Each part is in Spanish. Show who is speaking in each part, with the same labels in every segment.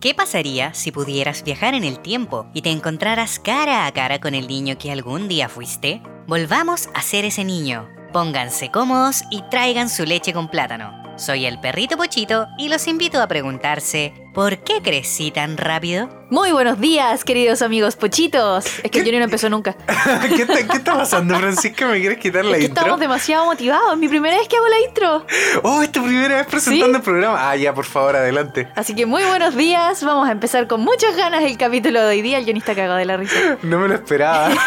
Speaker 1: ¿Qué pasaría si pudieras viajar en el tiempo y te encontraras cara a cara con el niño que algún día fuiste? Volvamos a ser ese niño. Pónganse cómodos y traigan su leche con plátano. Soy el perrito Pochito y los invito a preguntarse, ¿por qué crecí tan rápido?
Speaker 2: Muy buenos días, queridos amigos pochitos. Es que
Speaker 3: ¿Qué?
Speaker 2: el Johnny no empezó nunca.
Speaker 3: ¿Qué, te- qué está pasando, Francisca? ¿Me quieres quitar la
Speaker 2: es que
Speaker 3: intro?
Speaker 2: estamos demasiado motivados. Es mi primera vez que hago la intro.
Speaker 3: Oh, es tu primera vez presentando el programa. Ah, ya, por favor, adelante.
Speaker 2: Así que muy buenos días. Vamos a empezar con muchas ganas el capítulo de hoy día. El Johnny está cagado de la risa.
Speaker 3: No me lo esperaba.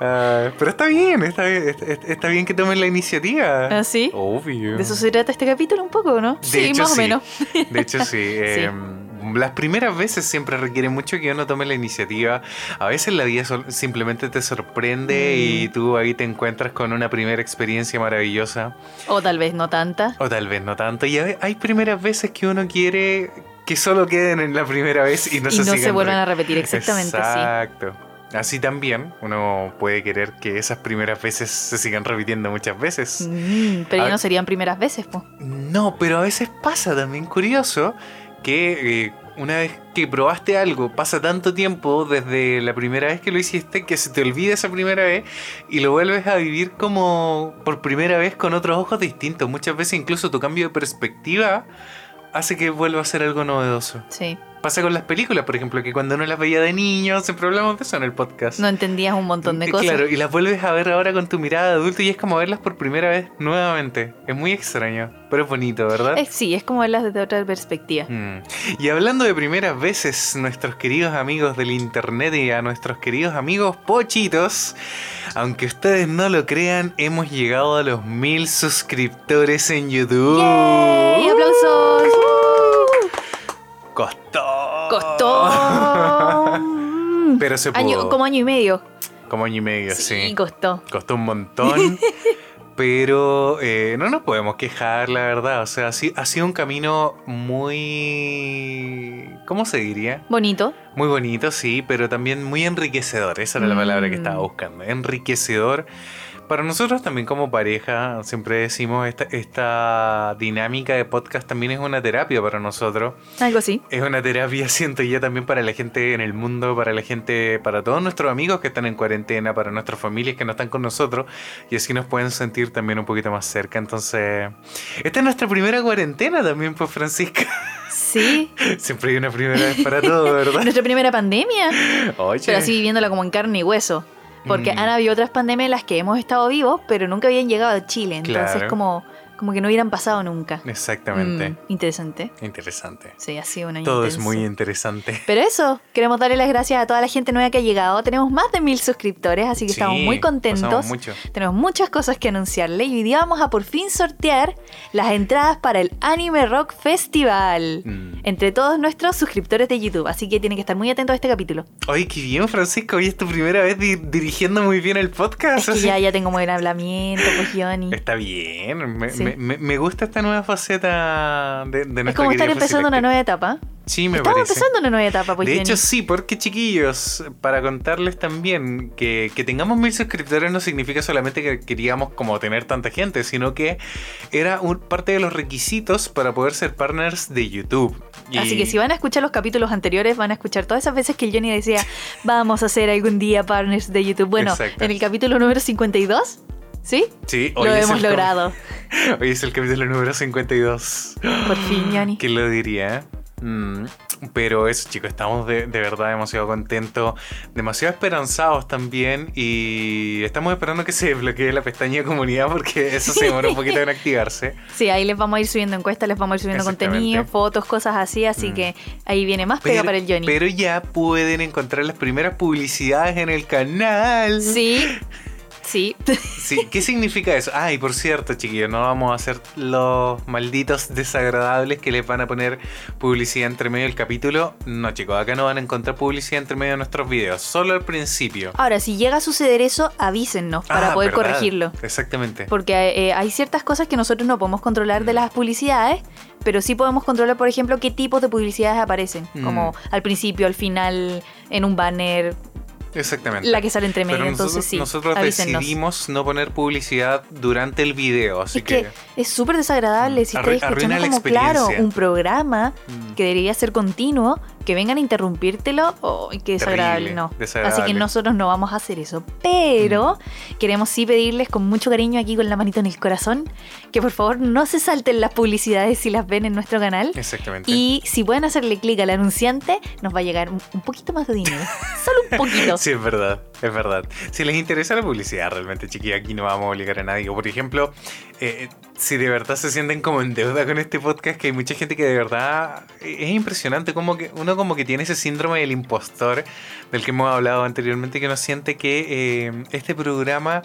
Speaker 3: Ah, pero está bien, está bien, está- está bien que tomen la iniciativa.
Speaker 2: ¿Ah, sí?
Speaker 3: Obvio.
Speaker 2: De eso se trata este capílo un poco, ¿no?
Speaker 3: De
Speaker 2: sí,
Speaker 3: hecho,
Speaker 2: más
Speaker 3: sí.
Speaker 2: o menos.
Speaker 3: De hecho, sí. eh, Las primeras veces siempre requieren mucho que uno tome la iniciativa. A veces la vida sol- simplemente te
Speaker 2: Mm.
Speaker 3: sorprende y tú ahí te encuentras con una primera experiencia maravillosa.
Speaker 2: O tal vez no tanta.
Speaker 3: O tal vez no tanto. Y hay hay primeras veces que uno quiere que solo queden en la primera vez y no
Speaker 2: y
Speaker 3: se
Speaker 2: no
Speaker 3: sigan
Speaker 2: se vuelvan a
Speaker 3: re-
Speaker 2: repetir exactamente,
Speaker 3: Exacto. Así también uno puede querer que esas primeras veces se sigan repitiendo muchas veces.
Speaker 2: sí. Mm, pero ya
Speaker 3: A ver.
Speaker 2: no serían primeras veces, pues.
Speaker 3: No, pero a veces pasa también curioso que eh, una vez que probaste algo, pasa tanto tiempo desde la primera vez que lo hiciste que se te olvida esa primera vez y lo vuelves a vivir como por primera vez con otros ojos distintos. Muchas veces incluso tu cambio de perspectiva hace que vuelva a ser algo novedoso.
Speaker 2: Sí.
Speaker 3: Pasa con las películas, por ejemplo, que cuando uno las veía de niño, siempre hablamos de eso en el podcast.
Speaker 2: No entendías un montón de cosas.
Speaker 3: Claro, y las vuelves a ver ahora con tu mirada de adulto y es como verlas por primera vez nuevamente. Es muy extraño, pero es bonito, ¿verdad?
Speaker 2: Eh, sí, es como verlas desde otra perspectiva.
Speaker 3: Mm. Y hablando de primeras veces, nuestros queridos amigos del internet y a nuestros queridos amigos pochitos, aunque ustedes no lo crean, hemos llegado a los mil suscriptores en YouTube.
Speaker 2: ¡Yay! ¡Aplausos!
Speaker 3: Uh. Costó.
Speaker 2: Costó. Mm.
Speaker 3: Pero se pudo.
Speaker 2: Año- como año y medio.
Speaker 3: Como año y medio, sí.
Speaker 2: costó.
Speaker 3: Costó un montón. Pero eh, no nos podemos quejar, la verdad. O sea, ha si- ha sido un camino muy... ¿Cómo se diría?
Speaker 2: Bonito.
Speaker 3: Muy bonito, sí, pero también muy enriquecedor. Esa era la
Speaker 2: Mm.
Speaker 3: palabra que estaba buscando. Enriquecedor. Para nosotros también como pareja, siempre decimos, esta, esta dinámica de podcast también es una terapia para nosotros.
Speaker 2: Algo así.
Speaker 3: Es una terapia, siento ya, también para la gente en el mundo, para la gente, para todos nuestros amigos que están en cuarentena, para nuestras familias que no están con nosotros, y así nos pueden sentir también un poquito más cerca. Entonces, esta es nuestra primera cuarentena también, pues Francisca.
Speaker 2: Sí.
Speaker 3: Siempre hay una primera vez para todo, ¿verdad?
Speaker 2: Nuestra primera pandemia.
Speaker 3: Oye.
Speaker 2: Pero así viviéndola como en carne y hueso. Porque
Speaker 3: Mm.
Speaker 2: han habido otras pandemias en las que hemos estado vivos, pero nunca habían llegado a Chile. Entonces,
Speaker 3: Claro.
Speaker 2: como, como que no hubieran pasado nunca.
Speaker 3: Exactamente.
Speaker 2: Mm, interesante.
Speaker 3: Interesante.
Speaker 2: Sí, ha sido una
Speaker 3: Todo es muy interesante.
Speaker 2: Pero eso, queremos darle las gracias a toda la gente nueva que ha llegado. Tenemos más de mil suscriptores, así que estamos
Speaker 3: Sí,
Speaker 2: muy
Speaker 3: pasamos
Speaker 2: contentos. Eh,
Speaker 3: mucho.
Speaker 2: Tenemos muchas cosas que anunciarle y hoy día vamos a por fin sortear las entradas para el Anime Rock Festival.
Speaker 3: Mm.
Speaker 2: Entre todos nuestros suscriptores de YouTube, así que tienen que estar muy atentos a este capítulo.
Speaker 3: Oye, qué bien, Francisco. Hoy es tu primera vez di- dirigiendo muy bien el podcast.
Speaker 2: Es que
Speaker 3: así
Speaker 2: ya, ya tengo buen hablamiento, pues Johnny.
Speaker 3: Está bien, me,
Speaker 2: Sí.
Speaker 3: me- me- me gusta esta nueva faceta de, de
Speaker 2: Es
Speaker 3: nuestra
Speaker 2: como estar
Speaker 3: querida
Speaker 2: empezando una
Speaker 3: Fusilacti.
Speaker 2: nueva etapa.
Speaker 3: Sí, me
Speaker 2: Estamos
Speaker 3: parece.
Speaker 2: empezando una nueva etapa, pues
Speaker 3: de
Speaker 2: Johnny.
Speaker 3: hecho, sí, porque chiquillos, para contarles también que, que tengamos mil suscriptores no significa solamente que queríamos como tener tanta gente, sino que era un- parte de los requisitos para poder ser partners de YouTube. Y-
Speaker 2: Así que si van a escuchar los capítulos anteriores, van a escuchar todas esas veces que el Johnny decía, vamos a ser algún día partners de YouTube. Bueno,
Speaker 3: Exacto.
Speaker 2: en el capítulo número 52, ¿sí?
Speaker 3: Sí, hoy
Speaker 2: Lo
Speaker 3: es
Speaker 2: hemos
Speaker 3: el cap-
Speaker 2: logrado.
Speaker 3: Hoy es el capítulo número 52.
Speaker 2: Por fin, Johnny.
Speaker 3: ¿Quién lo diría? Mm, pero eso, chicos, estamos de, de verdad demasiado contentos, demasiado esperanzados también. Y estamos esperando que se desbloquee la pestaña de comunidad porque eso se demora un poquito en activarse.
Speaker 2: Sí, ahí les vamos a ir subiendo encuestas, les vamos a ir subiendo
Speaker 3: Exactamente.
Speaker 2: contenido, fotos, cosas así, así
Speaker 3: Mm.
Speaker 2: que ahí viene más pega para el Johnny.
Speaker 3: pero ya pueden encontrar las primeras publicidades en el canal.
Speaker 2: Sí, sí.
Speaker 3: Sí, ¿Qué significa eso? Ah, y por cierto, chiquillos, no vamos a hacer los malditos desagradables que les van a poner publicidad entre medio del capítulo. No, chicos, acá no van a encontrar publicidad entre medio de nuestros videos, solo al principio.
Speaker 2: Ahora, si llega a suceder eso, avísennos para
Speaker 3: Ah,
Speaker 2: poder
Speaker 3: ¿verdad?
Speaker 2: corregirlo.
Speaker 3: Exactamente.
Speaker 2: Porque eh, hay ciertas cosas que nosotros no podemos controlar de
Speaker 3: Mm.
Speaker 2: las publicidades, pero sí podemos controlar, por ejemplo, qué tipos de publicidades aparecen,
Speaker 3: Mm.
Speaker 2: como al principio, al final, en un banner,
Speaker 3: Exactamente.
Speaker 2: la que sale entre medio,
Speaker 3: Pero
Speaker 2: entonces
Speaker 3: nosotros,
Speaker 2: sí.
Speaker 3: nosotros
Speaker 2: avísennos.
Speaker 3: decidimos no poner publicidad durante el video, así
Speaker 2: Es que es súper desagradable si
Speaker 3: Mm. Arru-
Speaker 2: estáis
Speaker 3: arruina
Speaker 2: escuchando
Speaker 3: la
Speaker 2: como claro
Speaker 3: experiencia.
Speaker 2: un programa
Speaker 3: Mm.
Speaker 2: que debería ser continuo, que vengan a interrumpírtelo, o qué desagradable,
Speaker 3: Terrible, Mm.
Speaker 2: no.
Speaker 3: desagradable.
Speaker 2: Así que nosotros no vamos a hacer eso. Pero queremos sí pedirles con mucho cariño aquí con la manito en el corazón que por favor no se salten las publicidades si las ven en nuestro canal.
Speaker 3: Exactamente.
Speaker 2: Y si pueden hacerle clic al anunciante, nos va a llegar un un poquito más de dinero. Solo un poquito.
Speaker 3: Sí, es verdad, es verdad. Si les interesa la publicidad, realmente, chiquilla, aquí no vamos a obligar a nadie. O, Por ejemplo, eh, si de verdad se sienten como en deuda con este podcast, que hay mucha gente que de verdad eh, es impresionante, como que uno como que tiene ese síndrome del impostor del que hemos hablado anteriormente, que uno siente que eh, este programa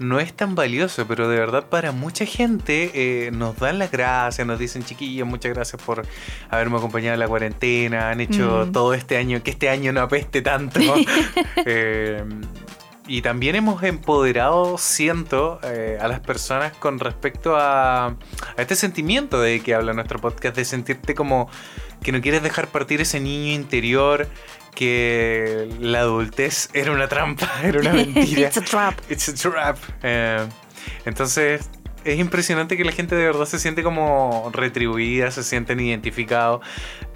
Speaker 3: no es tan valioso, pero de verdad para mucha gente eh, nos dan las gracias, nos dicen chiquillos, muchas gracias por haberme acompañado en la cuarentena, han hecho
Speaker 2: Mm.
Speaker 3: todo este año, que este año no apeste tanto. Eh, y también hemos empoderado, siento, eh, a las personas con respecto a, a este sentimiento de que habla nuestro podcast, de sentirte como que no quieres dejar partir ese niño interior, que la adultez era una trampa, era una mentira.
Speaker 2: It's a trap.
Speaker 3: It's a trap. Eh, entonces, es impresionante que la gente de verdad se siente como retribuida, se sienten identificados.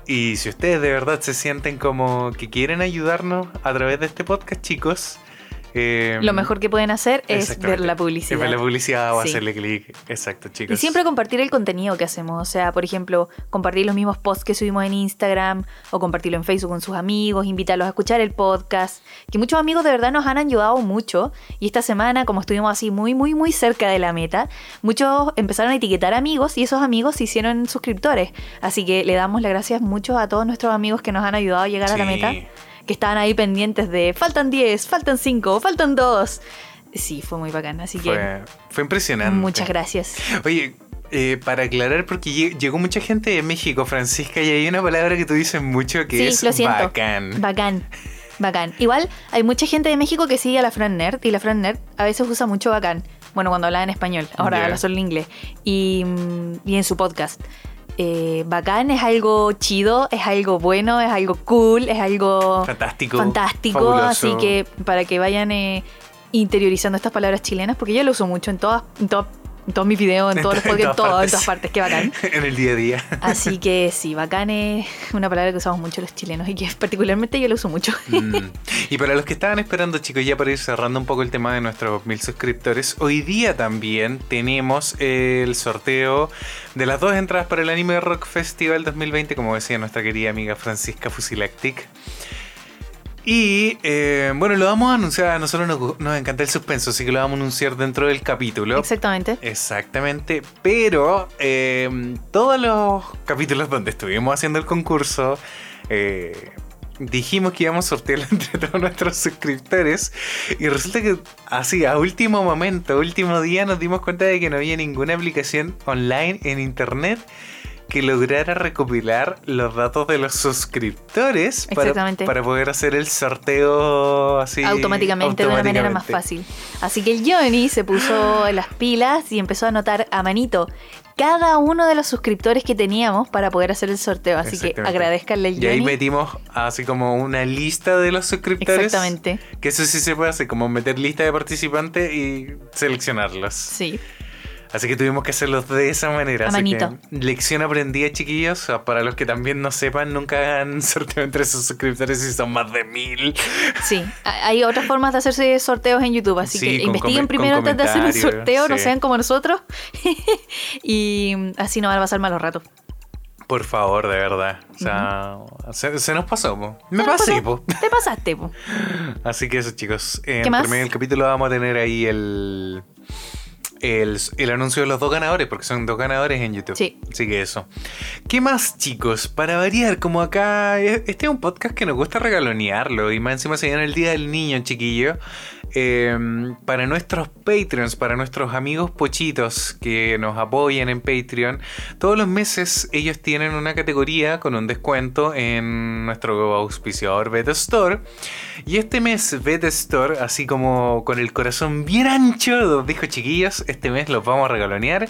Speaker 3: Y si ustedes de verdad se sienten como que quieren ayudarnos a través de este podcast, chicos. eh,
Speaker 2: Lo mejor que pueden hacer es
Speaker 3: exactamente.
Speaker 2: ver la
Speaker 3: Es
Speaker 2: publicidad.
Speaker 3: ver la publicidad o
Speaker 2: Sí.
Speaker 3: hacerle clic. Exacto, chicos.
Speaker 2: Y siempre compartir el contenido que hacemos. O sea, por ejemplo, compartir los mismos posts que subimos en Instagram o compartirlo en Facebook con sus amigos, invitarlos a escuchar el podcast. Que muchos amigos de verdad nos han ayudado mucho. Y esta semana, como estuvimos así muy, muy, muy cerca de la meta, muchos empezaron a etiquetar amigos y esos amigos se hicieron suscriptores. Así que le damos las gracias mucho a todos nuestros amigos que nos han ayudado a llegar a la
Speaker 3: Sí.
Speaker 2: meta. Que estaban ahí pendientes de faltan 10, faltan 5, faltan 2. Sí, fue muy bacán. Así que
Speaker 3: Fue, fue impresionante.
Speaker 2: muchas gracias.
Speaker 3: Oye, eh, para aclarar, porque lle- llegó mucha gente de México, Francisca, y hay una palabra que tú dices mucho que
Speaker 2: Sí,
Speaker 3: es
Speaker 2: lo siento.
Speaker 3: bacán.
Speaker 2: Bacán. Bacán. Igual hay mucha gente de México que sigue a la Fran Nerd y la Fran Nerd a veces usa mucho bacán. Bueno, cuando hablaba en español, ahora
Speaker 3: Ya.
Speaker 2: habla solo en inglés. Y, mm, y en su podcast. Eh, bacán es algo chido, es algo bueno, es algo cool, es algo
Speaker 3: Fantástico.
Speaker 2: fantástico.
Speaker 3: fabuloso.
Speaker 2: Así que para que vayan eh, interiorizando estas palabras chilenas, porque yo lo uso mucho en todas, en todas- en todos mis videos, en todos los
Speaker 3: En
Speaker 2: podcasts, en, todo,
Speaker 3: todas
Speaker 2: en
Speaker 3: partes.
Speaker 2: todas partes, qué bacán.
Speaker 3: en el día a día.
Speaker 2: Así que sí, bacán es una palabra que usamos mucho los chilenos y que particularmente yo lo uso mucho.
Speaker 3: Mm. Y para los que estaban esperando, chicos, ya para ir cerrando un poco el tema de nuestros mil suscriptores, hoy día también tenemos el sorteo de las dos entradas para el Anime Rock Festival 2020, como decía nuestra querida amiga Francisca Fusilactic. Y eh, bueno, lo vamos a anunciar, a nosotros nos, nos encanta el suspenso, así que lo vamos a anunciar dentro del capítulo.
Speaker 2: Exactamente.
Speaker 3: Exactamente, pero eh, todos los capítulos donde estuvimos haciendo el concurso, eh, dijimos que íbamos a sortearlo entre todos nuestros suscriptores y resulta que así, a último momento, último día, nos dimos cuenta de que no había ninguna aplicación online en internet que lograra recopilar los datos de los suscriptores para,
Speaker 2: Exactamente.
Speaker 3: para poder hacer el sorteo así
Speaker 2: automáticamente, de una manera más
Speaker 3: automáticamente.
Speaker 2: fácil. Así que el Johnny se puso en las pilas y empezó a anotar a manito cada uno de los suscriptores que teníamos para poder hacer el sorteo. Así que
Speaker 3: Exactamente.
Speaker 2: agradezcanle al
Speaker 3: Y ahí
Speaker 2: Johnny.
Speaker 3: metimos así como una lista de los suscriptores.
Speaker 2: Exactamente.
Speaker 3: Que eso sí se puede hacer, como meter lista de participantes y seleccionarlos.
Speaker 2: Sí.
Speaker 3: Así que tuvimos que hacerlos de esa manera.
Speaker 2: A
Speaker 3: así que,
Speaker 2: manito.
Speaker 3: lección aprendida, chiquillos. Para los que también no sepan, nunca hagan sorteo entre sus suscriptores si son más de mil.
Speaker 2: Sí, Ha- hay otras formas de hacerse sorteos en YouTube, así
Speaker 3: Sí,
Speaker 2: que
Speaker 3: con
Speaker 2: investiguen
Speaker 3: comen-
Speaker 2: primero
Speaker 3: con
Speaker 2: antes de hacer un
Speaker 3: comentarios,
Speaker 2: sorteo, no
Speaker 3: sí.
Speaker 2: sean como nosotros, y mm, así no van a pasar malos ratos.
Speaker 3: Por favor, de verdad. O sea, se, se nos pasó. po. Me
Speaker 2: Se nos
Speaker 3: pasé,
Speaker 2: pasó.
Speaker 3: po.
Speaker 2: Te pasaste, po.
Speaker 3: Así que eso, chicos. Eh, En
Speaker 2: más?
Speaker 3: medio del capítulo vamos a tener ahí el, el, el anuncio de los dos ganadores, porque son dos ganadores en YouTube.
Speaker 2: Sí.
Speaker 3: Así que eso. ¿Qué más, chicos? Para variar, como acá, eh, este es un podcast que nos gusta regalonearlo, y más encima se viene el Día del Niño, chiquillo. Eh, para nuestros Patreons, para nuestros amigos pochitos que nos apoyan en Patreon, todos los meses ellos tienen una categoría con un descuento en nuestro auspiciador Beta Store. Y este mes Beta Store, así como con el corazón bien ancho, nos dijo chiquillos, este mes los vamos a regalonear.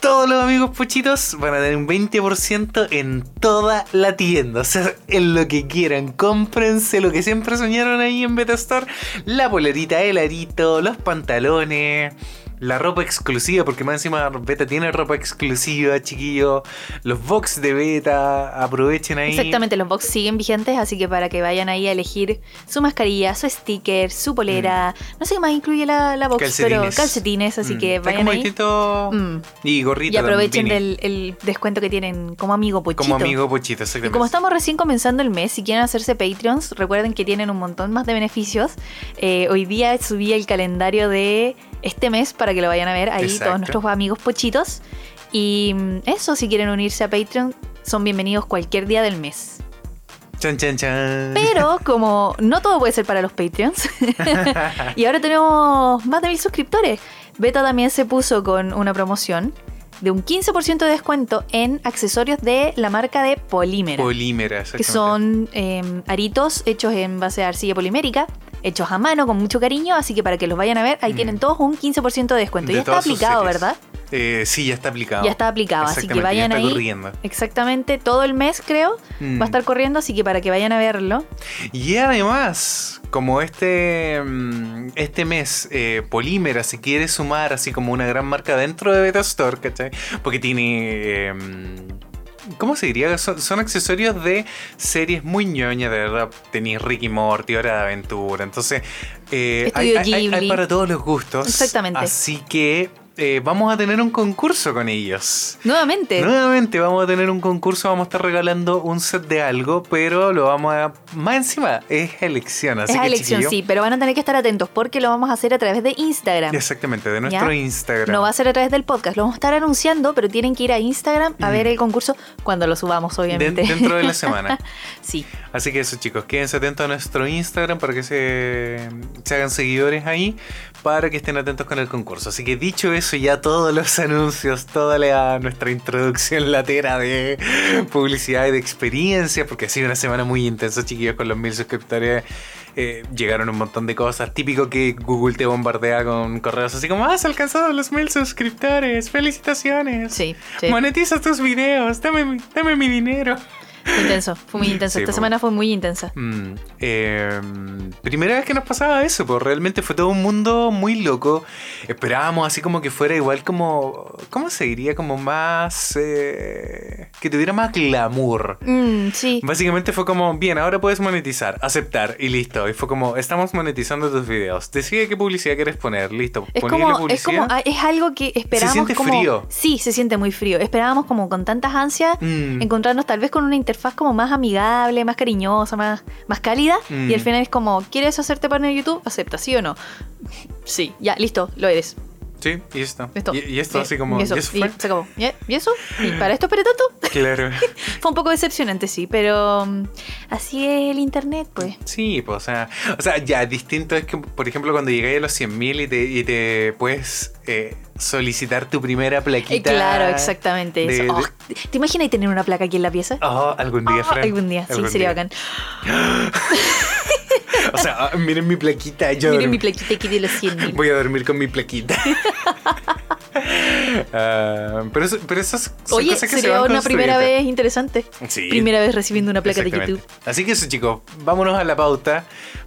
Speaker 3: todos los amigos pochitos van a tener un 20% en toda la tienda. O sea, en lo que quieran. Cómprense lo que siempre soñaron ahí en Beta Store. La polerita, el arito, los pantalones. La ropa exclusiva, porque más encima Beta tiene ropa exclusiva, chiquillos. Los box de Beta, aprovechen ahí.
Speaker 2: Exactamente, los box siguen vigentes, así que para que vayan ahí a elegir su mascarilla, su sticker, su polera, no sé qué más incluye la, la box, pero
Speaker 3: Mm. Calcetines.
Speaker 2: calcetines, así
Speaker 3: Mm,
Speaker 2: que
Speaker 3: está
Speaker 2: vayan
Speaker 3: como
Speaker 2: ahí.
Speaker 3: distinto-
Speaker 2: Mm.
Speaker 3: Y gorrito.
Speaker 2: Y aprovechen
Speaker 3: también,
Speaker 2: del el descuento que tienen como amigo pochito.
Speaker 3: Como amigo
Speaker 2: Y
Speaker 3: pochito, exactamente.
Speaker 2: como estamos recién comenzando el mes, si quieren hacerse Patreons, recuerden que tienen un montón más de beneficios. Eh, hoy día subí el calendario de este mes para que lo vayan a ver ahí
Speaker 3: Exacto.
Speaker 2: todos nuestros amigos pochitos. Y mm, eso, si quieren unirse a Patreon, son bienvenidos cualquier día del mes.
Speaker 3: Chan, chan, chan.
Speaker 2: Pero como no todo puede ser para los Patreons, y ahora tenemos más de mil suscriptores, Beta también se puso con una promoción de un 15% de descuento en accesorios de la marca de Polímero
Speaker 3: Polímeras.
Speaker 2: que son eh, aritos hechos en base a arcilla polimérica, hechos a mano con mucho cariño, así que para que los vayan a ver, ahí
Speaker 3: Mm.
Speaker 2: tienen todos un 15% de descuento.
Speaker 3: De
Speaker 2: ya está
Speaker 3: todas sus
Speaker 2: aplicado,
Speaker 3: series.
Speaker 2: ¿verdad?
Speaker 3: Eh, sí, ya está aplicado.
Speaker 2: Ya está aplicado, así que
Speaker 3: Exactamente,
Speaker 2: vayan
Speaker 3: ya está
Speaker 2: ahí.
Speaker 3: corriendo.
Speaker 2: Exactamente, todo el mes creo
Speaker 3: Mm.
Speaker 2: va a estar corriendo, así que para que vayan a verlo.
Speaker 3: Y además, como este, mm, este mes eh, Polímera se quiere sumar así como una gran marca dentro de Beta Store, ¿cachai? Porque tiene... eh, mm, ¿Cómo se diría? Son, son accesorios de series muy ñoñas, de verdad. Tenéis Ricky Morty, Hora de Aventura. Entonces, eh, hay,
Speaker 2: Estudio
Speaker 3: hay- hay- hay
Speaker 2: Ghibli.
Speaker 3: para todos los gustos.
Speaker 2: Exactamente.
Speaker 3: Así que eh, vamos a tener un concurso con ellos.
Speaker 2: Nuevamente,
Speaker 3: Nuevamente vamos a tener un concurso, vamos a estar regalando un set de algo, pero lo vamos a... Más encima, es elección, así
Speaker 2: es a
Speaker 3: que
Speaker 2: elección,
Speaker 3: chiquillo,
Speaker 2: sí, pero van a tener que estar atentos porque lo vamos a hacer a través de Instagram.
Speaker 3: Exactamente, de nuestro
Speaker 2: ¿Ya?
Speaker 3: Instagram.
Speaker 2: No va a ser a través del podcast, lo vamos a estar anunciando, pero tienen que ir a Instagram a
Speaker 3: Mm.
Speaker 2: ver el concurso cuando lo subamos,
Speaker 3: Den-
Speaker 2: obviamente.
Speaker 3: dentro de la semana.
Speaker 2: sí.
Speaker 3: Así que eso chicos, quédense atentos a nuestro Instagram para que se, se hagan seguidores ahí, para que estén atentos con el concurso. Así que dicho eso, ya todos los anuncios, toda la- nuestra introducción latera de publicidad y de experiencia, porque ha sido una semana muy intensa chiquillos con los mil suscriptores. eh, llegaron un montón de cosas, típico que Google te bombardea con correos así como, has alcanzado los mil suscriptores, felicitaciones,
Speaker 2: Sí, sí.
Speaker 3: monetiza tus videos, dame, mi- dame mi dinero.
Speaker 2: Fue intenso, fue muy intenso.
Speaker 3: Sí,
Speaker 2: Esta
Speaker 3: fue-
Speaker 2: semana fue muy intensa.
Speaker 3: Mm, eh, primera vez que nos pasaba eso, pues realmente fue todo un mundo muy loco. Esperábamos así como que fuera igual como, ¿cómo se diría? Como más... eh, que tuviera más glamour.
Speaker 2: Mm, sí.
Speaker 3: Básicamente fue como, bien, ahora puedes monetizar, aceptar y listo. Y fue como, estamos monetizando tus videos. Decide qué publicidad quieres poner, listo.
Speaker 2: Es
Speaker 3: ponerle
Speaker 2: como, es
Speaker 3: publicidad.
Speaker 2: como, ah, es algo que esperábamos
Speaker 3: siente
Speaker 2: como,
Speaker 3: frío.
Speaker 2: Sí, se siente muy frío. Esperábamos como con tantas ansias
Speaker 3: Mm.
Speaker 2: encontrarnos tal vez con una interfaz como más amigable, más cariñosa, más, más cálida.
Speaker 3: Mm.
Speaker 2: Y al final es como, ¿quieres hacerte partner de YouTube? Acepta, ¿sí o no? Sí, ya, listo, lo eres.
Speaker 3: Sí, y esto.
Speaker 2: Esto.
Speaker 3: Y, y esto
Speaker 2: Eh,
Speaker 3: así como...
Speaker 2: y eso,
Speaker 3: ¿y eso
Speaker 2: y
Speaker 3: fue?
Speaker 2: se acabó. ¿Y, y eso? ¿Y para esto esperé tanto?
Speaker 3: Claro.
Speaker 2: Fue un poco decepcionante, sí, pero mm, así es el internet, pues.
Speaker 3: Sí, pues, o sea, o sea, ya, distinto es que, por ejemplo, cuando llegáis a los 100.000 y te, y te puedes eh, solicitar tu primera
Speaker 2: Eh,
Speaker 3: plaquita.
Speaker 2: Claro, exactamente.
Speaker 3: de-
Speaker 2: eso. Oh,
Speaker 3: de-
Speaker 2: ¿Te imaginas tener una placa aquí en la pieza?
Speaker 3: Oh, algún día,
Speaker 2: Ah,
Speaker 3: Fran.
Speaker 2: algún día, sí,
Speaker 3: Algún
Speaker 2: sería
Speaker 3: día.
Speaker 2: bacán.
Speaker 3: O sea, ah, miren mi plaquita. Yo
Speaker 2: Miren mi
Speaker 3: dorm-
Speaker 2: plaquita aquí de los 100.000.
Speaker 3: Voy a dormir con mi plaquita. Ah, pero, eso- pero esas son
Speaker 2: Oye,
Speaker 3: cosas que se
Speaker 2: sería
Speaker 3: van
Speaker 2: una primera
Speaker 3: construyendo.
Speaker 2: vez interesante.
Speaker 3: Sí.
Speaker 2: Primera vez recibiendo una placa de YouTube.
Speaker 3: Exactamente. Así que eso, chicos, vámonos a la pauta.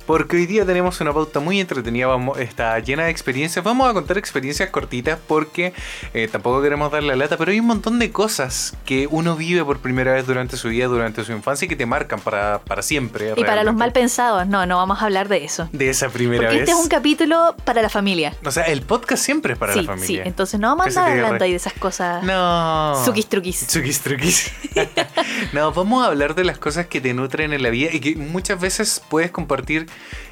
Speaker 3: Porque hoy día tenemos una pauta muy entretenida, vamos, está llena de experiencias. Vamos a contar experiencias cortitas porque eh, tampoco queremos dar la lata, pero hay un montón de cosas que uno vive por primera vez durante su vida, durante su infancia y que te marcan para, para siempre.
Speaker 2: Y para los
Speaker 3: realmente.
Speaker 2: mal pensados, no, no vamos a hablar de eso.
Speaker 3: De esa primera
Speaker 2: Porque
Speaker 3: vez.
Speaker 2: este es un capítulo para la familia.
Speaker 3: o sea, el podcast siempre es para
Speaker 2: sí,
Speaker 3: la familia.
Speaker 2: sí, entonces no vamos a
Speaker 3: Que se
Speaker 2: andar
Speaker 3: te
Speaker 2: hablando
Speaker 3: agarre.
Speaker 2: ahí de esas cosas
Speaker 3: no.
Speaker 2: suquis truquis.
Speaker 3: Tsukis, truquis. no, vamos a hablar de las cosas que te nutren en la vida y que muchas veces puedes compartir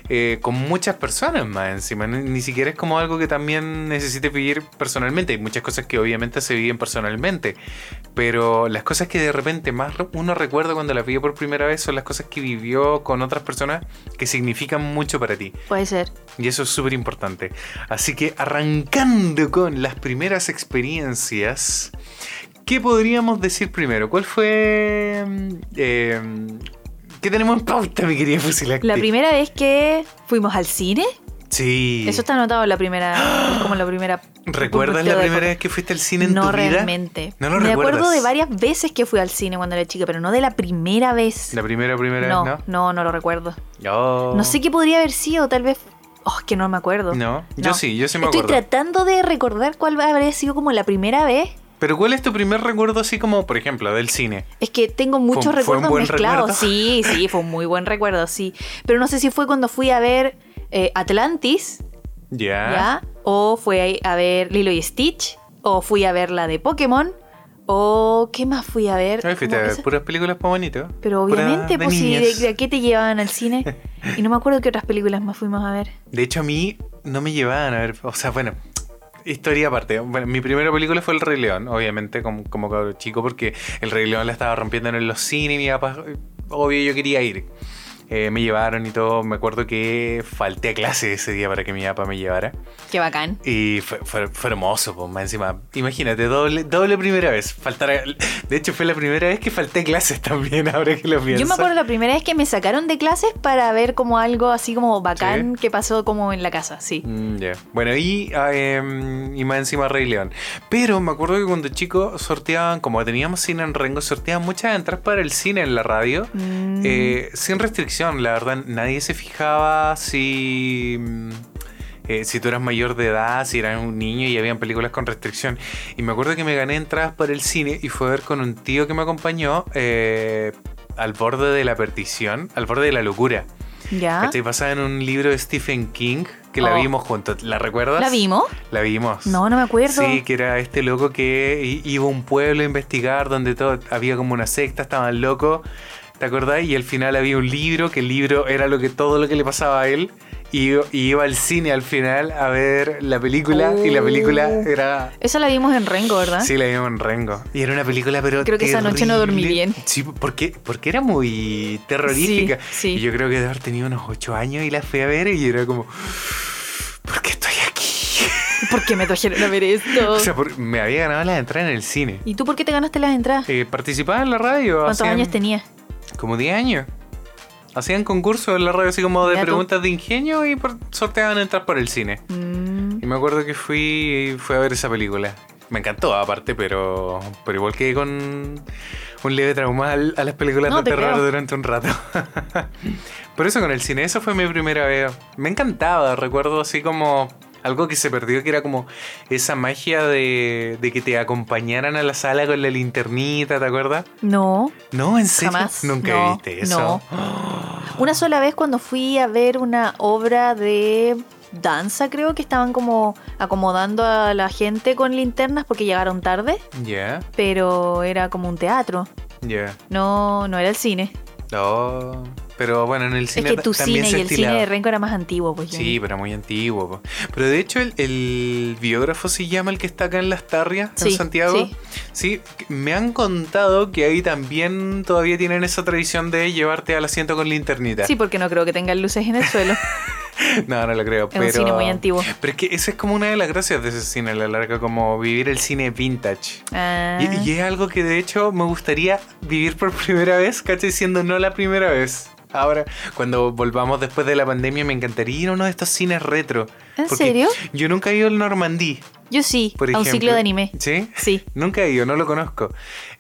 Speaker 3: eh, con muchas personas más encima. Ni, ni siquiera es como algo que también necesites vivir personalmente. Hay muchas cosas que obviamente se viven personalmente. Pero las cosas que de repente más re- uno recuerda cuando las vive por primera vez son las cosas que vivió con otras personas que significan mucho para ti.
Speaker 2: Puede ser.
Speaker 3: Y eso es súper importante. Así que arrancando con las primeras experiencias, ¿qué podríamos decir primero? ¿Cuál fue... mm, eh, ¿Qué tenemos en pauta, mi querida Fusilacti?
Speaker 2: La primera vez que fuimos al cine,
Speaker 3: Sí.
Speaker 2: Eso está anotado en la primera, como en la primera.
Speaker 3: ¿Recuerdas la
Speaker 2: de
Speaker 3: primera
Speaker 2: época.
Speaker 3: vez que fuiste al cine en
Speaker 2: no
Speaker 3: tu vida?
Speaker 2: realmente.
Speaker 3: No lo
Speaker 2: Me acuerdo
Speaker 3: recuerdas.
Speaker 2: de varias veces que fui al cine cuando era chica, pero no de la primera vez.
Speaker 3: La primera, primera
Speaker 2: no,
Speaker 3: vez,
Speaker 2: no, no lo recuerdo.
Speaker 3: ¿no? Oh.
Speaker 2: No sé qué podría haber sido, tal vez. Oh, es que no me acuerdo.
Speaker 3: No, yo
Speaker 2: No.
Speaker 3: sí, yo sí me
Speaker 2: Estoy
Speaker 3: acuerdo.
Speaker 2: tratando de recordar cuál habría sido como la primera vez.
Speaker 3: Pero ¿cuál es tu primer recuerdo así como, por ejemplo, del cine?
Speaker 2: Es que tengo muchos
Speaker 3: fue un
Speaker 2: recuerdos
Speaker 3: buen
Speaker 2: mezclados.
Speaker 3: recuerdo.
Speaker 2: Sí, sí, fue un muy buen recuerdo, sí. Pero no sé si fue cuando fui a ver eh, Atlantis,
Speaker 3: Ya.
Speaker 2: ¿ya? O fue a a ver Lilo y Stitch, o fui a ver la de Pokémon, o ¿qué más fui a ver?
Speaker 3: Ay, fíjate,
Speaker 2: Como esa-
Speaker 3: puras películas para bonito.
Speaker 2: Pero
Speaker 3: puras
Speaker 2: obviamente,
Speaker 3: de
Speaker 2: pues si de,
Speaker 3: niños.
Speaker 2: de a qué te llevaban al cine. Y no me acuerdo qué otras películas más fuimos a ver.
Speaker 3: De hecho, a mí no me llevaban a ver. O sea, bueno, historia aparte. Bueno, mi primera película fue El Rey León, obviamente, como, como cabro chico, porque El Rey León la estaba rompiendo en los cines. Mi papá, eh, obvio, yo quería ir. Eh, me llevaron y todo. Me acuerdo que falté a clase ese día para que mi papá me llevara.
Speaker 2: Qué bacán.
Speaker 3: Y fue, fue- fue hermoso, pues, más encima. Imagínate, doble, doble primera vez. Faltar a- De hecho, fue la primera vez que falté a clases también, ahora que lo pienso.
Speaker 2: Yo me acuerdo la primera vez que me sacaron de clases para ver como algo así como bacán que pasó como en la casa, sí.
Speaker 3: Mm, ya. Bueno, y, ah, em, y más encima Rey León. Pero me acuerdo que cuando chico sorteaban, como teníamos cine en Rengo, sorteaban muchas entradas para el cine en la radio.
Speaker 2: Mm.
Speaker 3: eh, sin restricción, la verdad, nadie se fijaba si. mm, eh, si tú eras mayor de edad, si eras un niño y habían películas con restricción. Y me acuerdo que me gané entradas para el cine y fue a ver con un tío que me acompañó eh, al borde de la perdición, al borde de la locura.
Speaker 2: Mm, ¿Ya?
Speaker 3: ¿Cachai? Basada en un libro de Stephen King que la
Speaker 2: ¿Ah? Oh.
Speaker 3: vimos juntos. ¿La recuerdas?
Speaker 2: ¿La vimos?
Speaker 3: La vimos.
Speaker 2: No, no me acuerdo.
Speaker 3: Sí, que era este loco que i- iba a un pueblo a investigar donde todo había como una secta, estaban locos. ¿Te acordás? Y al final había un libro, que el libro era lo que todo lo que le pasaba a él. Y, y iba al cine al final a ver la película. Y la película
Speaker 2: Oh.
Speaker 3: era.
Speaker 2: Esa la vimos en Rengo, ¿verdad?
Speaker 3: Sí, la vimos en Rengo. Y era una película, pero.
Speaker 2: Creo que esa noche no dormí
Speaker 3: terrible.
Speaker 2: bien.
Speaker 3: Sí, porque, porque era muy terrorífica.
Speaker 2: Sí, sí.
Speaker 3: Y yo creo que de haber tenido unos 8 años y la fui a ver y era como. ¿Por qué estoy aquí?
Speaker 2: ¿Por qué me trajeron a ver esto?
Speaker 3: O sea, por- me había ganado la entrada en el cine.
Speaker 2: ¿Y tú por qué te ganaste las entradas?
Speaker 3: Eh, participaba en la radio.
Speaker 2: ¿Cuántos
Speaker 3: hacían
Speaker 2: años tenías?
Speaker 3: Como 10 años. Hacían concursos en la radio así como de
Speaker 2: Mira tú.
Speaker 3: preguntas de ingenio y por- sorteaban entrar por el cine.
Speaker 2: Mm,
Speaker 3: Y me acuerdo que fui, fui a ver esa película. Me encantó aparte, pero, pero igual quedé con un leve trauma al- a las películas
Speaker 2: No,
Speaker 3: de
Speaker 2: te
Speaker 3: terror
Speaker 2: creo.
Speaker 3: durante un rato. Por eso con el cine, esa fue mi primera vez. Me encantaba, recuerdo así como algo que se perdió, que era como esa magia de, de que te acompañaran a la sala con la linternita, ¿te acuerdas?
Speaker 2: no.
Speaker 3: No, en serio,
Speaker 2: Jamás.
Speaker 3: nunca
Speaker 2: No,
Speaker 3: viste eso.
Speaker 2: Una sola vez cuando fui a ver una obra de danza, creo que estaban como acomodando a la gente con linternas porque llegaron tarde,
Speaker 3: Ya,
Speaker 2: pero era como un teatro.
Speaker 3: ya.
Speaker 2: No, no era el cine.
Speaker 3: No. Pero bueno, en el cine
Speaker 2: es que tu
Speaker 3: ta- también
Speaker 2: cine y
Speaker 3: se
Speaker 2: el
Speaker 3: estilaba.
Speaker 2: cine de Renko era más antiguo, pues.
Speaker 3: Sí, pero muy antiguo. po. Pero de hecho, el, el biógrafo se llama el que está acá en Las Tarrias,
Speaker 2: Sí,
Speaker 3: en Santiago.
Speaker 2: sí.
Speaker 3: Sí. me han contado que ahí también todavía tienen esa tradición de llevarte al asiento con linternita.
Speaker 2: Sí, porque no creo que tengan luces en el suelo.
Speaker 3: No, no lo
Speaker 2: Es
Speaker 3: creo. pero...
Speaker 2: un cine muy antiguo.
Speaker 3: Pero es que esa es como una de las gracias de ese cine a la larga, como vivir el cine vintage.
Speaker 2: Ah.
Speaker 3: Y, y es algo que de hecho me gustaría vivir por primera vez, ¿cachai? Siendo no la primera vez. Ahora, cuando volvamos después de la pandemia, me encantaría ir a uno de estos cines retro.
Speaker 2: ¿En
Speaker 3: Porque
Speaker 2: serio?
Speaker 3: Yo nunca he ido al Normandí,
Speaker 2: Yo sí,
Speaker 3: por
Speaker 2: a
Speaker 3: ejemplo.
Speaker 2: un ciclo de anime.
Speaker 3: ¿Sí?
Speaker 2: Sí.
Speaker 3: Nunca he ido, no lo conozco.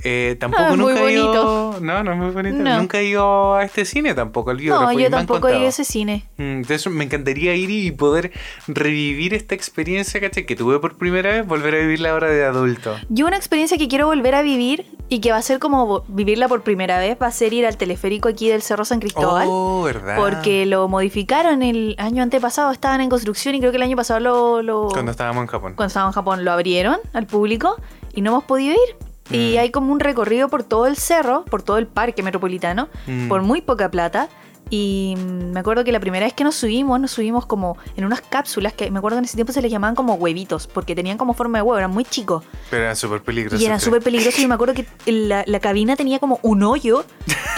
Speaker 3: Eh, tampoco
Speaker 2: Ah, es muy
Speaker 3: nunca he
Speaker 2: bonito.
Speaker 3: ido. No, no es muy bonito.
Speaker 2: No.
Speaker 3: Nunca he ido a este cine tampoco, al biógrafo.
Speaker 2: No,
Speaker 3: y pues,
Speaker 2: yo
Speaker 3: me han
Speaker 2: tampoco he ido
Speaker 3: contado.
Speaker 2: a ese cine.
Speaker 3: Mm, Entonces me encantaría ir y poder revivir esta experiencia, ¿cachai? Que tuve por primera vez, volver a vivirla ahora de adulto.
Speaker 2: Yo una experiencia que quiero volver a vivir y que va a ser como vo- vivirla por primera vez va a ser ir al teleférico aquí del Cerro San Cristóbal.
Speaker 3: Oh, ¿verdad?
Speaker 2: Porque lo modificaron el año antepasado, estaban en construcción y creo que el año pasado lo, lo-
Speaker 3: Cuando estábamos en Japón.
Speaker 2: cuando estábamos en Japón lo abrieron al público y no hemos podido ir. Y
Speaker 3: Mm.
Speaker 2: hay como un recorrido por todo el cerro, por todo el parque metropolitano,
Speaker 3: Mm.
Speaker 2: por muy poca plata. Y mm, me acuerdo que la primera vez que nos subimos, nos subimos como en unas cápsulas que me acuerdo en ese tiempo se les llamaban como huevitos, porque tenían como forma de huevo, eran muy chicos.
Speaker 3: Pero eran súper peligrosos.
Speaker 2: Y eran súper peligrosos. Y me acuerdo que la, la cabina tenía como un hoyo,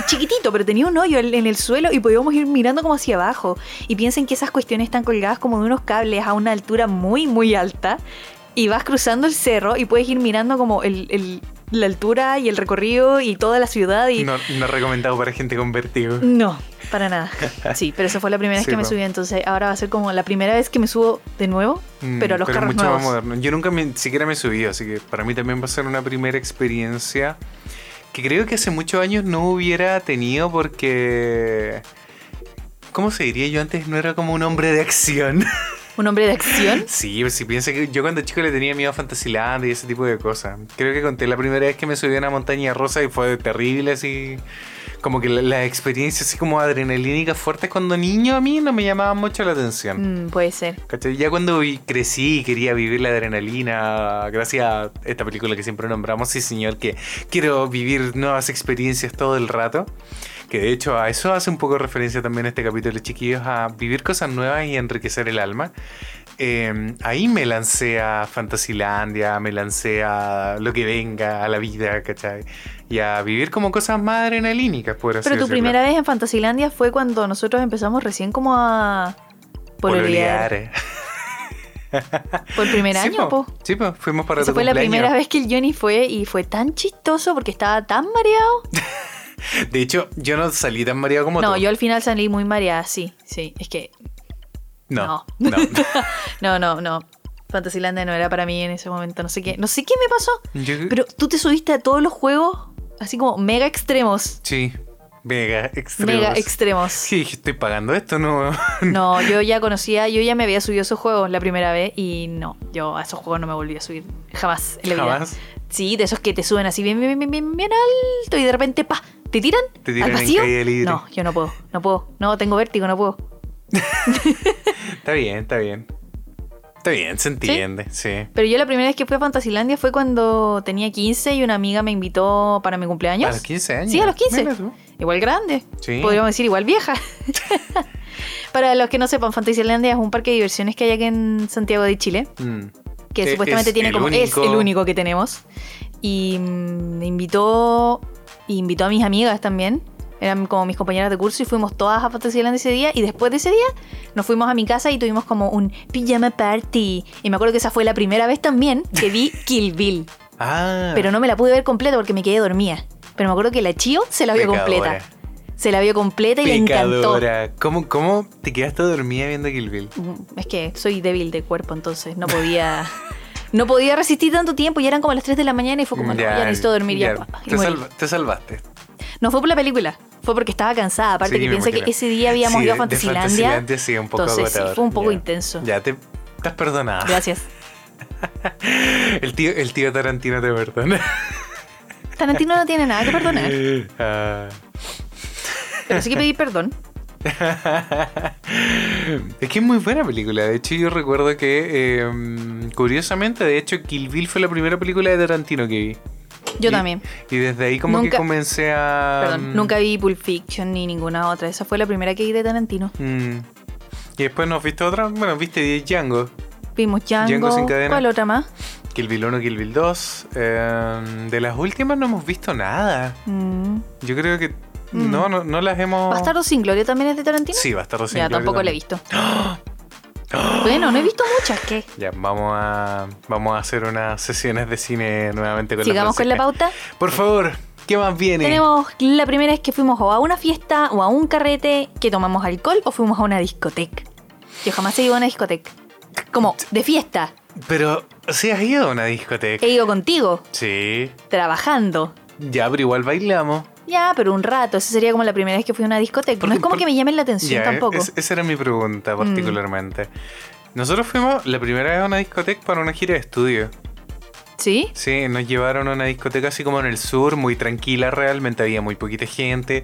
Speaker 2: chiquitito, pero tenía un hoyo en, en el suelo y podíamos ir mirando como hacia abajo. Y piensen que esas cuestiones están colgadas como de unos cables a una altura muy, muy alta. Y vas cruzando el cerro y puedes ir mirando como el, el- la altura y el recorrido y toda la ciudad y...
Speaker 3: No, no recomendado para gente con vértigo.
Speaker 2: No, para nada. Sí, pero esa fue la primera vez
Speaker 3: Sí,
Speaker 2: que me
Speaker 3: po.
Speaker 2: subí, entonces ahora va a ser como la primera vez que me subo de nuevo,
Speaker 3: Mm,
Speaker 2: pero a los carros
Speaker 3: mucho
Speaker 2: nuevos.
Speaker 3: más moderno. Yo nunca me- siquiera me subí, así que para mí también va a ser una primera experiencia que creo que hace muchos años no hubiera tenido porque... ¿Cómo se diría? Yo antes no era como un hombre de acción.
Speaker 2: Un hombre de acción.
Speaker 3: Sí, pues si piensa que yo cuando chico le tenía miedo a Fantasyland y ese tipo de cosas. Creo que conté la primera vez que me subí a una montaña rosa y fue terrible, así. Como que la- las experiencias así como adrenalínicas fuertes cuando niño a mí no me llamaban mucho la atención.
Speaker 2: Mm, puede ser.
Speaker 3: ¿Cachai? Ya cuando vi- crecí y quería vivir la adrenalina, gracias a esta película que siempre nombramos, sí señor, que quiero vivir nuevas experiencias todo el rato. Que de hecho a eso hace un poco referencia también este capítulo, chiquillos, a vivir cosas nuevas y enriquecer el alma. Eh, ahí me lancé a Fantasilandia, me lancé a lo que venga, a la vida, ¿cachai? Y a vivir como cosas más adrenalínicas, por así
Speaker 2: Pero tu
Speaker 3: decirlo.
Speaker 2: primera vez en Fantasilandia fue cuando nosotros empezamos recién como a... Pololear.
Speaker 3: Pololear.
Speaker 2: Por el primer
Speaker 3: Sí,
Speaker 2: año, po.
Speaker 3: Sí, po, fuimos para
Speaker 2: Esa
Speaker 3: tu
Speaker 2: fue la
Speaker 3: cumpleaños.
Speaker 2: primera vez que el Johnny fue y fue tan chistoso porque estaba tan mareado.
Speaker 3: De hecho, yo no salí tan mareado como
Speaker 2: No,
Speaker 3: tú.
Speaker 2: yo al final salí muy mareada, sí, sí. Es que,
Speaker 3: No,
Speaker 2: no.
Speaker 3: no.
Speaker 2: no, no, no. Fantasylandia no era para mí en ese momento, no sé qué. No sé qué me pasó.
Speaker 3: Yo-
Speaker 2: Pero tú te subiste a todos los juegos así como mega extremos.
Speaker 3: Sí, mega extremos.
Speaker 2: Mega extremos.
Speaker 3: Sí, dije, estoy pagando esto, no.
Speaker 2: No, yo ya conocía, yo ya me había subido a esos juegos la primera vez y no, yo a esos juegos no me volví a subir jamás en la vida.
Speaker 3: Jamás.
Speaker 2: Sí, de esos que te suben así bien, bien, bien, bien, bien alto y de repente, pa, te tiran,
Speaker 3: Te tiran
Speaker 2: al
Speaker 3: en
Speaker 2: vacío.
Speaker 3: caída libre.
Speaker 2: No, yo no puedo, no puedo, no, tengo vértigo, no puedo.
Speaker 3: Está bien, está bien. Está bien, se entiende, sí.
Speaker 2: Pero yo la primera vez que fui a Fantasilandia fue cuando tenía 15 y una amiga me invitó para mi cumpleaños.
Speaker 3: A los 15 años.
Speaker 2: Sí, a los 15.
Speaker 3: Mira tú.
Speaker 2: Igual grande.
Speaker 3: Sí.
Speaker 2: Podríamos decir igual vieja. Para los que no sepan, Fantasylandia es un parque de diversiones que hay aquí en Santiago de Chile,
Speaker 3: Mm.
Speaker 2: que
Speaker 3: Eh,
Speaker 2: supuestamente
Speaker 3: es
Speaker 2: tiene
Speaker 3: el
Speaker 2: como es
Speaker 3: único.
Speaker 2: el único que tenemos. Y mm, me invitó y invitó a mis amigas también. Eran como mis compañeras de curso y fuimos todas a Fantasylandia ese día y después de ese día nos fuimos a mi casa y tuvimos como un pijama party. Y me acuerdo que esa fue la primera vez también que vi Kill Bill,
Speaker 3: Ah.
Speaker 2: pero no me la pude ver completa porque me quedé dormida. Pero me acuerdo que la Chio se la vio completa.
Speaker 3: Pecadora.
Speaker 2: Se la vio completa y le encantó.
Speaker 3: Pecadora. ¿Cómo, ¿Cómo te quedaste dormida viendo Kill Bill?
Speaker 2: Mm, Es que soy débil de cuerpo, entonces no podía. No podía resistir tanto tiempo y eran como las 3 de la mañana y fue como, no, ya, necesito dormir ya.
Speaker 3: ya.
Speaker 2: pa, y
Speaker 3: Te,
Speaker 2: morí.
Speaker 3: salva- te salvaste.
Speaker 2: No fue por la película, fue porque estaba cansada. Aparte
Speaker 3: Sí,
Speaker 2: que
Speaker 3: me
Speaker 2: piensa que
Speaker 3: imagino.
Speaker 2: ese día habíamos
Speaker 3: Sí,
Speaker 2: ido a
Speaker 3: de- de
Speaker 2: Fantasilandia.
Speaker 3: Fantasilandia sí, un poco
Speaker 2: entonces sí,
Speaker 3: agotador.
Speaker 2: fue un poco
Speaker 3: Ya.
Speaker 2: intenso.
Speaker 3: Ya, te estás perdonada.
Speaker 2: Gracias.
Speaker 3: El tío, el tío Tarantino te perdona.
Speaker 2: Tarantino no tiene nada que perdonar,
Speaker 3: Ah.
Speaker 2: pero sí que pedí perdón.
Speaker 3: es que es muy buena película. De hecho, yo recuerdo que, eh, curiosamente, de hecho, Kill Bill fue la primera película de Tarantino que vi.
Speaker 2: Yo
Speaker 3: Y- um,
Speaker 2: también.
Speaker 3: Y desde ahí como que
Speaker 2: Nunca-
Speaker 3: comencé a... mm,
Speaker 2: Perdón, nunca vi Pulp Fiction ni ninguna otra. Esa fue la primera que vi de Tarantino.
Speaker 3: Mm. Y después nos viste otra. Bueno, viste Django.
Speaker 2: Vimos Django.
Speaker 3: Django sin cadena.
Speaker 2: ¿Cuál otra más?
Speaker 3: Kill Bill 1, Kill Bill 2. eh, de las últimas no hemos visto nada.
Speaker 2: Mm.
Speaker 3: Yo creo que...
Speaker 2: Mm.
Speaker 3: No, no, no las hemos...
Speaker 2: ¿Bastardo sin gloria también es de Tarantino?
Speaker 3: Sí, Bastardo sin
Speaker 2: ya,
Speaker 3: Gloria
Speaker 2: tampoco la he
Speaker 3: también.
Speaker 2: visto. Bueno, no he visto muchas, ¿qué?
Speaker 3: Ya, vamos a, vamos a hacer unas sesiones de cine nuevamente con
Speaker 2: Sigamos con la
Speaker 3: Francisca.
Speaker 2: pauta.
Speaker 3: Por favor, ¿qué más viene?
Speaker 2: Tenemos, la primera es que fuimos o a una fiesta o a un carrete, que tomamos alcohol o fuimos a una discoteca. Yo jamás he ido a una discoteca. Como, de fiesta.
Speaker 3: Pero, ¿sí has ido a una discoteca?
Speaker 2: He ido contigo,
Speaker 3: Sí.
Speaker 2: trabajando.
Speaker 3: Ya, pero igual bailamos.
Speaker 2: Ya, pero un rato. Esa sería como la primera vez que fui a una discoteca. No
Speaker 3: Porque-
Speaker 2: es como
Speaker 3: por-
Speaker 2: que me llamen la atención
Speaker 3: Ya, eh,
Speaker 2: tampoco. Mm.
Speaker 3: es- esa era mi pregunta particularmente. Nosotros fuimos la primera vez a una discoteca para una gira de estudio.
Speaker 2: ¿Sí?
Speaker 3: Sí, nos llevaron a una discoteca así como en el sur, muy tranquila realmente, había muy poquita gente.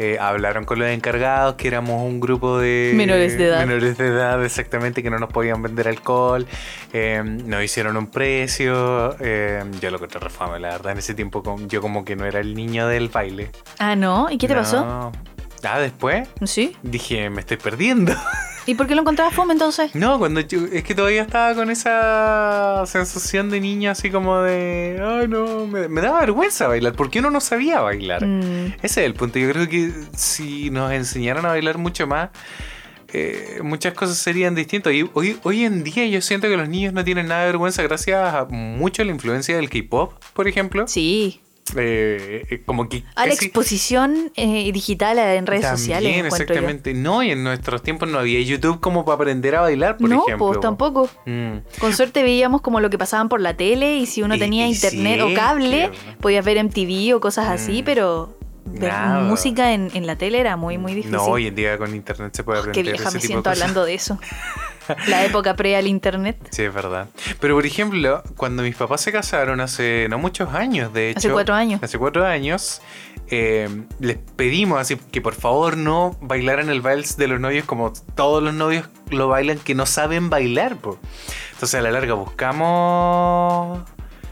Speaker 3: Eh, hablaron con los encargados, que éramos un grupo de...
Speaker 2: Menores de edad.
Speaker 3: Menores de edad, exactamente, que no nos podían vender alcohol. Eh, nos hicieron un precio. eh, yo lo encontré refame, la verdad, en ese tiempo com- yo como que no era el niño del baile.
Speaker 2: Ah, no. ¿Y qué te
Speaker 3: No.
Speaker 2: pasó?
Speaker 3: Ah, después
Speaker 2: ¿Sí?
Speaker 3: dije, me estoy perdiendo.
Speaker 2: ¿Y por qué lo encontrabas fome entonces?
Speaker 3: No, cuando yo, es que todavía estaba con esa sensación de niño así como de, ay no, me, me daba vergüenza bailar, porque uno no sabía bailar.
Speaker 2: Mm.
Speaker 3: Ese es el punto, yo creo que si nos enseñaran a bailar mucho más, eh, muchas cosas serían distintas. Y hoy, hoy en día yo siento que los niños no tienen nada de vergüenza gracias a mucho la influencia del K-pop, por ejemplo.
Speaker 2: Sí.
Speaker 3: Eh, eh, como que
Speaker 2: A la
Speaker 3: casi-
Speaker 2: exposición eh, digital en redes sociales.
Speaker 3: También,
Speaker 2: encuentro yo.
Speaker 3: exactamente. No, y en nuestros tiempos no había YouTube como para aprender a bailar, por
Speaker 2: no,
Speaker 3: ejemplo.
Speaker 2: pues tampoco.
Speaker 3: Mm.
Speaker 2: Con suerte veíamos como lo que pasaban por la tele y si uno
Speaker 3: Y-
Speaker 2: tenía
Speaker 3: y
Speaker 2: internet
Speaker 3: sí,
Speaker 2: o cable,
Speaker 3: que-
Speaker 2: podías ver MTV o cosas así,
Speaker 3: Mm,
Speaker 2: pero ver
Speaker 3: nada.
Speaker 2: música en, en la tele era muy, muy difícil.
Speaker 3: No, hoy en día con internet se puede
Speaker 2: Oh,
Speaker 3: aprender
Speaker 2: Qué vieja
Speaker 3: ese
Speaker 2: me
Speaker 3: tipo
Speaker 2: siento
Speaker 3: de cosas.
Speaker 2: hablando de eso. La época pre al internet.
Speaker 3: Sí, es verdad. Pero por ejemplo, cuando mis papás se casaron hace no muchos años, de hecho.
Speaker 2: Hace cuatro años.
Speaker 3: Hace cuatro años. eh, les pedimos así que por favor no bailaran el vals de los novios como todos los novios lo bailan que no saben bailar. po. Entonces a la larga buscamos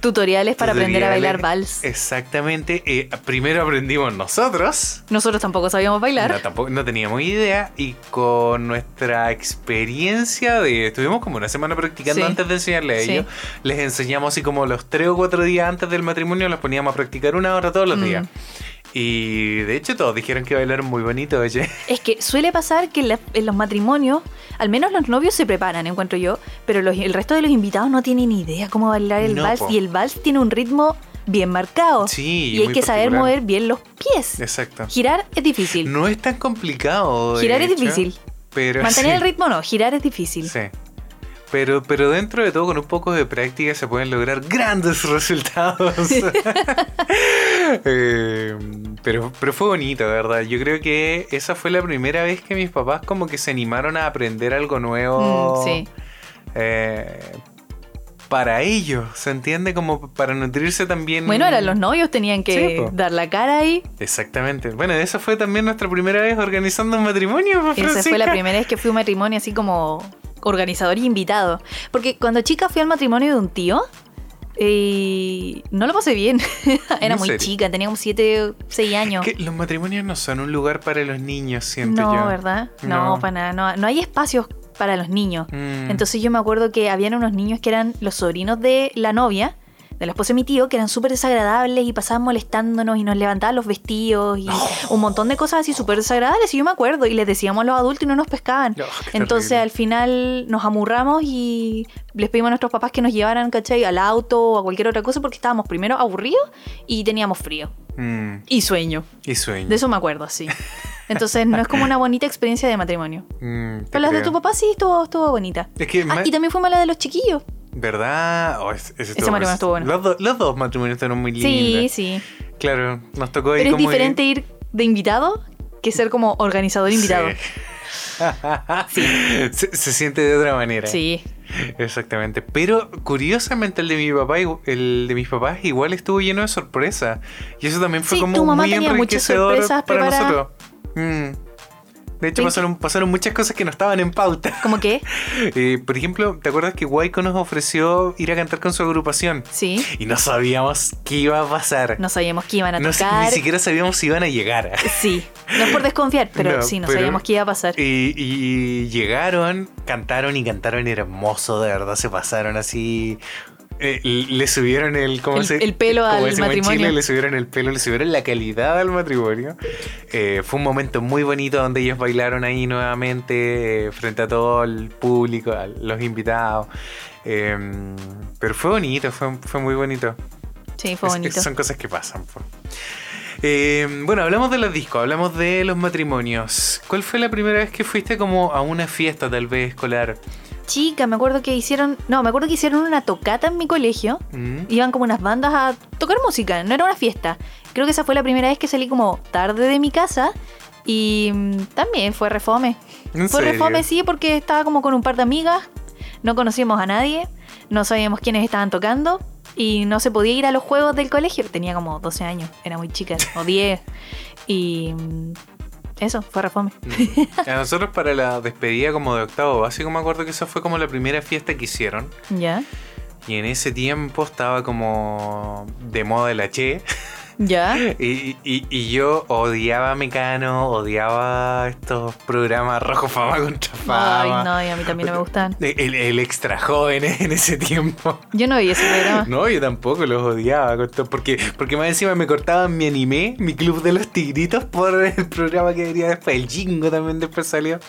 Speaker 2: Tutoriales para aprender a bailar
Speaker 3: tutoriales.
Speaker 2: vals.
Speaker 3: Exactamente. eh, primero aprendimos nosotros.
Speaker 2: Nosotros tampoco sabíamos bailar.
Speaker 3: No, tampoco, no teníamos idea y con nuestra experiencia de... Estuvimos como una semana practicando
Speaker 2: Sí.
Speaker 3: antes de enseñarle a
Speaker 2: Sí.
Speaker 3: ellos. Les enseñamos así como los tres o cuatro días antes del matrimonio, los poníamos a practicar una hora todos los
Speaker 2: Mm.
Speaker 3: días. Y de hecho todos dijeron que bailaron muy bonito, oye.
Speaker 2: Es que suele pasar que en, la- en los matrimonios, al menos los novios se preparan, encuentro yo, pero los- el resto de los invitados no tienen idea cómo bailar el
Speaker 3: No,
Speaker 2: vals
Speaker 3: po.
Speaker 2: y el vals tiene un ritmo bien marcado.
Speaker 3: Sí,
Speaker 2: Oh, y hay
Speaker 3: muy
Speaker 2: que saber
Speaker 3: particular.
Speaker 2: mover bien los pies.
Speaker 3: Exacto.
Speaker 2: Girar es difícil.
Speaker 3: No es tan complicado. de
Speaker 2: Girar es
Speaker 3: hecho,
Speaker 2: difícil.
Speaker 3: Pero
Speaker 2: Mantener
Speaker 3: sí.
Speaker 2: el ritmo no, girar es difícil.
Speaker 3: Sí. Pero, pero dentro de todo, con un poco de práctica se pueden lograr grandes resultados. Eh, pero, pero fue bonito, de verdad. Yo creo que esa fue la primera vez que mis papás como que se animaron a aprender algo nuevo.
Speaker 2: Mm, sí.
Speaker 3: eh, para ellos, ¿se entiende? Como para nutrirse también.
Speaker 2: Bueno, eran los novios, tenían
Speaker 3: Sí,
Speaker 2: que
Speaker 3: po.
Speaker 2: dar la cara ahí.
Speaker 3: Exactamente. Bueno, esa fue también nuestra primera vez organizando un
Speaker 2: Esa
Speaker 3: matrimonio.
Speaker 2: fue la
Speaker 3: Francisca.
Speaker 2: primera vez que fui a un matrimonio así como organizador y invitado. Porque cuando chica fui al matrimonio de un tío y no lo pasé bien. Era
Speaker 3: ¿En
Speaker 2: muy
Speaker 3: serio?
Speaker 2: chica, tenía como 7, 6 años.
Speaker 3: Que los matrimonios no son un lugar para los niños, siento
Speaker 2: No,
Speaker 3: yo.
Speaker 2: ¿verdad? No,
Speaker 3: No.
Speaker 2: para nada. No, no hay espacios para los niños.
Speaker 3: Mm.
Speaker 2: Entonces yo me acuerdo que habían unos niños que eran los sobrinos de la novia. De la esposa de mi tío, que eran súper desagradables y pasaban molestándonos y nos levantaban los vestidos y un montón de cosas así súper desagradables. Y yo me acuerdo, y les decíamos a los adultos y no nos pescaban.
Speaker 3: No, Oh, qué
Speaker 2: Entonces
Speaker 3: terrible.
Speaker 2: al final nos amurramos y les pedimos a nuestros papás que nos llevaran, ¿cachai? Al auto o a cualquier otra cosa porque estábamos primero aburridos y teníamos frío.
Speaker 3: Mm,
Speaker 2: Y sueño.
Speaker 3: y sueño.
Speaker 2: De eso me acuerdo, sí. Entonces no es como una bonita experiencia de matrimonio.
Speaker 3: Mm, te
Speaker 2: Pero las de tu
Speaker 3: creo.
Speaker 2: papá sí estuvo, estuvo bonita.
Speaker 3: Es que,
Speaker 2: Ah,
Speaker 3: ma-
Speaker 2: y también fuimos a la de los chiquillos.
Speaker 3: ¿verdad? Oh, es- ese estuvo-
Speaker 2: matrimonio estuvo bueno.
Speaker 3: Los, do- los dos matrimonios fueron muy
Speaker 2: Sí,
Speaker 3: lindos.
Speaker 2: sí.
Speaker 3: Claro, nos tocó ahí
Speaker 2: Pero es
Speaker 3: como ir-
Speaker 2: diferente ir de invitado que ser como organizador invitado.
Speaker 3: Sí. se, se siente de otra manera.
Speaker 2: Sí.
Speaker 3: Exactamente. Pero curiosamente el de mi papá, igu- el de mis papás igual estuvo lleno de sorpresa. Y eso también fue
Speaker 2: Sí,
Speaker 3: como
Speaker 2: tu mamá
Speaker 3: muy
Speaker 2: tenía muchas
Speaker 3: enriquecedor
Speaker 2: sorpresas
Speaker 3: para
Speaker 2: preparadas.
Speaker 3: nosotros. Mm. De hecho,
Speaker 2: Ven-
Speaker 3: pasaron, pasaron muchas cosas que no estaban en pauta.
Speaker 2: ¿Cómo qué?
Speaker 3: Eh, por ejemplo, ¿te acuerdas que Waiko nos ofreció ir a cantar con su agrupación?
Speaker 2: Sí.
Speaker 3: Y no sabíamos qué iba a pasar.
Speaker 2: No sabíamos que iban a
Speaker 3: No sé-
Speaker 2: tocar.
Speaker 3: ni siquiera sabíamos si iban a llegar.
Speaker 2: Sí, no es por desconfiar, pero
Speaker 3: No,
Speaker 2: sí, no
Speaker 3: pero-
Speaker 2: sabíamos qué iba a pasar.
Speaker 3: Y, y llegaron, cantaron y cantaron hermoso, de verdad se pasaron así. Eh, le subieron el, ¿cómo
Speaker 2: El-
Speaker 3: se-
Speaker 2: el pelo
Speaker 3: como
Speaker 2: al
Speaker 3: decimos en Chile,
Speaker 2: matrimonio.
Speaker 3: le subieron el pelo, le subieron la calidad al matrimonio. Eh, fue un momento muy bonito donde ellos bailaron ahí nuevamente eh, frente a todo el público, a los invitados. Eh, pero fue bonito, fue, fue muy bonito.
Speaker 2: Sí, fue
Speaker 3: Es-
Speaker 2: bonito.
Speaker 3: es- son cosas que pasan. po. Eh, bueno, hablamos de los discos, hablamos de los matrimonios. ¿Cuál fue la primera vez que fuiste como a una fiesta tal vez escolar?
Speaker 2: Chica, me acuerdo que hicieron, no, me acuerdo que hicieron una tocata en mi colegio.
Speaker 3: ¿Mm?
Speaker 2: Iban como unas bandas a tocar música, no era una fiesta. Creo que esa fue la primera vez que salí como tarde de mi casa y mm, también fue refome.
Speaker 3: ¿En
Speaker 2: Fue
Speaker 3: serio?
Speaker 2: refome, sí, porque estaba como con un par de amigas, no conocíamos a nadie, no sabíamos quiénes estaban tocando y no se podía ir a los juegos del colegio. Tenía como 12 años, era muy chica, o 10. Y mm, eso, fue refome.
Speaker 3: Mm. A nosotros para la despedida como de octavo básico me acuerdo que esa fue como la primera fiesta que hicieron.
Speaker 2: Ya,
Speaker 3: Y en ese tiempo estaba como de moda el H.
Speaker 2: ya.
Speaker 3: Y, y- y yo odiaba a Mecano, odiaba estos programas Rojo Fama contra
Speaker 2: Ay,
Speaker 3: Fama.
Speaker 2: no, y a mí también no me gustan.
Speaker 3: El, el extra joven en ese tiempo.
Speaker 2: Yo no veía ese programa.
Speaker 3: No, yo tampoco los odiaba. con to- Porque, porque más encima me cortaban mi anime, mi club de los tigritos, por el programa que venía después. El jingo también después salió.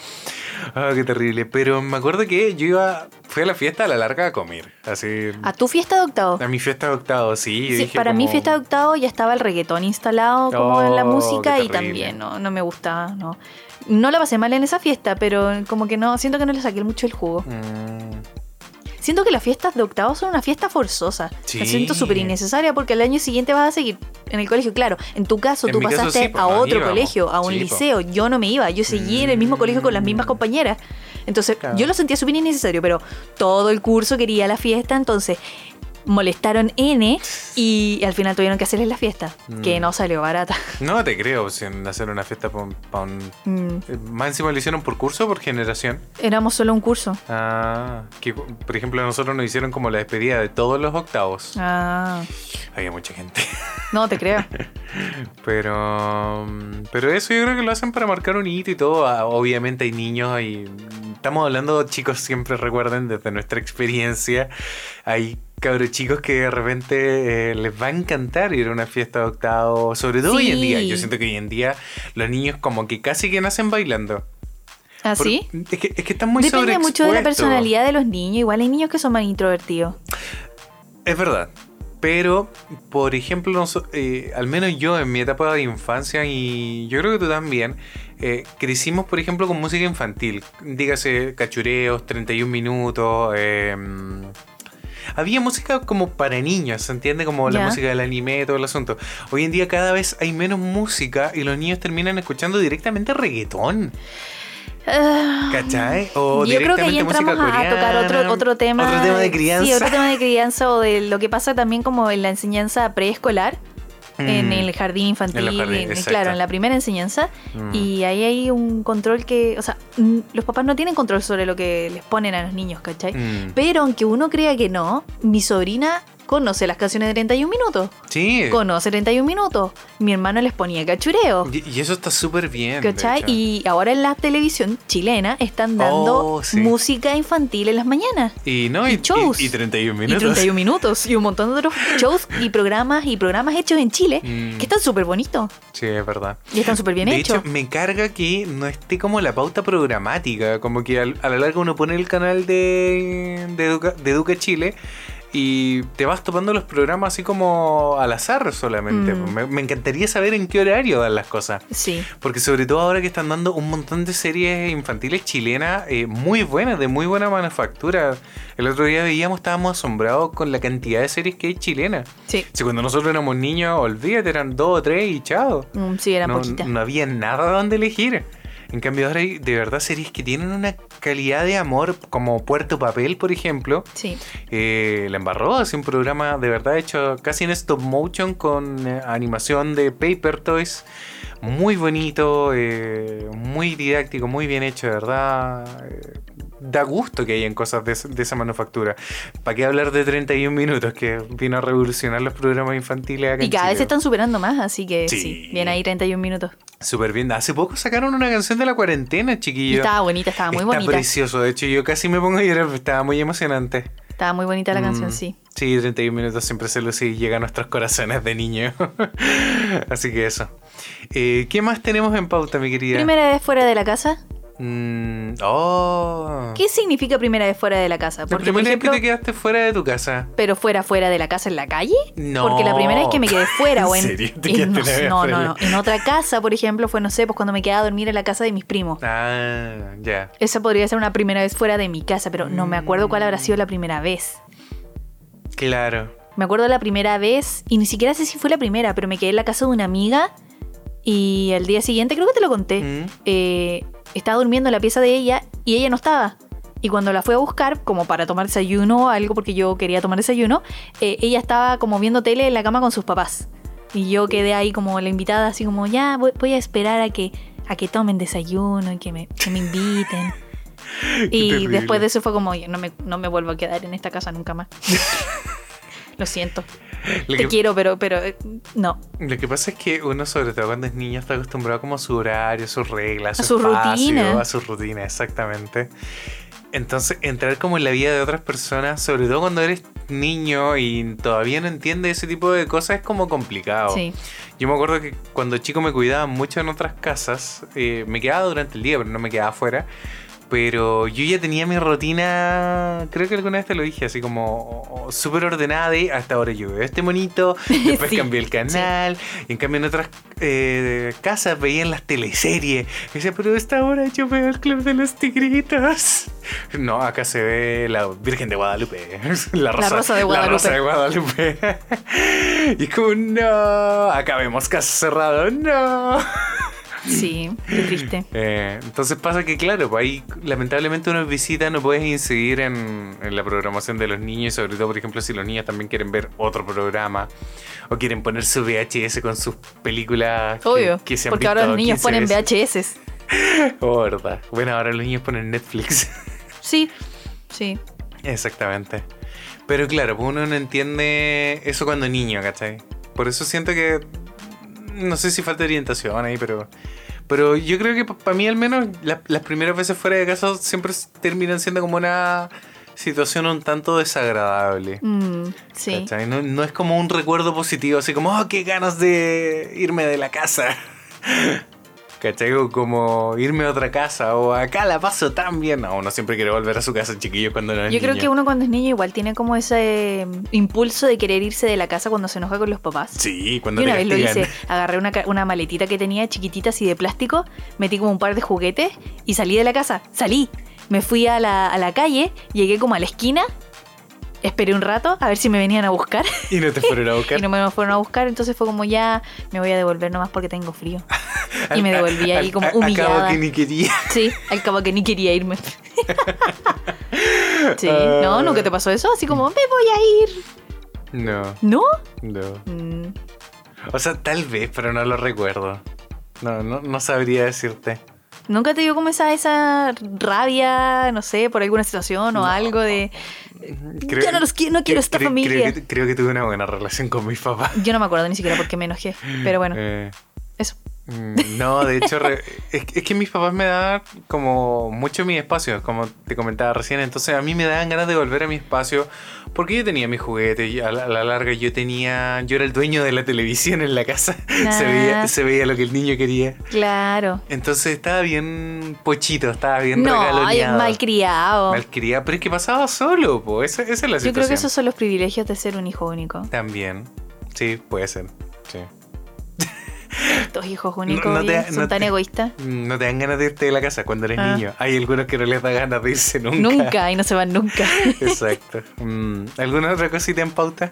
Speaker 3: Ah, qué terrible. Pero me acuerdo que yo iba, fui a la fiesta a la larga a comer. Así.
Speaker 2: ¿A tu fiesta de octavo?
Speaker 3: A mi fiesta de octavo, sí. yo
Speaker 2: Sí,
Speaker 3: dije
Speaker 2: para mí
Speaker 3: como-
Speaker 2: fiesta de octavo ya estaba el reggaetón instalado como en la
Speaker 3: Oh,
Speaker 2: música
Speaker 3: qué
Speaker 2: y
Speaker 3: terrible.
Speaker 2: también no, no me gustaba, no. No la pasé mal en esa fiesta, pero como que no, siento que no le saqué mucho el jugo.
Speaker 3: Mm,
Speaker 2: Siento que las fiestas de octavo son una fiesta forzosa.
Speaker 3: Sí.
Speaker 2: La siento súper innecesaria porque el año siguiente vas a seguir en el colegio. Claro, en tu caso
Speaker 3: En
Speaker 2: tú
Speaker 3: mi caso,
Speaker 2: pasaste
Speaker 3: sí, po,
Speaker 2: a
Speaker 3: nos
Speaker 2: otro
Speaker 3: íbamos.
Speaker 2: colegio, a un
Speaker 3: Sí, pues. po.
Speaker 2: liceo. Yo no me iba, yo seguí en el mismo colegio con las mismas compañeras. Entonces
Speaker 3: Claro.
Speaker 2: yo lo sentía súper innecesario, pero todo el curso quería la fiesta, entonces molestaron N y al final tuvieron que hacerles la fiesta, que
Speaker 3: Mm.
Speaker 2: no salió barata.
Speaker 3: No te creo sin hacer una fiesta para un. eh,
Speaker 2: Mm,
Speaker 3: Más encima lo hicieron por curso o por generación.
Speaker 2: Éramos solo un curso.
Speaker 3: Ah, que por ejemplo a nosotros nos hicieron como la despedida de todos los octavos.
Speaker 2: Ah,
Speaker 3: Había mucha gente.
Speaker 2: no te creo.
Speaker 3: Pero mm, pero eso yo creo que lo hacen para marcar un hito y todo. Ah, Obviamente hay niños y estamos hablando, chicos, siempre recuerden desde nuestra experiencia, hay cabros chicos que de repente eh, les va a encantar ir a una fiesta de octavo, sobre todo hoy en día.
Speaker 2: Sí.
Speaker 3: Yo siento que hoy en día los niños como que casi que nacen bailando. Por-
Speaker 2: ¿Así?
Speaker 3: Es que, es que están muy
Speaker 2: ¿Ah, Depende mucho de la
Speaker 3: sobreexpuestos.
Speaker 2: personalidad de los niños. Igual hay niños que son más introvertidos.
Speaker 3: Es verdad. Pero, por ejemplo, noso- eh, al menos yo en mi etapa de infancia y yo creo que tú también, eh, crecimos, por ejemplo, con música infantil. Dígase cachureos, 31 minutos. eh, había música como para niños, ¿se entiende? Como la
Speaker 2: Ya.
Speaker 3: música del anime, todo el asunto. Hoy en día cada vez hay menos música y los niños terminan escuchando directamente reggaetón.
Speaker 2: Ah,
Speaker 3: ¿Cachai? O
Speaker 2: Yo creo que ahí
Speaker 3: directamente música
Speaker 2: entramos a tocar
Speaker 3: coreana,
Speaker 2: otro, otro tema.
Speaker 3: Otro tema de crianza.
Speaker 2: Sí, otro tema de crianza o de lo que pasa también como en la enseñanza preescolar, en
Speaker 3: Mm,
Speaker 2: el jardín infantil,
Speaker 3: En los jardines,
Speaker 2: en-
Speaker 3: exacto.
Speaker 2: claro, en la primera enseñanza.
Speaker 3: mm.
Speaker 2: Y ahí hay un control que, o sea, mm, los papás no tienen control sobre lo que les ponen a los niños, ¿cachai?
Speaker 3: Mm.
Speaker 2: Pero aunque uno crea que no, mi sobrina conoce las canciones de 31 minutos.
Speaker 3: Sí.
Speaker 2: Conoce 31 minutos. Mi hermano les ponía cachureo.
Speaker 3: Y, y eso está súper bien. de
Speaker 2: Oh. ¿Cachai?
Speaker 3: hecho.
Speaker 2: Y ahora en la televisión chilena están dando
Speaker 3: Oh, sí.
Speaker 2: música infantil en las mañanas.
Speaker 3: Y no, y,
Speaker 2: y shows.
Speaker 3: y- y 31
Speaker 2: Y
Speaker 3: minutos.
Speaker 2: 31 minutos y un montón de otros shows y programas y programas hechos en Chile
Speaker 3: Mm.
Speaker 2: que están súper bonitos
Speaker 3: Sí, es verdad.
Speaker 2: y están súper bien
Speaker 3: de
Speaker 2: hechos.
Speaker 3: hecho, me carga que no esté como la pauta programática. Como que al- a la larga uno pone el canal de, de, Educa, de Educa Chile y te vas topando los programas así como al azar solamente.
Speaker 2: Mm.
Speaker 3: Me, me encantaría saber en qué horario dan las cosas.
Speaker 2: Sí.
Speaker 3: Porque sobre todo ahora que están dando un montón de series infantiles chilenas eh, muy buenas, de muy buena manufactura. El otro día veíamos, estábamos asombrados con la cantidad de series que hay chilenas.
Speaker 2: Sí.
Speaker 3: Si cuando nosotros éramos niños, olvídate, eran dos o tres y chao.
Speaker 2: Mm, sí, eran
Speaker 3: No,
Speaker 2: poquitas.
Speaker 3: no había nada donde elegir. En cambio ahora hay de verdad series que tienen una calidad de amor, como Puerto Papel, por ejemplo.
Speaker 2: Sí.
Speaker 3: Eh, la embarró, hace un programa de verdad hecho casi en stop motion con eh, animación de Paper Toys. Muy bonito, eh, muy didáctico, muy bien hecho, de verdad. Eh, da gusto que hayan cosas de, es- de esa manufactura. ¿Para qué hablar de 31 minutos que vino a revolucionar los programas infantiles acá
Speaker 2: Y
Speaker 3: en
Speaker 2: cada vez
Speaker 3: Chile?
Speaker 2: se están superando más, así que
Speaker 3: Sí.
Speaker 2: sí. Bien ahí 31 minutos.
Speaker 3: Súper bien. Hace poco sacaron una canción de la cuarentena,
Speaker 2: Y
Speaker 3: chiquillo.
Speaker 2: estaba bonita, estaba muy
Speaker 3: Está
Speaker 2: bonita.
Speaker 3: precioso. De hecho, yo casi me pongo a llorar, pero estaba muy emocionante.
Speaker 2: Estaba muy bonita la canción,
Speaker 3: Mm,
Speaker 2: sí.
Speaker 3: Sí, 31 minutos siempre se luce y llega a nuestros corazones de niño. Así que eso. Eh, ¿Qué más tenemos en pauta, mi querida?
Speaker 2: Primera vez fuera de la casa.
Speaker 3: Mm, oh.
Speaker 2: ¿Qué significa primera vez fuera de la casa?
Speaker 3: La
Speaker 2: Porque, por
Speaker 3: primera vez que
Speaker 2: ejemplo,
Speaker 3: te quedaste fuera de tu casa.
Speaker 2: pero fuera fuera de la casa en la calle.
Speaker 3: No.
Speaker 2: Porque la primera vez que me quedé fuera o en,
Speaker 3: ¿En serio? ¿Te
Speaker 2: en- no,
Speaker 3: quedaste una vez
Speaker 2: no,
Speaker 3: fuera?
Speaker 2: no, no. en otra casa, por ejemplo, fue no sé, pues cuando me quedé a dormir en la casa de mis primos.
Speaker 3: Ah, ya.
Speaker 2: Esa podría ser una primera vez fuera de mi casa, pero no me acuerdo cuál habrá sido la primera vez.
Speaker 3: Claro.
Speaker 2: Me acuerdo la primera vez, y ni siquiera sé si fue la primera, pero me quedé en la casa de una amiga y al día siguiente, creo que te lo conté,
Speaker 3: Mm.
Speaker 2: eh, estaba durmiendo en la pieza de ella y ella no estaba. Y cuando la fui a buscar, como para tomar desayuno o algo, porque yo quería tomar desayuno, eh, ella estaba como viendo tele en la cama con sus papás. Y yo quedé ahí como la invitada, así como, ya, voy, voy a esperar a que, a que tomen desayuno y que me, que me inviten. y
Speaker 3: terrible.
Speaker 2: después de eso fue como, "Oye, no me, no me vuelvo a quedar en esta casa nunca más. Lo siento,
Speaker 3: Lo
Speaker 2: te
Speaker 3: que,
Speaker 2: quiero, pero, pero eh, no.
Speaker 3: lo que pasa es que uno, sobre todo cuando es niño, está acostumbrado como a su horario, a sus reglas,
Speaker 2: A
Speaker 3: a su,
Speaker 2: su
Speaker 3: espacio,
Speaker 2: rutina.
Speaker 3: A su rutina, exactamente. Entonces, entrar como en la vida de otras personas, sobre todo cuando eres niño y todavía no entiendes ese tipo de cosas, es como complicado.
Speaker 2: Sí,
Speaker 3: Yo me acuerdo que cuando chico me cuidaban mucho en otras casas, eh, me quedaba durante el día, pero no me quedaba afuera. Pero yo ya tenía mi rutina, creo que alguna vez te lo dije, así como oh, súper ordenada de hasta ahora yo veo este monito, después
Speaker 2: Sí,
Speaker 3: cambié el canal, y en cambio en otras eh, casas veían las teleseries. Y decía, pero a esta hora yo veo el Club de los Tigritos. No, acá se ve la Virgen de Guadalupe, la Rosa,
Speaker 2: Rosa de
Speaker 3: La Rosa de Guadalupe. y es como, no, acá vemos Casa Cerrado, no.
Speaker 2: Sí, qué triste.
Speaker 3: Eh, entonces pasa que, claro, pues ahí lamentablemente uno visita, no puedes incidir en, en la programación de los niños, y sobre todo, por ejemplo, si los niños también quieren ver otro programa o quieren poner su VHS con sus películas que-
Speaker 2: Obvio.
Speaker 3: que, se han
Speaker 2: porque ahora
Speaker 3: visto
Speaker 2: los niños
Speaker 3: 15
Speaker 2: ponen
Speaker 3: veces.
Speaker 2: VHS.
Speaker 3: Oh, verdad. Bueno, ahora los niños ponen Netflix.
Speaker 2: Sí, sí.
Speaker 3: Exactamente. Pero claro, pues uno no entiende eso cuando niño, ¿cachai? Por eso siento que. No sé si falta orientación ahí, pero. Pero yo creo que para mí, al menos, la- las primeras veces fuera de casa siempre s- terminan siendo como una situación un tanto desagradable.
Speaker 2: Mm, sí.
Speaker 3: ¿cachai? No, no es como un recuerdo positivo, así como, oh, qué ganas de irme de la casa. ¿Cachai? O como irme a otra casa, o acá la paso tan bien. No, uno siempre quiere volver a su casa, chiquillos, cuando no es
Speaker 2: Yo creo
Speaker 3: niño.
Speaker 2: que uno cuando es niño igual tiene como ese eh, impulso de querer irse de la casa cuando se enoja con los papás.
Speaker 3: Sí,
Speaker 2: Yo
Speaker 3: cuando
Speaker 2: una
Speaker 3: te
Speaker 2: vez lo
Speaker 3: castigan.
Speaker 2: hice, agarré una, ca- una maletita que tenía chiquitita así de plástico, metí como un par de juguetes y salí de la casa. Salí, me fui a la, a la calle, llegué como a la esquina, esperé un rato a ver si me venían a buscar
Speaker 3: Y no te fueron a buscar.
Speaker 2: y no me fueron a buscar, entonces fue como ya me voy a devolver nomás porque tengo frío. y me devolví ahí como humillada.
Speaker 3: Acabo que ni quería.
Speaker 2: Sí, al cabo que ni quería irme. sí,
Speaker 3: Ah.
Speaker 2: no, nunca te pasó eso, así como me voy a ir.
Speaker 3: No,
Speaker 2: ¿No?
Speaker 3: no.
Speaker 2: Mm,
Speaker 3: O sea, tal vez, pero no lo recuerdo. No, no, no sabría decirte.
Speaker 2: ¿Nunca te dio como esa, esa rabia, no sé, por alguna situación o
Speaker 3: No.
Speaker 2: algo de... ya no los qui- no quiero esta
Speaker 3: creo-
Speaker 2: familia.
Speaker 3: Creo que, creo que tuve una buena relación con mis papás.
Speaker 2: Yo no me acuerdo ni siquiera por qué me enojé, pero bueno,
Speaker 3: Eh,
Speaker 2: eso.
Speaker 3: mm, no, de hecho, re- es, es que mis papás me daban como mucho mi espacio, como te comentaba recién. Entonces, a mí me daban ganas de volver a mi espacio porque yo tenía mis juguetes. y A la, a la larga, yo tenía. Yo era el dueño de la televisión en la casa. Se,
Speaker 2: Ah.
Speaker 3: veía, se veía lo que el niño quería.
Speaker 2: Claro.
Speaker 3: Entonces estaba bien pochito, estaba bien
Speaker 2: No, ay,
Speaker 3: regaloneado.
Speaker 2: malcriado.
Speaker 3: Malcriado, pero es que pasaba solo, po. Esa, esa es la situación.
Speaker 2: Yo creo que esos son los privilegios de ser un hijo único.
Speaker 3: También. Sí, puede ser. Sí.
Speaker 2: Estos hijos únicos
Speaker 3: no te-
Speaker 2: oye, son
Speaker 3: no
Speaker 2: tan
Speaker 3: te-
Speaker 2: egoístas.
Speaker 3: No te dan ganas de irte de la casa cuando eres
Speaker 2: Mm. Ah.
Speaker 3: niño. Hay algunos que no les da ganas de irse nunca.
Speaker 2: Nunca, y no se van nunca.
Speaker 3: Exacto. Mm, ¿Alguna otra cosita en pauta?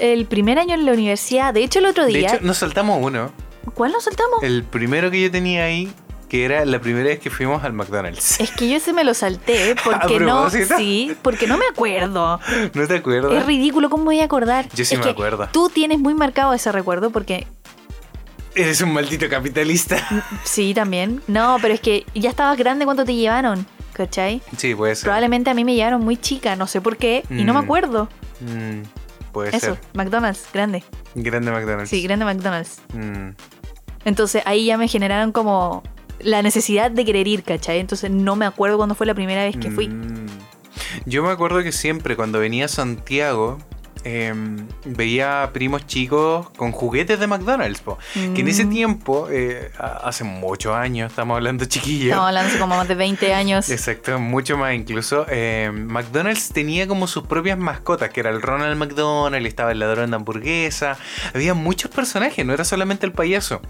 Speaker 2: El primer año en la universidad, de hecho el otro
Speaker 3: De
Speaker 2: día, Oh.
Speaker 3: hecho, nos saltamos uno.
Speaker 2: ¿cuál nos saltamos?
Speaker 3: El primero que yo tenía ahí, que era la primera vez que fuimos al McDonald's.
Speaker 2: Es que yo ese me lo salté porque
Speaker 3: ¿A
Speaker 2: no,
Speaker 3: propósito?
Speaker 2: sí, porque no me acuerdo.
Speaker 3: ¿No te acuerdas?
Speaker 2: Es ridículo, ¿cómo voy a acordar?
Speaker 3: Yo sí
Speaker 2: Es
Speaker 3: me
Speaker 2: que
Speaker 3: acuerdo.
Speaker 2: Tú tienes muy marcado ese recuerdo porque
Speaker 3: Eres un maldito capitalista.
Speaker 2: sí también. No, pero es que ya estabas grande cuando te llevaron, ¿cachai?
Speaker 3: Sí, puede ser.
Speaker 2: Probablemente a mí me llevaron muy chica, no sé por qué, y no me
Speaker 3: Mm,
Speaker 2: acuerdo.
Speaker 3: Mm, puede
Speaker 2: Eso,
Speaker 3: ser. Pues
Speaker 2: McDonald's, grande.
Speaker 3: Grande McDonald's.
Speaker 2: Sí, grande McDonald's.
Speaker 3: Mm.
Speaker 2: Entonces ahí ya me generaron como la necesidad de querer ir, ¿cachai? Entonces no me acuerdo cuándo fue la primera vez que fui.
Speaker 3: Mm. Yo me acuerdo que siempre cuando venía a Santiago em, veía a primos chicos con juguetes de McDonald's. po. Que en ese
Speaker 2: Mm.
Speaker 3: tiempo, eh, a- hace muchos años, estamos hablando chiquillos.
Speaker 2: Estamos hablando hace como más de 20 años.
Speaker 3: Exacto, mucho más incluso. Eh, McDonald's tenía como sus propias mascotas, que era el Ronald McDonald, estaba el ladrón de hamburguesa. Había muchos personajes, no era solamente el payaso.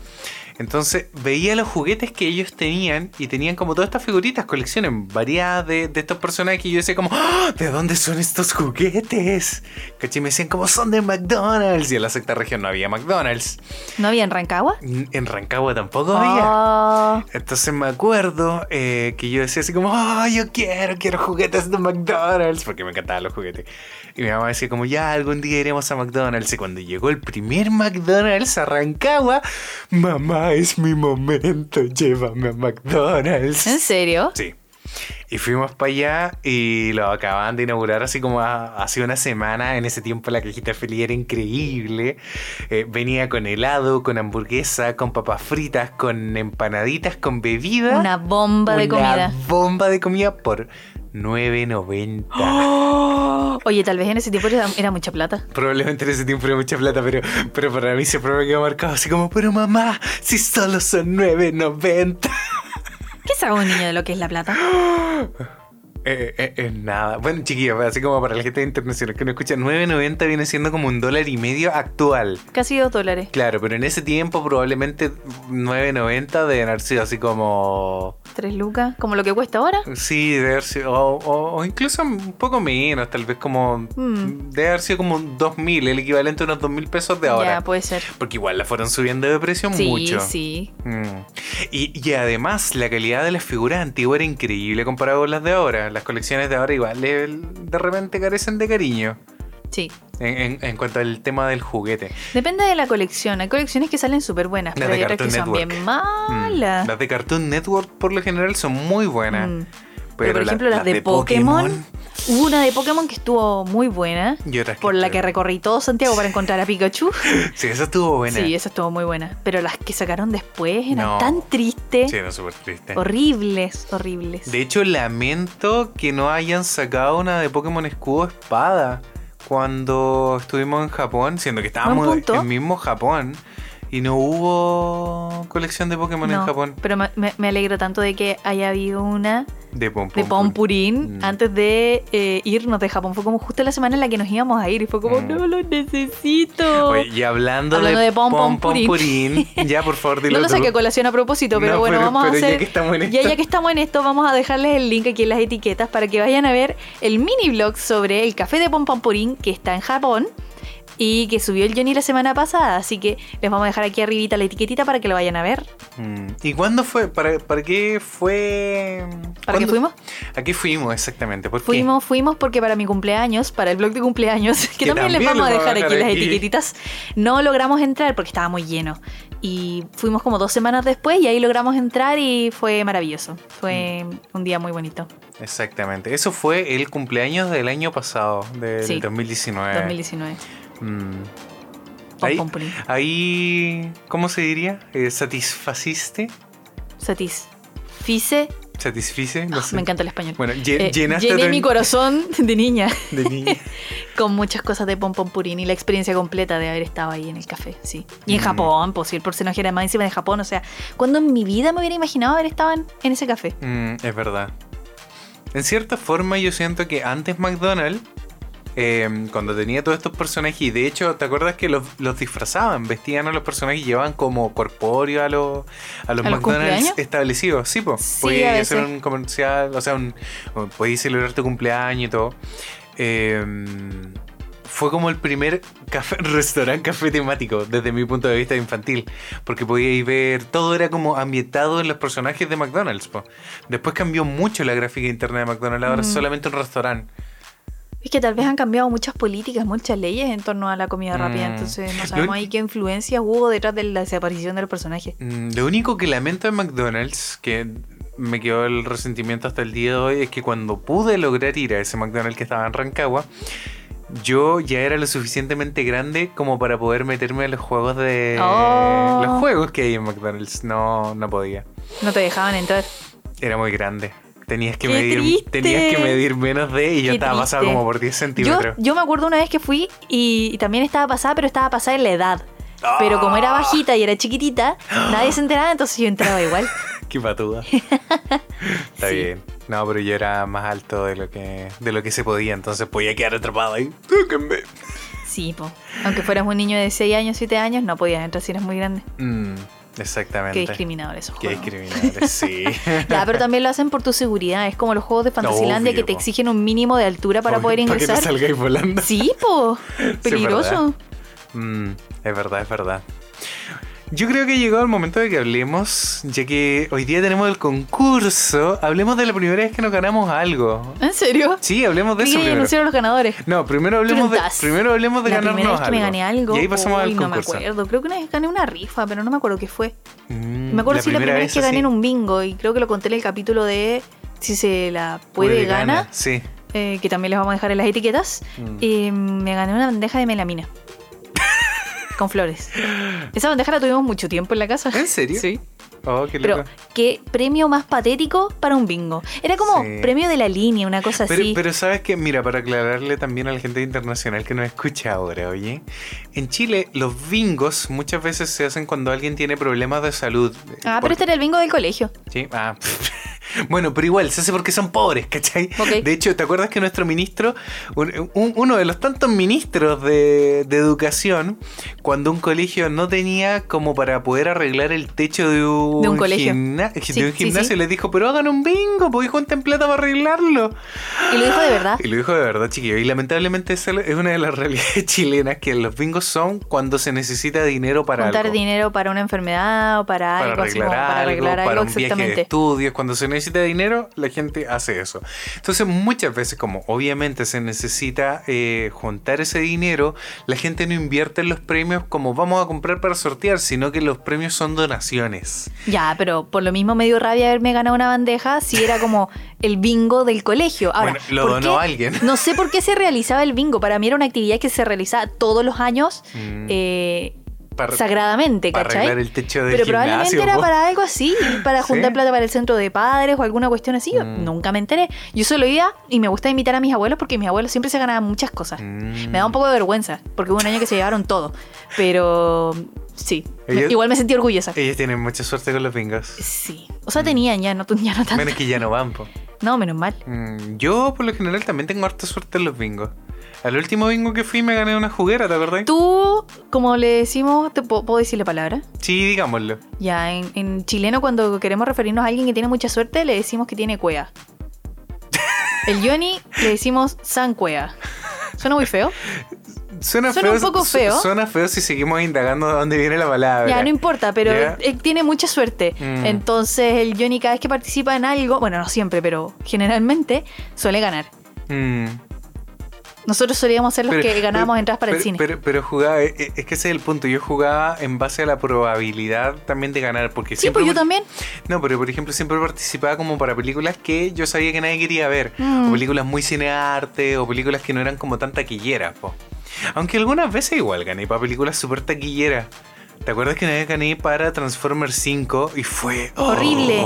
Speaker 3: Entonces veía los juguetes que ellos tenían y tenían como todas estas figuritas, colecciones variadas de, de estos personajes. Y yo decía como, "¡Ah! ¿de dónde son estos juguetes? ¿Cachai? Me decían como, son de McDonald's. Y en la sexta región no había McDonald's.
Speaker 2: ¿No había en Rancagua?
Speaker 3: N- En Rancagua tampoco había.
Speaker 2: Oh.
Speaker 3: Entonces me acuerdo eh, que yo decía así como, oh, yo quiero, quiero juguetes de McDonald's, porque me encantaban los juguetes. Y mi mamá decía como, ya, algún día iremos a McDonald's. Y cuando llegó el primer McDonald's a Rancagua, mamá, es mi momento, llévame a McDonald's.
Speaker 2: ¿En serio?
Speaker 3: Sí. Y fuimos para allá y lo acababan de inaugurar así como a- hace una semana. En ese tiempo la cajita feliz era increíble. Eh, venía con helado, con hamburguesa, con papas fritas, con empanaditas, con bebida.
Speaker 2: Una bomba de
Speaker 3: Una
Speaker 2: comida.
Speaker 3: bomba de comida por 9.90.
Speaker 2: ¡Oh! Oye, tal vez en ese tiempo era, era mucha plata.
Speaker 3: Probablemente en ese tiempo era mucha plata, pero, pero para mí se prueba que ha marcado así como, pero mamá, si solo son 9.90.
Speaker 2: ¿Qué es sabe un niño de lo que es la plata?
Speaker 3: Eh, eh, eh, nada. Bueno, chiquillos, así como para la gente internacional que no escucha, 9.90 viene siendo como un dólar y medio actual.
Speaker 2: Casi dos dólares.
Speaker 3: Claro, pero en ese tiempo probablemente 9.90 deben haber sido así como...
Speaker 2: Tres lucas. Como lo que cuesta ahora.
Speaker 3: Sí, debe haber sido... O, o- o incluso un poco menos, tal vez como...
Speaker 2: Mm.
Speaker 3: Debe haber sido como 2.000, el equivalente a unos 2.000 pesos de ahora.
Speaker 2: Ya, puede ser.
Speaker 3: Porque igual la fueron subiendo de precio
Speaker 2: Sí,
Speaker 3: mucho.
Speaker 2: sí.
Speaker 3: Mm. Y, y además la calidad de las figuras antiguas era increíble comparado con las de ahora. Las colecciones de ahora igual eh, de repente carecen de cariño
Speaker 2: Sí.
Speaker 3: en, en- en cuanto al tema del juguete.
Speaker 2: Depende de la colección. Hay colecciones que salen súper buenas, pero
Speaker 3: Las de
Speaker 2: hay otras que
Speaker 3: Cartoon
Speaker 2: son
Speaker 3: Network.
Speaker 2: bien
Speaker 3: Mm.
Speaker 2: malas.
Speaker 3: Las de Cartoon Network por lo general son muy buenas.
Speaker 2: Mm. Pero,
Speaker 3: Pero,
Speaker 2: por
Speaker 3: la-
Speaker 2: ejemplo, las, de, Pokémon, Hubo una de Pokémon que estuvo muy buena.
Speaker 3: y otras
Speaker 2: Por la que recorrí todo Santiago para encontrar a Pikachu.
Speaker 3: Sí, esa estuvo buena.
Speaker 2: Sí, esa estuvo muy buena. Pero las que sacaron después eran
Speaker 3: No.
Speaker 2: tan tristes.
Speaker 3: Sí, era súper triste.
Speaker 2: Horribles, horribles.
Speaker 3: De hecho, lamento que no hayan sacado una de Pokémon Escudo Espada cuando estuvimos en Japón, siendo que estábamos
Speaker 2: Buen punto.
Speaker 3: en mismo Japón y no hubo colección de Pokémon en
Speaker 2: No,
Speaker 3: Japón
Speaker 2: Pero me, me- me alegro tanto de que haya habido una
Speaker 3: de Pom
Speaker 2: de
Speaker 3: Pom Pum.
Speaker 2: Pompurín
Speaker 3: Mm.
Speaker 2: antes de eh, irnos de Japón. Fue como justo la semana en la que nos íbamos a ir y fue como,
Speaker 3: Mm.
Speaker 2: no lo necesito.
Speaker 3: Oye, y hablando,
Speaker 2: Hablando de Pom Pom Purín.
Speaker 3: Purín, ya por favor dilo
Speaker 2: no lo
Speaker 3: tú.
Speaker 2: saqué a colación a propósito, pero
Speaker 3: No,
Speaker 2: bueno, vamos
Speaker 3: pero
Speaker 2: a
Speaker 3: ya
Speaker 2: hacer.
Speaker 3: que estamos en
Speaker 2: Ya,
Speaker 3: esto.
Speaker 2: ya que estamos en esto, vamos a dejarles el link aquí en las etiquetas para que vayan a ver el mini blog sobre el café de Pompampurín que está en Japón y que subió el Johnny la semana pasada. Así que les vamos a dejar aquí arribita la etiquetita para que lo vayan a ver.
Speaker 3: Mm. ¿Y cuándo fue? ¿Para, para qué fue?
Speaker 2: ¿Para qué
Speaker 3: ¿Cuándo?
Speaker 2: fuimos?
Speaker 3: ¿A qué fuimos exactamente? ¿Por qué?
Speaker 2: Fuimos, fuimos porque para mi cumpleaños, para el blog de cumpleaños, que,
Speaker 3: Que
Speaker 2: también, les
Speaker 3: también
Speaker 2: vamos a
Speaker 3: les vamos a
Speaker 2: dejar aquí
Speaker 3: dejar
Speaker 2: las
Speaker 3: aquí.
Speaker 2: etiquetitas, no logramos entrar porque estaba muy lleno. Y fuimos como dos semanas después y ahí logramos entrar y fue maravilloso. Fue
Speaker 3: Mm.
Speaker 2: un día muy bonito,
Speaker 3: Exactamente. Eso fue el cumpleaños del año pasado, del
Speaker 2: Sí.
Speaker 3: 2019.
Speaker 2: 2019.
Speaker 3: Mm.
Speaker 2: Pom,
Speaker 3: Eh. Ahí-
Speaker 2: pom, purín.
Speaker 3: Ahí, ¿cómo se diría? Eh, ¿Satisfaciste?
Speaker 2: Satis. Fice.
Speaker 3: ¿Satisfice? No
Speaker 2: Ah,
Speaker 3: sé.
Speaker 2: me encanta el español.
Speaker 3: Bueno, lle-
Speaker 2: Eh,
Speaker 3: llenaste
Speaker 2: llené
Speaker 3: de-
Speaker 2: mi corazón de niña
Speaker 3: de niña.
Speaker 2: con muchas cosas de Pompompurín y la experiencia completa de haber estado ahí en el café, sí. Y en
Speaker 3: Mm.
Speaker 2: Japón, pues si el personaje era más encima de Japón, o sea, cuando en mi vida me hubiera imaginado haber estado en, en ese café?
Speaker 3: Mm, es verdad. En cierta forma yo siento que antes McDonald's, eh, cuando tenía todos estos personajes, y de hecho, ¿te acuerdas que los, los disfrazaban? Vestían a los personajes y llevaban como corpóreo a, los a los
Speaker 2: ¿A los
Speaker 3: McDonald's
Speaker 2: cumpleaños?
Speaker 3: establecidos. Sí, pues.
Speaker 2: Sí, a
Speaker 3: podías
Speaker 2: veces.
Speaker 3: hacer un comercial, o sea, un, o podías celebrar tu cumpleaños y todo. Eh, fue como el primer café, restaurante café temático desde mi punto de vista infantil, porque podíais ver, todo era como ambientado en los personajes de McDonald's. po. Después cambió mucho la gráfica interna de McDonald's, ahora es
Speaker 2: Mm.
Speaker 3: solamente un restaurante.
Speaker 2: Es que tal vez han cambiado muchas políticas, muchas leyes en torno a la comida rápida,
Speaker 3: Mm.
Speaker 2: entonces no
Speaker 3: Lo
Speaker 2: sabemos
Speaker 3: un-
Speaker 2: ahí qué influencia hubo detrás de la desaparición del personaje.
Speaker 3: Mm, Lo único que lamento de McDonald's, que me quedó el resentimiento hasta el día de hoy, es que cuando pude lograr ir a ese McDonald's que estaba en Rancagua, yo ya era lo suficientemente grande como para poder meterme a los juegos de
Speaker 2: Oh.
Speaker 3: los juegos que hay en McDonald's. No, no podía.
Speaker 2: No te dejaban entrar.
Speaker 3: Era muy grande. Tenías que
Speaker 2: ¡Qué
Speaker 3: medir,
Speaker 2: triste!
Speaker 3: tenías que medir menos de y yo
Speaker 2: ¡Qué
Speaker 3: estaba pasado
Speaker 2: triste!
Speaker 3: como por 10
Speaker 2: Yo,
Speaker 3: centímetros.
Speaker 2: yo me acuerdo una vez que fui y, y también estaba pasada, pero estaba pasada en la edad. Pero como
Speaker 3: ¡Ah!
Speaker 2: era bajita y era chiquitita, nadie se enteraba, entonces yo entraba igual.
Speaker 3: Qué patuda. Está
Speaker 2: Sí.
Speaker 3: bien. No, pero yo era más alto de lo que de lo que se podía, entonces podía quedar atrapado ahí. Tóquenme.
Speaker 2: Sí, po. aunque fueras un niño de 6 años, 7 años, no podías entrar si eras muy grande.
Speaker 3: Mm, exactamente.
Speaker 2: Qué discriminador esos
Speaker 3: Qué
Speaker 2: juegos.
Speaker 3: discriminadores, sí.
Speaker 2: Ya, pero también lo hacen por tu seguridad. Es como los juegos de Fantasylandia
Speaker 3: Obvio,
Speaker 2: que te
Speaker 3: po.
Speaker 2: exigen un mínimo de altura para poder
Speaker 3: Para que
Speaker 2: ingresar.
Speaker 3: te salgáis volando.
Speaker 2: Sí, po. Peligroso.
Speaker 3: Mm, es verdad, es verdad. Yo creo que ha llegado el momento de que hablemos, ya que hoy día tenemos el concurso. Hablemos de la primera vez que nos ganamos algo.
Speaker 2: ¿En serio?
Speaker 3: Sí, hablemos de
Speaker 2: Creí
Speaker 3: eso
Speaker 2: que
Speaker 3: primero.
Speaker 2: anunciaron los ganadores.
Speaker 3: No, primero hablemos de,
Speaker 2: Truntas.
Speaker 3: primero hablemos de
Speaker 2: La
Speaker 3: ganarnos
Speaker 2: primera vez que
Speaker 3: algo.
Speaker 2: me gané algo.
Speaker 3: Y ahí pasamos
Speaker 2: uy,
Speaker 3: al
Speaker 2: no me
Speaker 3: concurso.
Speaker 2: acuerdo. Creo que una vez gané una rifa, pero no me acuerdo qué fue.
Speaker 3: Mm,
Speaker 2: Me acuerdo si la primera vez que gané en
Speaker 3: así,
Speaker 2: un bingo y creo que lo conté en el capítulo de si se la puede, ganar,
Speaker 3: Sí.
Speaker 2: eh, que también les vamos a dejar en las etiquetas.
Speaker 3: Mm.
Speaker 2: Y me gané una bandeja de melamina. con flores. Esa bandeja la tuvimos mucho tiempo en la casa.
Speaker 3: ¿En serio?
Speaker 2: Sí.
Speaker 3: Oh, qué
Speaker 2: Pero
Speaker 3: loco.
Speaker 2: qué premio más patético para un bingo. Era como
Speaker 3: Sí.
Speaker 2: premio de la línea, una cosa
Speaker 3: Pero,
Speaker 2: así.
Speaker 3: pero sabes que, mira, para aclararle también a la gente internacional que nos escucha ahora, oye, en Chile los bingos muchas veces se hacen cuando alguien tiene problemas de salud.
Speaker 2: ah, pero este era el bingo del colegio.
Speaker 3: Sí, ah, Bueno, pero igual, se hace porque son pobres, ¿cachai?
Speaker 2: Ok.
Speaker 3: De hecho, ¿te acuerdas que nuestro ministro, un- un- uno de los tantos ministros de, de educación, cuando un colegio no tenía como para poder arreglar el techo de un,
Speaker 2: De un colegio.
Speaker 3: gimna- de
Speaker 2: Sí,
Speaker 3: un
Speaker 2: sí,
Speaker 3: gimnasio,
Speaker 2: sí.
Speaker 3: les dijo, pero hagan un bingo, porque junten plata para arreglarlo.
Speaker 2: Y lo dijo de verdad.
Speaker 3: Y lo dijo de verdad, chiquillo. Y lamentablemente esa es una de las realidades chilenas, que los bingos son cuando se necesita dinero para
Speaker 2: Juntar
Speaker 3: algo.
Speaker 2: dinero para una enfermedad o para,
Speaker 3: para
Speaker 2: algo así como
Speaker 3: arreglar,
Speaker 2: para
Speaker 3: algo,
Speaker 2: arreglar algo,
Speaker 3: para un viaje de
Speaker 2: exactamente.
Speaker 3: estudios. Cuando se necesita dinero, la gente hace eso. Entonces, muchas veces, como obviamente se necesita eh, juntar ese dinero, la gente no invierte en los premios como vamos a comprar para sortear, sino que los premios son donaciones.
Speaker 2: Ya, pero por lo mismo me dio rabia haberme ganado una bandeja si era como el bingo del colegio. Ahora,
Speaker 3: Bueno, lo
Speaker 2: ¿por
Speaker 3: donó
Speaker 2: qué?
Speaker 3: alguien.
Speaker 2: No sé por qué se realizaba el bingo. Para mí era una actividad que se realizaba todos los años
Speaker 3: Mm,
Speaker 2: eh,
Speaker 3: para,
Speaker 2: sagradamente,
Speaker 3: para
Speaker 2: ¿cachai?
Speaker 3: arreglar el techo del
Speaker 2: Pero probablemente
Speaker 3: gimnasio.
Speaker 2: era
Speaker 3: po.
Speaker 2: para algo así, para juntar
Speaker 3: Sí.
Speaker 2: plata para el centro de padres o alguna cuestión así. Yo
Speaker 3: Mm.
Speaker 2: nunca me enteré. Yo solo iba y me gusta invitar a mis abuelos porque mis abuelos siempre se ganaban muchas cosas.
Speaker 3: Mm.
Speaker 2: Me da un poco de vergüenza porque hubo un año que se llevaron todo. Pero sí, me-
Speaker 3: Ellos-
Speaker 2: igual me sentí orgullosa.
Speaker 3: Ellos tienen mucha suerte con los bingos.
Speaker 2: Sí. O sea, tenían ya, no, ya no tanto.
Speaker 3: Menos que ya no van, po.
Speaker 2: No, menos mal.
Speaker 3: Mm, Yo, por lo general, también tengo harta suerte en los bingos. Al último bingo que fui me gané una juguera, ¿te acordás?
Speaker 2: Tú, como le decimos, ¿te puedo, puedo decir la palabra?
Speaker 3: Sí, digámoslo.
Speaker 2: Ya, en, en chileno cuando queremos referirnos a alguien que tiene mucha suerte, le decimos que tiene cuea. El Johnny le decimos san cuea. Suena muy feo.
Speaker 3: Suena,
Speaker 2: Suena
Speaker 3: feo,
Speaker 2: un poco
Speaker 3: su-
Speaker 2: feo.
Speaker 3: Suena feo si seguimos indagando de dónde viene la palabra.
Speaker 2: Ya, no importa, pero
Speaker 3: Ya.
Speaker 2: él- él tiene mucha suerte.
Speaker 3: Mm.
Speaker 2: Entonces el Johnny cada vez que participa en algo, bueno, no siempre, pero generalmente suele ganar.
Speaker 3: Mm.
Speaker 2: Nosotros solíamos ser los
Speaker 3: Pero-
Speaker 2: que ganábamos
Speaker 3: pero-
Speaker 2: entradas para el
Speaker 3: pero-
Speaker 2: cine.
Speaker 3: Pero, pero jugaba, eh, eh, es que ese es el punto. Yo jugaba en base a la probabilidad también de ganar. Porque
Speaker 2: sí,
Speaker 3: siempre.
Speaker 2: pues yo
Speaker 3: par-
Speaker 2: también.
Speaker 3: No, pero por ejemplo, siempre participaba como para películas que yo sabía que nadie quería ver.
Speaker 2: Mm.
Speaker 3: O películas muy cinearte, o películas que no eran como tan taquilleras, po. Aunque algunas veces igual gané para películas súper taquilleras. ¿Te acuerdas que una vez gané para Transformers 5 y fue. oh,
Speaker 2: Horrible.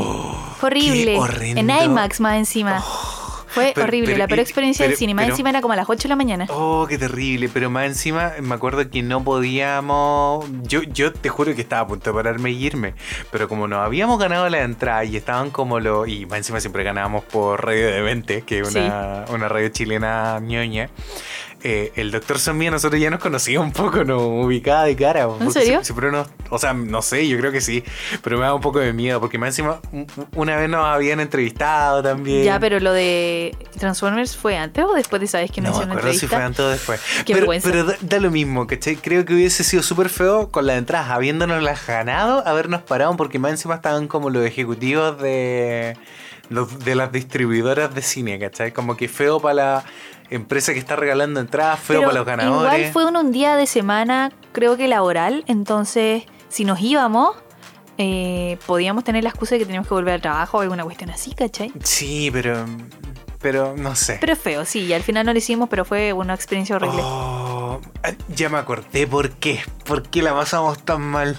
Speaker 2: Fue horrible.
Speaker 3: qué horrendo. Oh,
Speaker 2: En IMAX más encima. Fue
Speaker 3: pero-
Speaker 2: horrible,
Speaker 3: pero-
Speaker 2: la peor
Speaker 3: y-
Speaker 2: experiencia del
Speaker 3: pero-
Speaker 2: cine. Más
Speaker 3: pero-
Speaker 2: encima era como a las 8 de la mañana.
Speaker 3: Oh, qué terrible. Pero más encima me acuerdo que no podíamos. Yo, yo te juro que estaba a punto de pararme y irme. Pero como nos habíamos ganado la entrada y estaban como los. Y más encima siempre ganábamos por Radio de Vente, que es una, una radio chilena ñoña. eh, el doctor Zombie a nosotros ya nos conocía un poco, nos ubicaba de cara. porque
Speaker 2: serio?
Speaker 3: sie- Siempre nos, o sea, no sé, yo creo que sí, pero me daba un poco de miedo, porque más encima un- una vez nos habían entrevistado también.
Speaker 2: Ya, pero lo de Transformers fue antes o después de sabes que no,
Speaker 3: No me
Speaker 2: hicieron
Speaker 3: acuerdo si
Speaker 2: entrevista.
Speaker 3: fue antes o después.
Speaker 2: Qué
Speaker 3: pero
Speaker 2: vergüenza.
Speaker 3: pero da, da lo mismo, ¿cachai? Creo que hubiese sido súper feo con la entrada, habiéndonos la ganado, habernos parado, porque más encima estaban como los ejecutivos de, los- de las distribuidoras de cine, ¿cachai? Como que feo para la empresa que está regalando entradas, feo
Speaker 2: Pero
Speaker 3: para los ganadores.
Speaker 2: Igual fue un, un día de semana, creo que laboral, entonces si nos íbamos, eh, podíamos tener la excusa de que teníamos que volver al trabajo o alguna cuestión así, ¿cachai?
Speaker 3: Sí, pero. Pero no sé.
Speaker 2: Pero es feo, sí, y al final no lo hicimos, pero fue una experiencia horrible.
Speaker 3: Oh, ah, ya me acordé por qué. ¿Por qué la pasamos tan mal?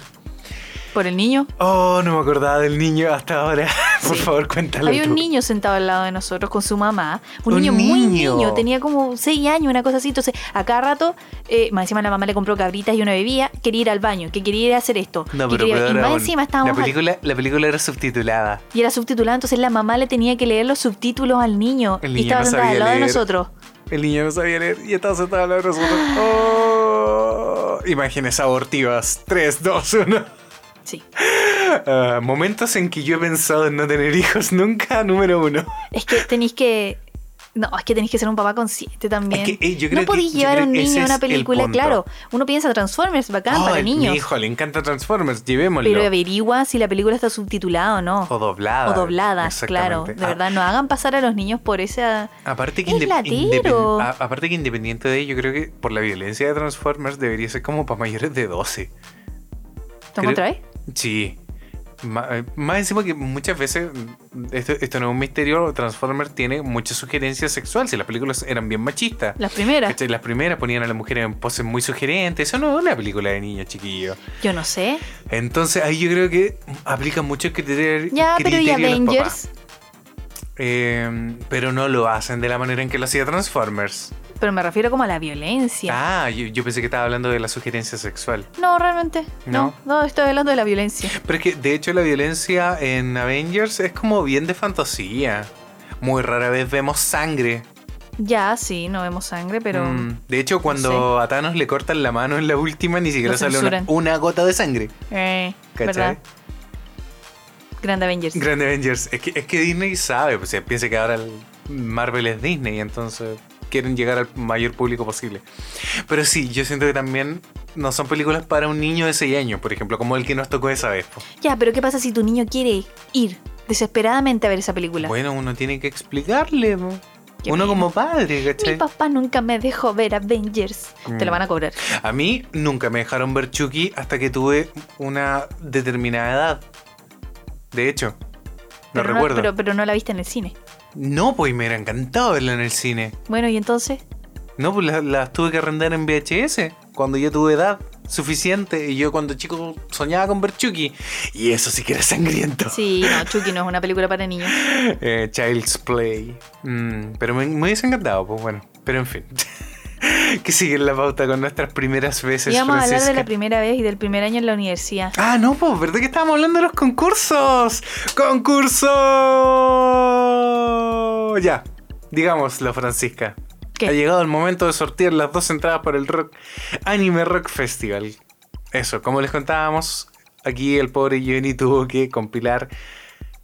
Speaker 2: Por el niño.
Speaker 3: Oh, no me acordaba del niño hasta ahora. por
Speaker 2: Sí.
Speaker 3: favor, cuéntalo.
Speaker 2: Había
Speaker 3: tú.
Speaker 2: un niño sentado al lado de nosotros con su mamá. Un,
Speaker 3: Un
Speaker 2: niño, muy
Speaker 3: niño.
Speaker 2: niño, tenía como 6 años, una cosa así. Entonces, a cada rato, eh, más encima la mamá le compró cabritas y una bebida. Quería ir al baño, que quería ir a hacer esto.
Speaker 3: No,
Speaker 2: que
Speaker 3: pero
Speaker 2: quería-
Speaker 3: peor
Speaker 2: y más
Speaker 3: aún,
Speaker 2: encima
Speaker 3: la
Speaker 2: estábamos. al-
Speaker 3: película, la película era subtitulada.
Speaker 2: y era subtitulada, entonces la mamá le tenía que leer los subtítulos al niño.
Speaker 3: El
Speaker 2: y
Speaker 3: niño
Speaker 2: estaba
Speaker 3: no
Speaker 2: sentada al
Speaker 3: sabía
Speaker 2: lado de
Speaker 3: leer.
Speaker 2: nosotros.
Speaker 3: El niño no sabía leer y estaba sentado al lado de nosotros. Oh, imágenes abortivas. 3, 2, 1.
Speaker 2: Sí.
Speaker 3: Ah, momentos en que yo he pensado en no tener hijos nunca, número uno.
Speaker 2: Es que tenéis que. No, es que tenéis que ser un papá consciente también.
Speaker 3: Es que, eh, yo
Speaker 2: no
Speaker 3: creo que-
Speaker 2: podéis
Speaker 3: yo
Speaker 2: llevar a
Speaker 3: creo
Speaker 2: un
Speaker 3: que ese
Speaker 2: niño a una
Speaker 3: es el
Speaker 2: película,
Speaker 3: punto.
Speaker 2: claro. Uno piensa Transformers, bacán,
Speaker 3: Oh,
Speaker 2: para
Speaker 3: el-
Speaker 2: niños.
Speaker 3: Mi hijo le encanta Transformers, llevémoslo.
Speaker 2: Pero averigua si la película está subtitulada o no.
Speaker 3: o doblada.
Speaker 2: O dobladas, claro. De
Speaker 3: exactamente. Ah,
Speaker 2: verdad, no hagan pasar a los niños por esa...
Speaker 3: Aparte que,
Speaker 2: Es
Speaker 3: inde-
Speaker 2: latero.
Speaker 3: independ- a- aparte que independiente de ello, creo que por la violencia de Transformers debería ser como para mayores de 12.
Speaker 2: ¿Toma
Speaker 3: Creo-
Speaker 2: otra vez?
Speaker 3: Sí. Ma- eh, más encima que muchas veces, mm, esto, esto no es un misterio, Transformers tiene mucha sugerencia sexual, si las películas eran bien machistas.
Speaker 2: Las primeras.
Speaker 3: ¿Cachai? Las primeras ponían a las mujeres en poses muy sugerentes, eso no es una película de niños, chiquillo.
Speaker 2: Yo no sé.
Speaker 3: Entonces ahí yo creo que aplica mucho el criterio,
Speaker 2: Ya, pero ¿y
Speaker 3: criterio de los Em,
Speaker 2: Avengers?
Speaker 3: papás. Eh, pero no lo hacen de la manera en que lo hacía Transformers.
Speaker 2: pero me refiero como a la violencia.
Speaker 3: Ah, yo, yo pensé que estaba hablando de la sugerencia sexual.
Speaker 2: No, realmente. No. no. estoy hablando de la violencia.
Speaker 3: Pero es que, de hecho, la violencia en Avengers es como bien de fantasía. Muy rara vez vemos sangre.
Speaker 2: Ya, sí, no vemos sangre, pero.
Speaker 3: Mm, De hecho, cuando a Thanos le cortan la mano en la última, ni siquiera
Speaker 2: Lo
Speaker 3: sale una,
Speaker 2: censuran.
Speaker 3: una gota de sangre.
Speaker 2: Eh,
Speaker 3: ¿Cachai?
Speaker 2: ¿Verdad? Grande Avengers.
Speaker 3: Grand Avengers. Es que, es que Disney sabe, pues, o sea, piensa que ahora el- Marvel es Disney, entonces quieren llegar al mayor público posible. Pero sí, yo siento que también no son películas para un niño de 6 años, por ejemplo, como el que nos tocó esa vez. po.
Speaker 2: ya, pero ¿qué pasa si tu niño quiere ir desesperadamente a ver esa película?
Speaker 3: Bueno, uno tiene que explicarle, po.
Speaker 2: Qué
Speaker 3: uno
Speaker 2: pena.
Speaker 3: como padre,
Speaker 2: Mi
Speaker 3: ¿cachai?
Speaker 2: papá nunca me dejó ver Avengers.
Speaker 3: Mm.
Speaker 2: Te la van a cobrar.
Speaker 3: A mí nunca me dejaron ver Chucky hasta que tuve una determinada edad. De hecho, no
Speaker 2: Pero
Speaker 3: recuerdo.
Speaker 2: pero, pero no la viste en el cine.
Speaker 3: No, pues y me hubiera encantado verla en el cine.
Speaker 2: Bueno, y entonces.
Speaker 3: No, pues la- las, tuve que arrendar en VHS cuando yo tuve edad suficiente y yo cuando chico soñaba con ver Chucky. Y eso sí que era sangriento.
Speaker 2: Sí, no, Chucky no es una película para niños.
Speaker 3: Eh, Child's Play. Mm, pero me, me hubiese encantado, pues bueno. Pero en fin. que sigue la pauta con nuestras primeras veces.
Speaker 2: Y vamos a hablar de la
Speaker 3: Francesca.
Speaker 2: primera vez y del primer año en la universidad.
Speaker 3: Ah, no, pues, ¿verdad que estábamos hablando de los concursos? ¡Concurso! Ya, digámoslo, Francisca.
Speaker 2: ¿Qué?
Speaker 3: Ha llegado el momento de sortear las dos entradas para el rock, Anime Rock Festival. Eso, como les contábamos, aquí el pobre Johnny tuvo que compilar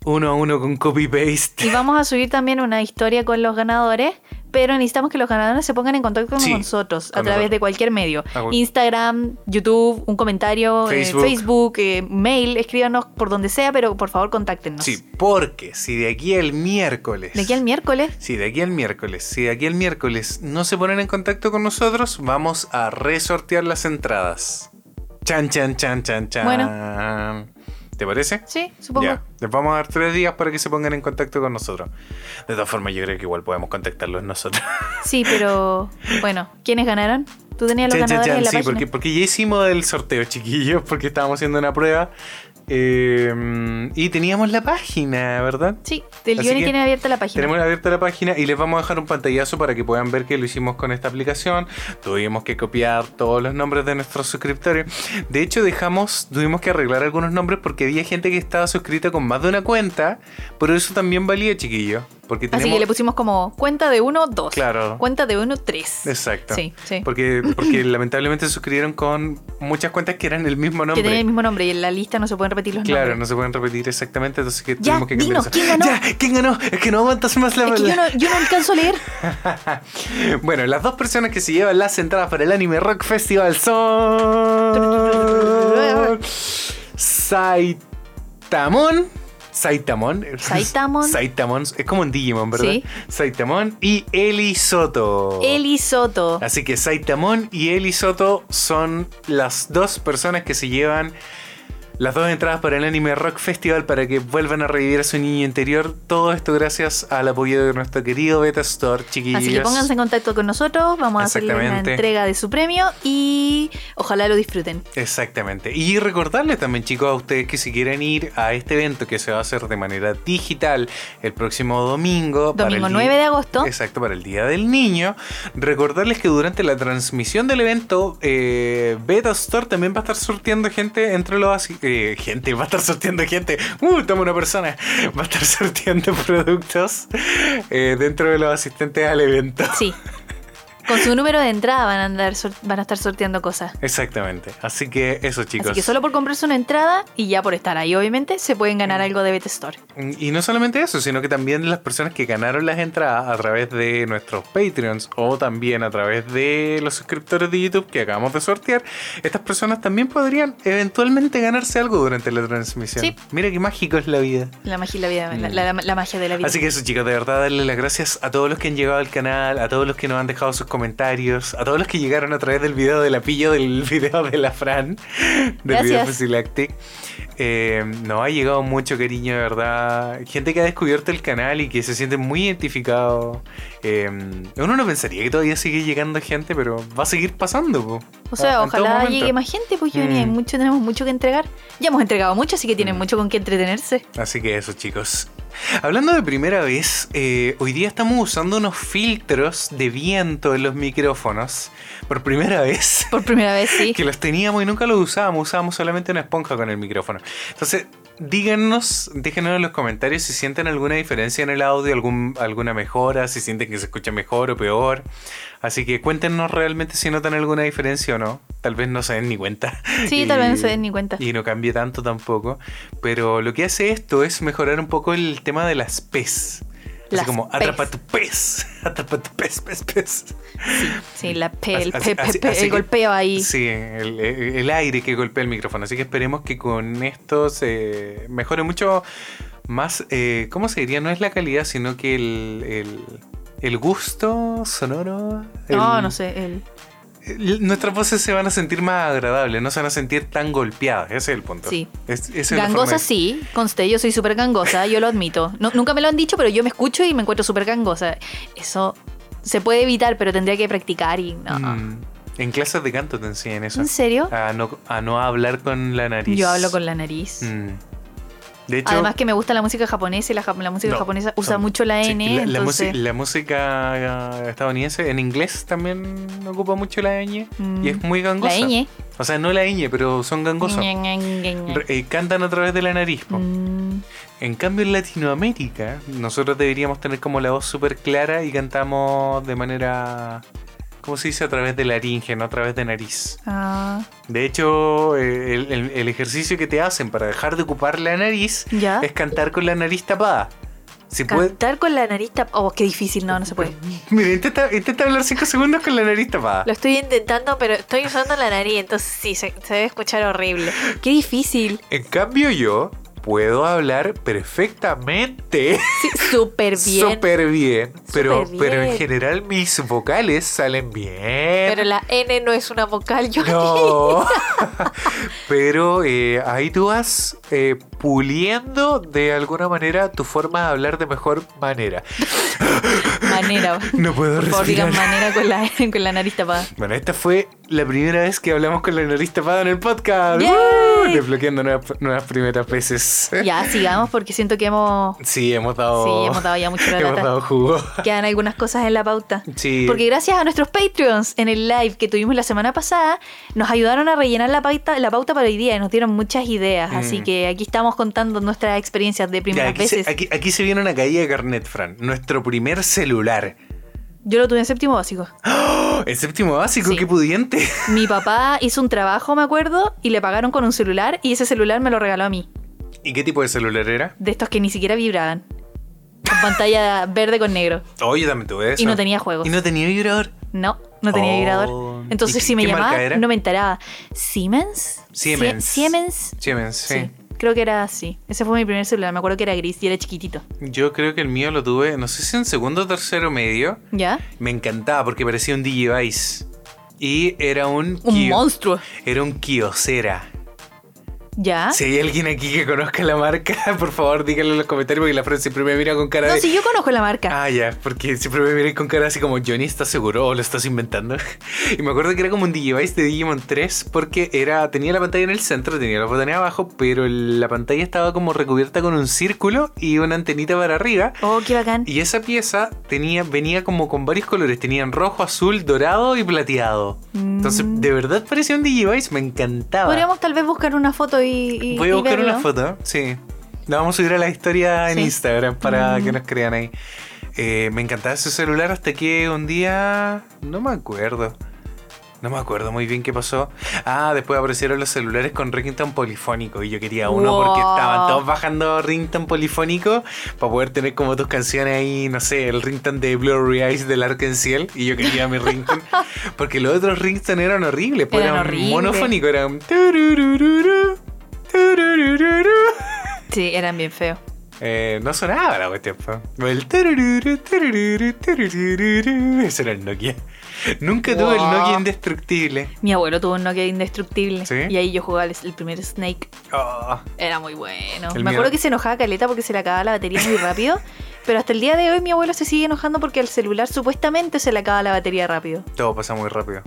Speaker 3: uno a uno con copy-paste.
Speaker 2: Y vamos a subir también una historia con los ganadores, pero necesitamos que los ganadores se pongan en contacto con
Speaker 3: Sí,
Speaker 2: nosotros
Speaker 3: con
Speaker 2: a través
Speaker 3: nosotros.
Speaker 2: de cualquier medio.
Speaker 3: Ah, bueno.
Speaker 2: Instagram, YouTube, un comentario, eh,
Speaker 3: Facebook.
Speaker 2: Facebook, eh, mail, escríbanos por donde sea, pero por favor contáctenos.
Speaker 3: Sí, porque si de aquí al miércoles...
Speaker 2: De aquí al miércoles.
Speaker 3: Si de aquí al miércoles, si de aquí al miércoles no se ponen en contacto con nosotros, vamos a resortear las entradas. Chan, chan, chan, chan, chan. ¿Te parece?
Speaker 2: Sí, supongo.
Speaker 3: Ya. Les vamos a dar tres días para que se pongan en contacto con nosotros. De todas formas, yo creo que igual podemos contactarlos nosotros.
Speaker 2: Sí, pero bueno, ¿quiénes ganaron? Tú tenías los
Speaker 3: Chan, chan,
Speaker 2: ganadores
Speaker 3: chan.
Speaker 2: en la
Speaker 3: Sí,
Speaker 2: página.
Speaker 3: porque, porque ya hicimos el sorteo, chiquillos, porque estábamos haciendo una prueba. Eh, y teníamos la página, ¿verdad?
Speaker 2: Sí, el
Speaker 3: Así
Speaker 2: Johnny
Speaker 3: que
Speaker 2: tiene abierta la página.
Speaker 3: Tenemos abierta la página y les vamos a dejar un pantallazo para que puedan ver que lo hicimos con esta aplicación. Tuvimos que copiar todos los nombres de nuestros suscriptores. De hecho, dejamos, tuvimos que arreglar algunos nombres porque había gente que estaba suscrita con más de una cuenta, pero eso también valía, chiquillo. Porque tenemos...
Speaker 2: Así que le pusimos como cuenta de uno, dos.
Speaker 3: Claro.
Speaker 2: Cuenta de uno, tres.
Speaker 3: Exacto.
Speaker 2: Sí, sí.
Speaker 3: Porque, porque lamentablemente se suscribieron con muchas cuentas que eran el mismo
Speaker 2: Que
Speaker 3: nombre.
Speaker 2: tiene el mismo nombre y en la lista no se pueden repetir los
Speaker 3: Claro,
Speaker 2: nombres.
Speaker 3: no se pueden repetir exactamente, entonces que
Speaker 2: Ya,
Speaker 3: tuvimos que cambiar
Speaker 2: dinos,
Speaker 3: eso.
Speaker 2: ¿quién ganó?
Speaker 3: Ya, ¿quién ganó? Es que no aguantas más la
Speaker 2: Es que yo no, yo no alcanzo a leer.
Speaker 3: Bueno, las dos personas que se llevan las entradas para el Anime Rock Festival son. Saitamon. Saitamon.
Speaker 2: Saitamon.
Speaker 3: Saitamon. Es como en Digimon, ¿verdad?
Speaker 2: Sí.
Speaker 3: Saitamon y Eli Soto.
Speaker 2: Eli Soto.
Speaker 3: Así que Saitamon y Eli Soto son las dos personas que se llevan las dos entradas para el Anime Rock Festival para que vuelvan a revivir a su niño interior. Todo esto gracias al apoyo de nuestro querido Beta Store, chiquillos.
Speaker 2: Así que pónganse en contacto con nosotros, vamos a hacerle la
Speaker 3: Exactamente.
Speaker 2: entrega de su premio y ojalá lo disfruten.
Speaker 3: Exactamente. Y recordarles también, chicos, a ustedes que si quieren ir a este evento que se va a hacer de manera digital el próximo domingo. para
Speaker 2: Domingo
Speaker 3: el
Speaker 2: 9 de agosto.
Speaker 3: Exacto, para el Día del Niño. Recordarles que durante la transmisión del evento, eh, Beta Store también va a estar sorteando gente entre los... asi- eh, gente, va a estar sorteando gente. ¡Uh, toma una persona! Va a estar sorteando productos eh, dentro de los asistentes al evento.
Speaker 2: Sí. Con su número de entrada van a, andar sor- van a estar sorteando cosas.
Speaker 3: Exactamente. Así que eso, chicos.
Speaker 2: Así que solo por comprarse una entrada y ya por estar ahí, obviamente, se pueden
Speaker 3: Mm.
Speaker 2: ganar algo de Bet Store.
Speaker 3: Y no solamente eso, sino que también las personas que ganaron las entradas a través de nuestros Patreons o también a través de los suscriptores de YouTube que acabamos de sortear, estas personas también podrían eventualmente ganarse algo durante la transmisión.
Speaker 2: Sí.
Speaker 3: Mira qué mágico es la vida.
Speaker 2: La magia, la, vida, la, la- la magia de la vida.
Speaker 3: Mm. Así que eso chicos, de verdad darle las gracias a todos los que han llegado al canal, a todos los que nos han dejado sus comentarios, a todos los que llegaron a través del video de la pillo, del video de la Fran, del video
Speaker 2: Gracias.
Speaker 3: Fusilactic. Eh, nos ha llegado mucho cariño, de verdad. Gente que ha descubierto el canal y que se siente muy identificado. Eh, uno no pensaría que todavía sigue llegando gente, pero va a seguir pasando. po.
Speaker 2: o sea,
Speaker 3: Ah, en todo
Speaker 2: ojalá
Speaker 3: momento.
Speaker 2: llegue más gente, pues Johnny, hay
Speaker 3: Mm.
Speaker 2: mucho, tenemos mucho que entregar. Ya hemos entregado mucho, así que tienen
Speaker 3: Mm.
Speaker 2: mucho con qué entretenerse.
Speaker 3: Así que eso, chicos. Hablando de primera vez, eh, hoy día estamos usando unos filtros de viento en los micrófonos. Por primera vez.
Speaker 2: Por primera vez, sí.
Speaker 3: que los teníamos y nunca los usábamos, usábamos solamente una esponja con el micrófono. Entonces, díganos, déjenos en los comentarios si sienten alguna diferencia en el audio, algún, alguna mejora, si sienten que se escucha mejor o peor. Así que cuéntenos realmente si notan alguna diferencia o no. Tal vez no se den ni cuenta.
Speaker 2: Sí, tal vez no se den ni cuenta.
Speaker 3: Y no cambie tanto tampoco. Pero lo que hace esto es mejorar un poco el tema de las pez. Así
Speaker 2: Las
Speaker 3: como,
Speaker 2: pez.
Speaker 3: atrapa tu pez, atrapa tu pez, pez, pez.
Speaker 2: Sí, la P,
Speaker 3: Así-
Speaker 2: el P,
Speaker 3: así-
Speaker 2: P,
Speaker 3: así-
Speaker 2: P,
Speaker 3: así
Speaker 2: el
Speaker 3: que-
Speaker 2: golpeo ahí.
Speaker 3: Sí, el, el aire que golpea el micrófono. Así que esperemos que con esto se mejore mucho más. eh, ¿Cómo se diría? No es la calidad, sino que el, el, el gusto sonoro.
Speaker 2: No,
Speaker 3: el-
Speaker 2: no sé. El...
Speaker 3: el- nuestras voces se van a sentir más agradables, no se van a sentir tan golpeadas. Ese es el punto.
Speaker 2: Sí.
Speaker 3: Es- esa es la forma
Speaker 2: Gangosa
Speaker 3: de-
Speaker 2: sí, conste, yo soy súper gangosa, yo lo admito. No- nunca me lo han dicho, pero yo me escucho y me encuentro súper gangosa. Eso se puede evitar, pero tendría que practicar y no.
Speaker 3: Mm, en clases de canto te enseñan eso.
Speaker 2: ¿En serio?
Speaker 3: A no, a no hablar con la nariz.
Speaker 2: Yo hablo con la nariz.
Speaker 3: Mm. De hecho,
Speaker 2: Además que me gusta la música japonesa y la, ja- la música
Speaker 3: No,
Speaker 2: japonesa usa
Speaker 3: no.
Speaker 2: mucho la
Speaker 3: Sí,
Speaker 2: N,
Speaker 3: la, la
Speaker 2: entonces...
Speaker 3: musi- la música eh, estadounidense en inglés también ocupa mucho la ñ
Speaker 2: Mm.
Speaker 3: y es muy gangosa.
Speaker 2: La ñ.
Speaker 3: O sea, no la ñ, pero son gangosos.
Speaker 2: Ña, ña, ña, ña.
Speaker 3: Re- eh, cantan a través de la nariz. po.
Speaker 2: Mm,
Speaker 3: En cambio, en Latinoamérica, nosotros deberíamos tener como la voz súper clara y cantamos de manera. ¿Cómo se dice? A través de laringe, no a través de nariz.
Speaker 2: ah,
Speaker 3: De hecho, eh, el, el- el ejercicio que te hacen para dejar de ocupar la nariz
Speaker 2: ¿Ya?
Speaker 3: es cantar con la nariz tapada. Si puedes.
Speaker 2: Cantar con la nariz tap- Oh, qué difícil, no, no se puede.
Speaker 3: Mira, intenta, intenta hablar 5 segundos con la nariz tapada.
Speaker 2: Lo estoy intentando, pero estoy usando la nariz, entonces sí, se, se debe escuchar horrible. Qué difícil.
Speaker 3: En cambio, yo puedo hablar perfectamente,
Speaker 2: Sí, súper bien.
Speaker 3: súper bien, pero,
Speaker 2: Súper
Speaker 3: pero en
Speaker 2: bien.
Speaker 3: general mis vocales salen bien.
Speaker 2: Pero la N no es una vocal, yo.
Speaker 3: No, pero eh, ahí tú vas eh, puliendo de alguna manera tu forma de hablar de mejor manera.
Speaker 2: Manera.
Speaker 3: No puedo
Speaker 2: Por favor, digan
Speaker 3: respirar.
Speaker 2: manera con la, con la nariz tapada.
Speaker 3: Bueno, esta fue la primera vez que hablamos con la nariz tapada en el podcast.
Speaker 2: ¡Yay!
Speaker 3: ¡Uh! Desbloqueando nuevas, nuevas primeras veces.
Speaker 2: Ya, sigamos porque siento que hemos.
Speaker 3: Sí, hemos dado.
Speaker 2: Sí, hemos dado ya mucho la
Speaker 3: hemos
Speaker 2: lata.
Speaker 3: dado jugo.
Speaker 2: Quedan algunas cosas en la pauta.
Speaker 3: Sí.
Speaker 2: Porque gracias a nuestros Patreons en el live que tuvimos la semana pasada, nos ayudaron a rellenar la pauta, la pauta para hoy día y nos dieron muchas ideas. Así
Speaker 3: Mm.
Speaker 2: que aquí estamos contando nuestras experiencias de
Speaker 3: Ya,
Speaker 2: primeras
Speaker 3: aquí,
Speaker 2: veces.
Speaker 3: se, aquí- aquí se viene una caída de carnet, Fran. Nuestro primer celular.
Speaker 2: Yo lo tuve en séptimo básico.
Speaker 3: ¡Oh! El séptimo básico,
Speaker 2: Sí.
Speaker 3: qué pudiente.
Speaker 2: Mi papá hizo un trabajo, me acuerdo, y le pagaron con un celular y ese celular me lo regaló a mí.
Speaker 3: ¿Y qué tipo de celular era?
Speaker 2: De estos que ni siquiera vibraban. Con pantalla verde con negro.
Speaker 3: Oh, yo también tuve eso.
Speaker 2: Y no tenía juegos.
Speaker 3: Y no tenía vibrador.
Speaker 2: No, no tenía
Speaker 3: Oh.
Speaker 2: vibrador. Entonces
Speaker 3: ¿Y
Speaker 2: si me
Speaker 3: qué marca
Speaker 2: llamaba,
Speaker 3: era?
Speaker 2: no me enteraba. ¿Siemens?
Speaker 3: Siemens.
Speaker 2: Sie- Siemens.
Speaker 3: Siemens, sí.
Speaker 2: Sí. Creo que era así. Ese fue mi primer celular. Me acuerdo que era gris y era chiquitito.
Speaker 3: Yo creo que el mío lo tuve, no sé si en segundo o tercero medio.
Speaker 2: ¿Ya?
Speaker 3: Me encantaba porque parecía un Digivice. Y era un.
Speaker 2: Un
Speaker 3: kio-
Speaker 2: monstruo.
Speaker 3: Era un kiosera.
Speaker 2: ¿Ya?
Speaker 3: Si hay alguien aquí que conozca la marca, por favor díganlo en los comentarios porque la Fran siempre me mira con cara
Speaker 2: No,
Speaker 3: de.
Speaker 2: sí, yo conozco la marca.
Speaker 3: Ah, ya, porque siempre me miré con cara así como Johnny, ¿estás seguro o lo estás inventando? Y me acuerdo que era como un Digivice de Digimon 3 porque era, tenía la pantalla en el centro, tenía los botones abajo, pero el- la pantalla estaba como recubierta con un círculo y una antenita para arriba.
Speaker 2: Oh, qué bacán.
Speaker 3: Y esa pieza tenía, venía como con varios colores, tenían rojo, azul, dorado y plateado. Entonces,
Speaker 2: Mm.
Speaker 3: de verdad parecía un Digivice, me encantaba.
Speaker 2: Podríamos tal vez buscar una foto y. y-
Speaker 3: Voy a
Speaker 2: y
Speaker 3: buscar
Speaker 2: verlo.
Speaker 3: una foto, sí. La vamos a subir a la historia en
Speaker 2: Sí.
Speaker 3: Instagram para
Speaker 2: Mm.
Speaker 3: que nos crean ahí. Eh, me encantaba ese celular hasta que un día. No me acuerdo. No me acuerdo muy bien qué pasó. Ah, después aparecieron los celulares con ringtone polifónico y yo quería uno
Speaker 2: Wow.
Speaker 3: porque estaban todos bajando ringtone polifónico para poder tener como tus canciones ahí, no sé, el ringtone de Blurry Eyes del Arkenciel y yo quería mi ringtone porque los otros ringtone eran horribles, pues
Speaker 2: Eran
Speaker 3: eran,
Speaker 2: horribles.
Speaker 3: monofónicos, eran tururururu, tururururu.
Speaker 2: Sí, eran bien feos.
Speaker 3: Eh, no sonaba la cuestión. po. El turururu, turururu, turururu. Ese era el Nokia. Nunca tuve el
Speaker 2: Wow.
Speaker 3: Nokia indestructible.
Speaker 2: Mi abuelo tuvo un Nokia indestructible.
Speaker 3: ¿Sí?
Speaker 2: Y ahí yo jugaba el, el primer Snake.
Speaker 3: Oh,
Speaker 2: Era muy bueno.
Speaker 3: El
Speaker 2: Me acuerdo
Speaker 3: mío-
Speaker 2: que se enojaba Caleta porque se le acababa la batería muy rápido. Pero hasta el día de hoy mi abuelo se sigue enojando porque el celular supuestamente se le acaba la batería rápido.
Speaker 3: todo pasa muy rápido.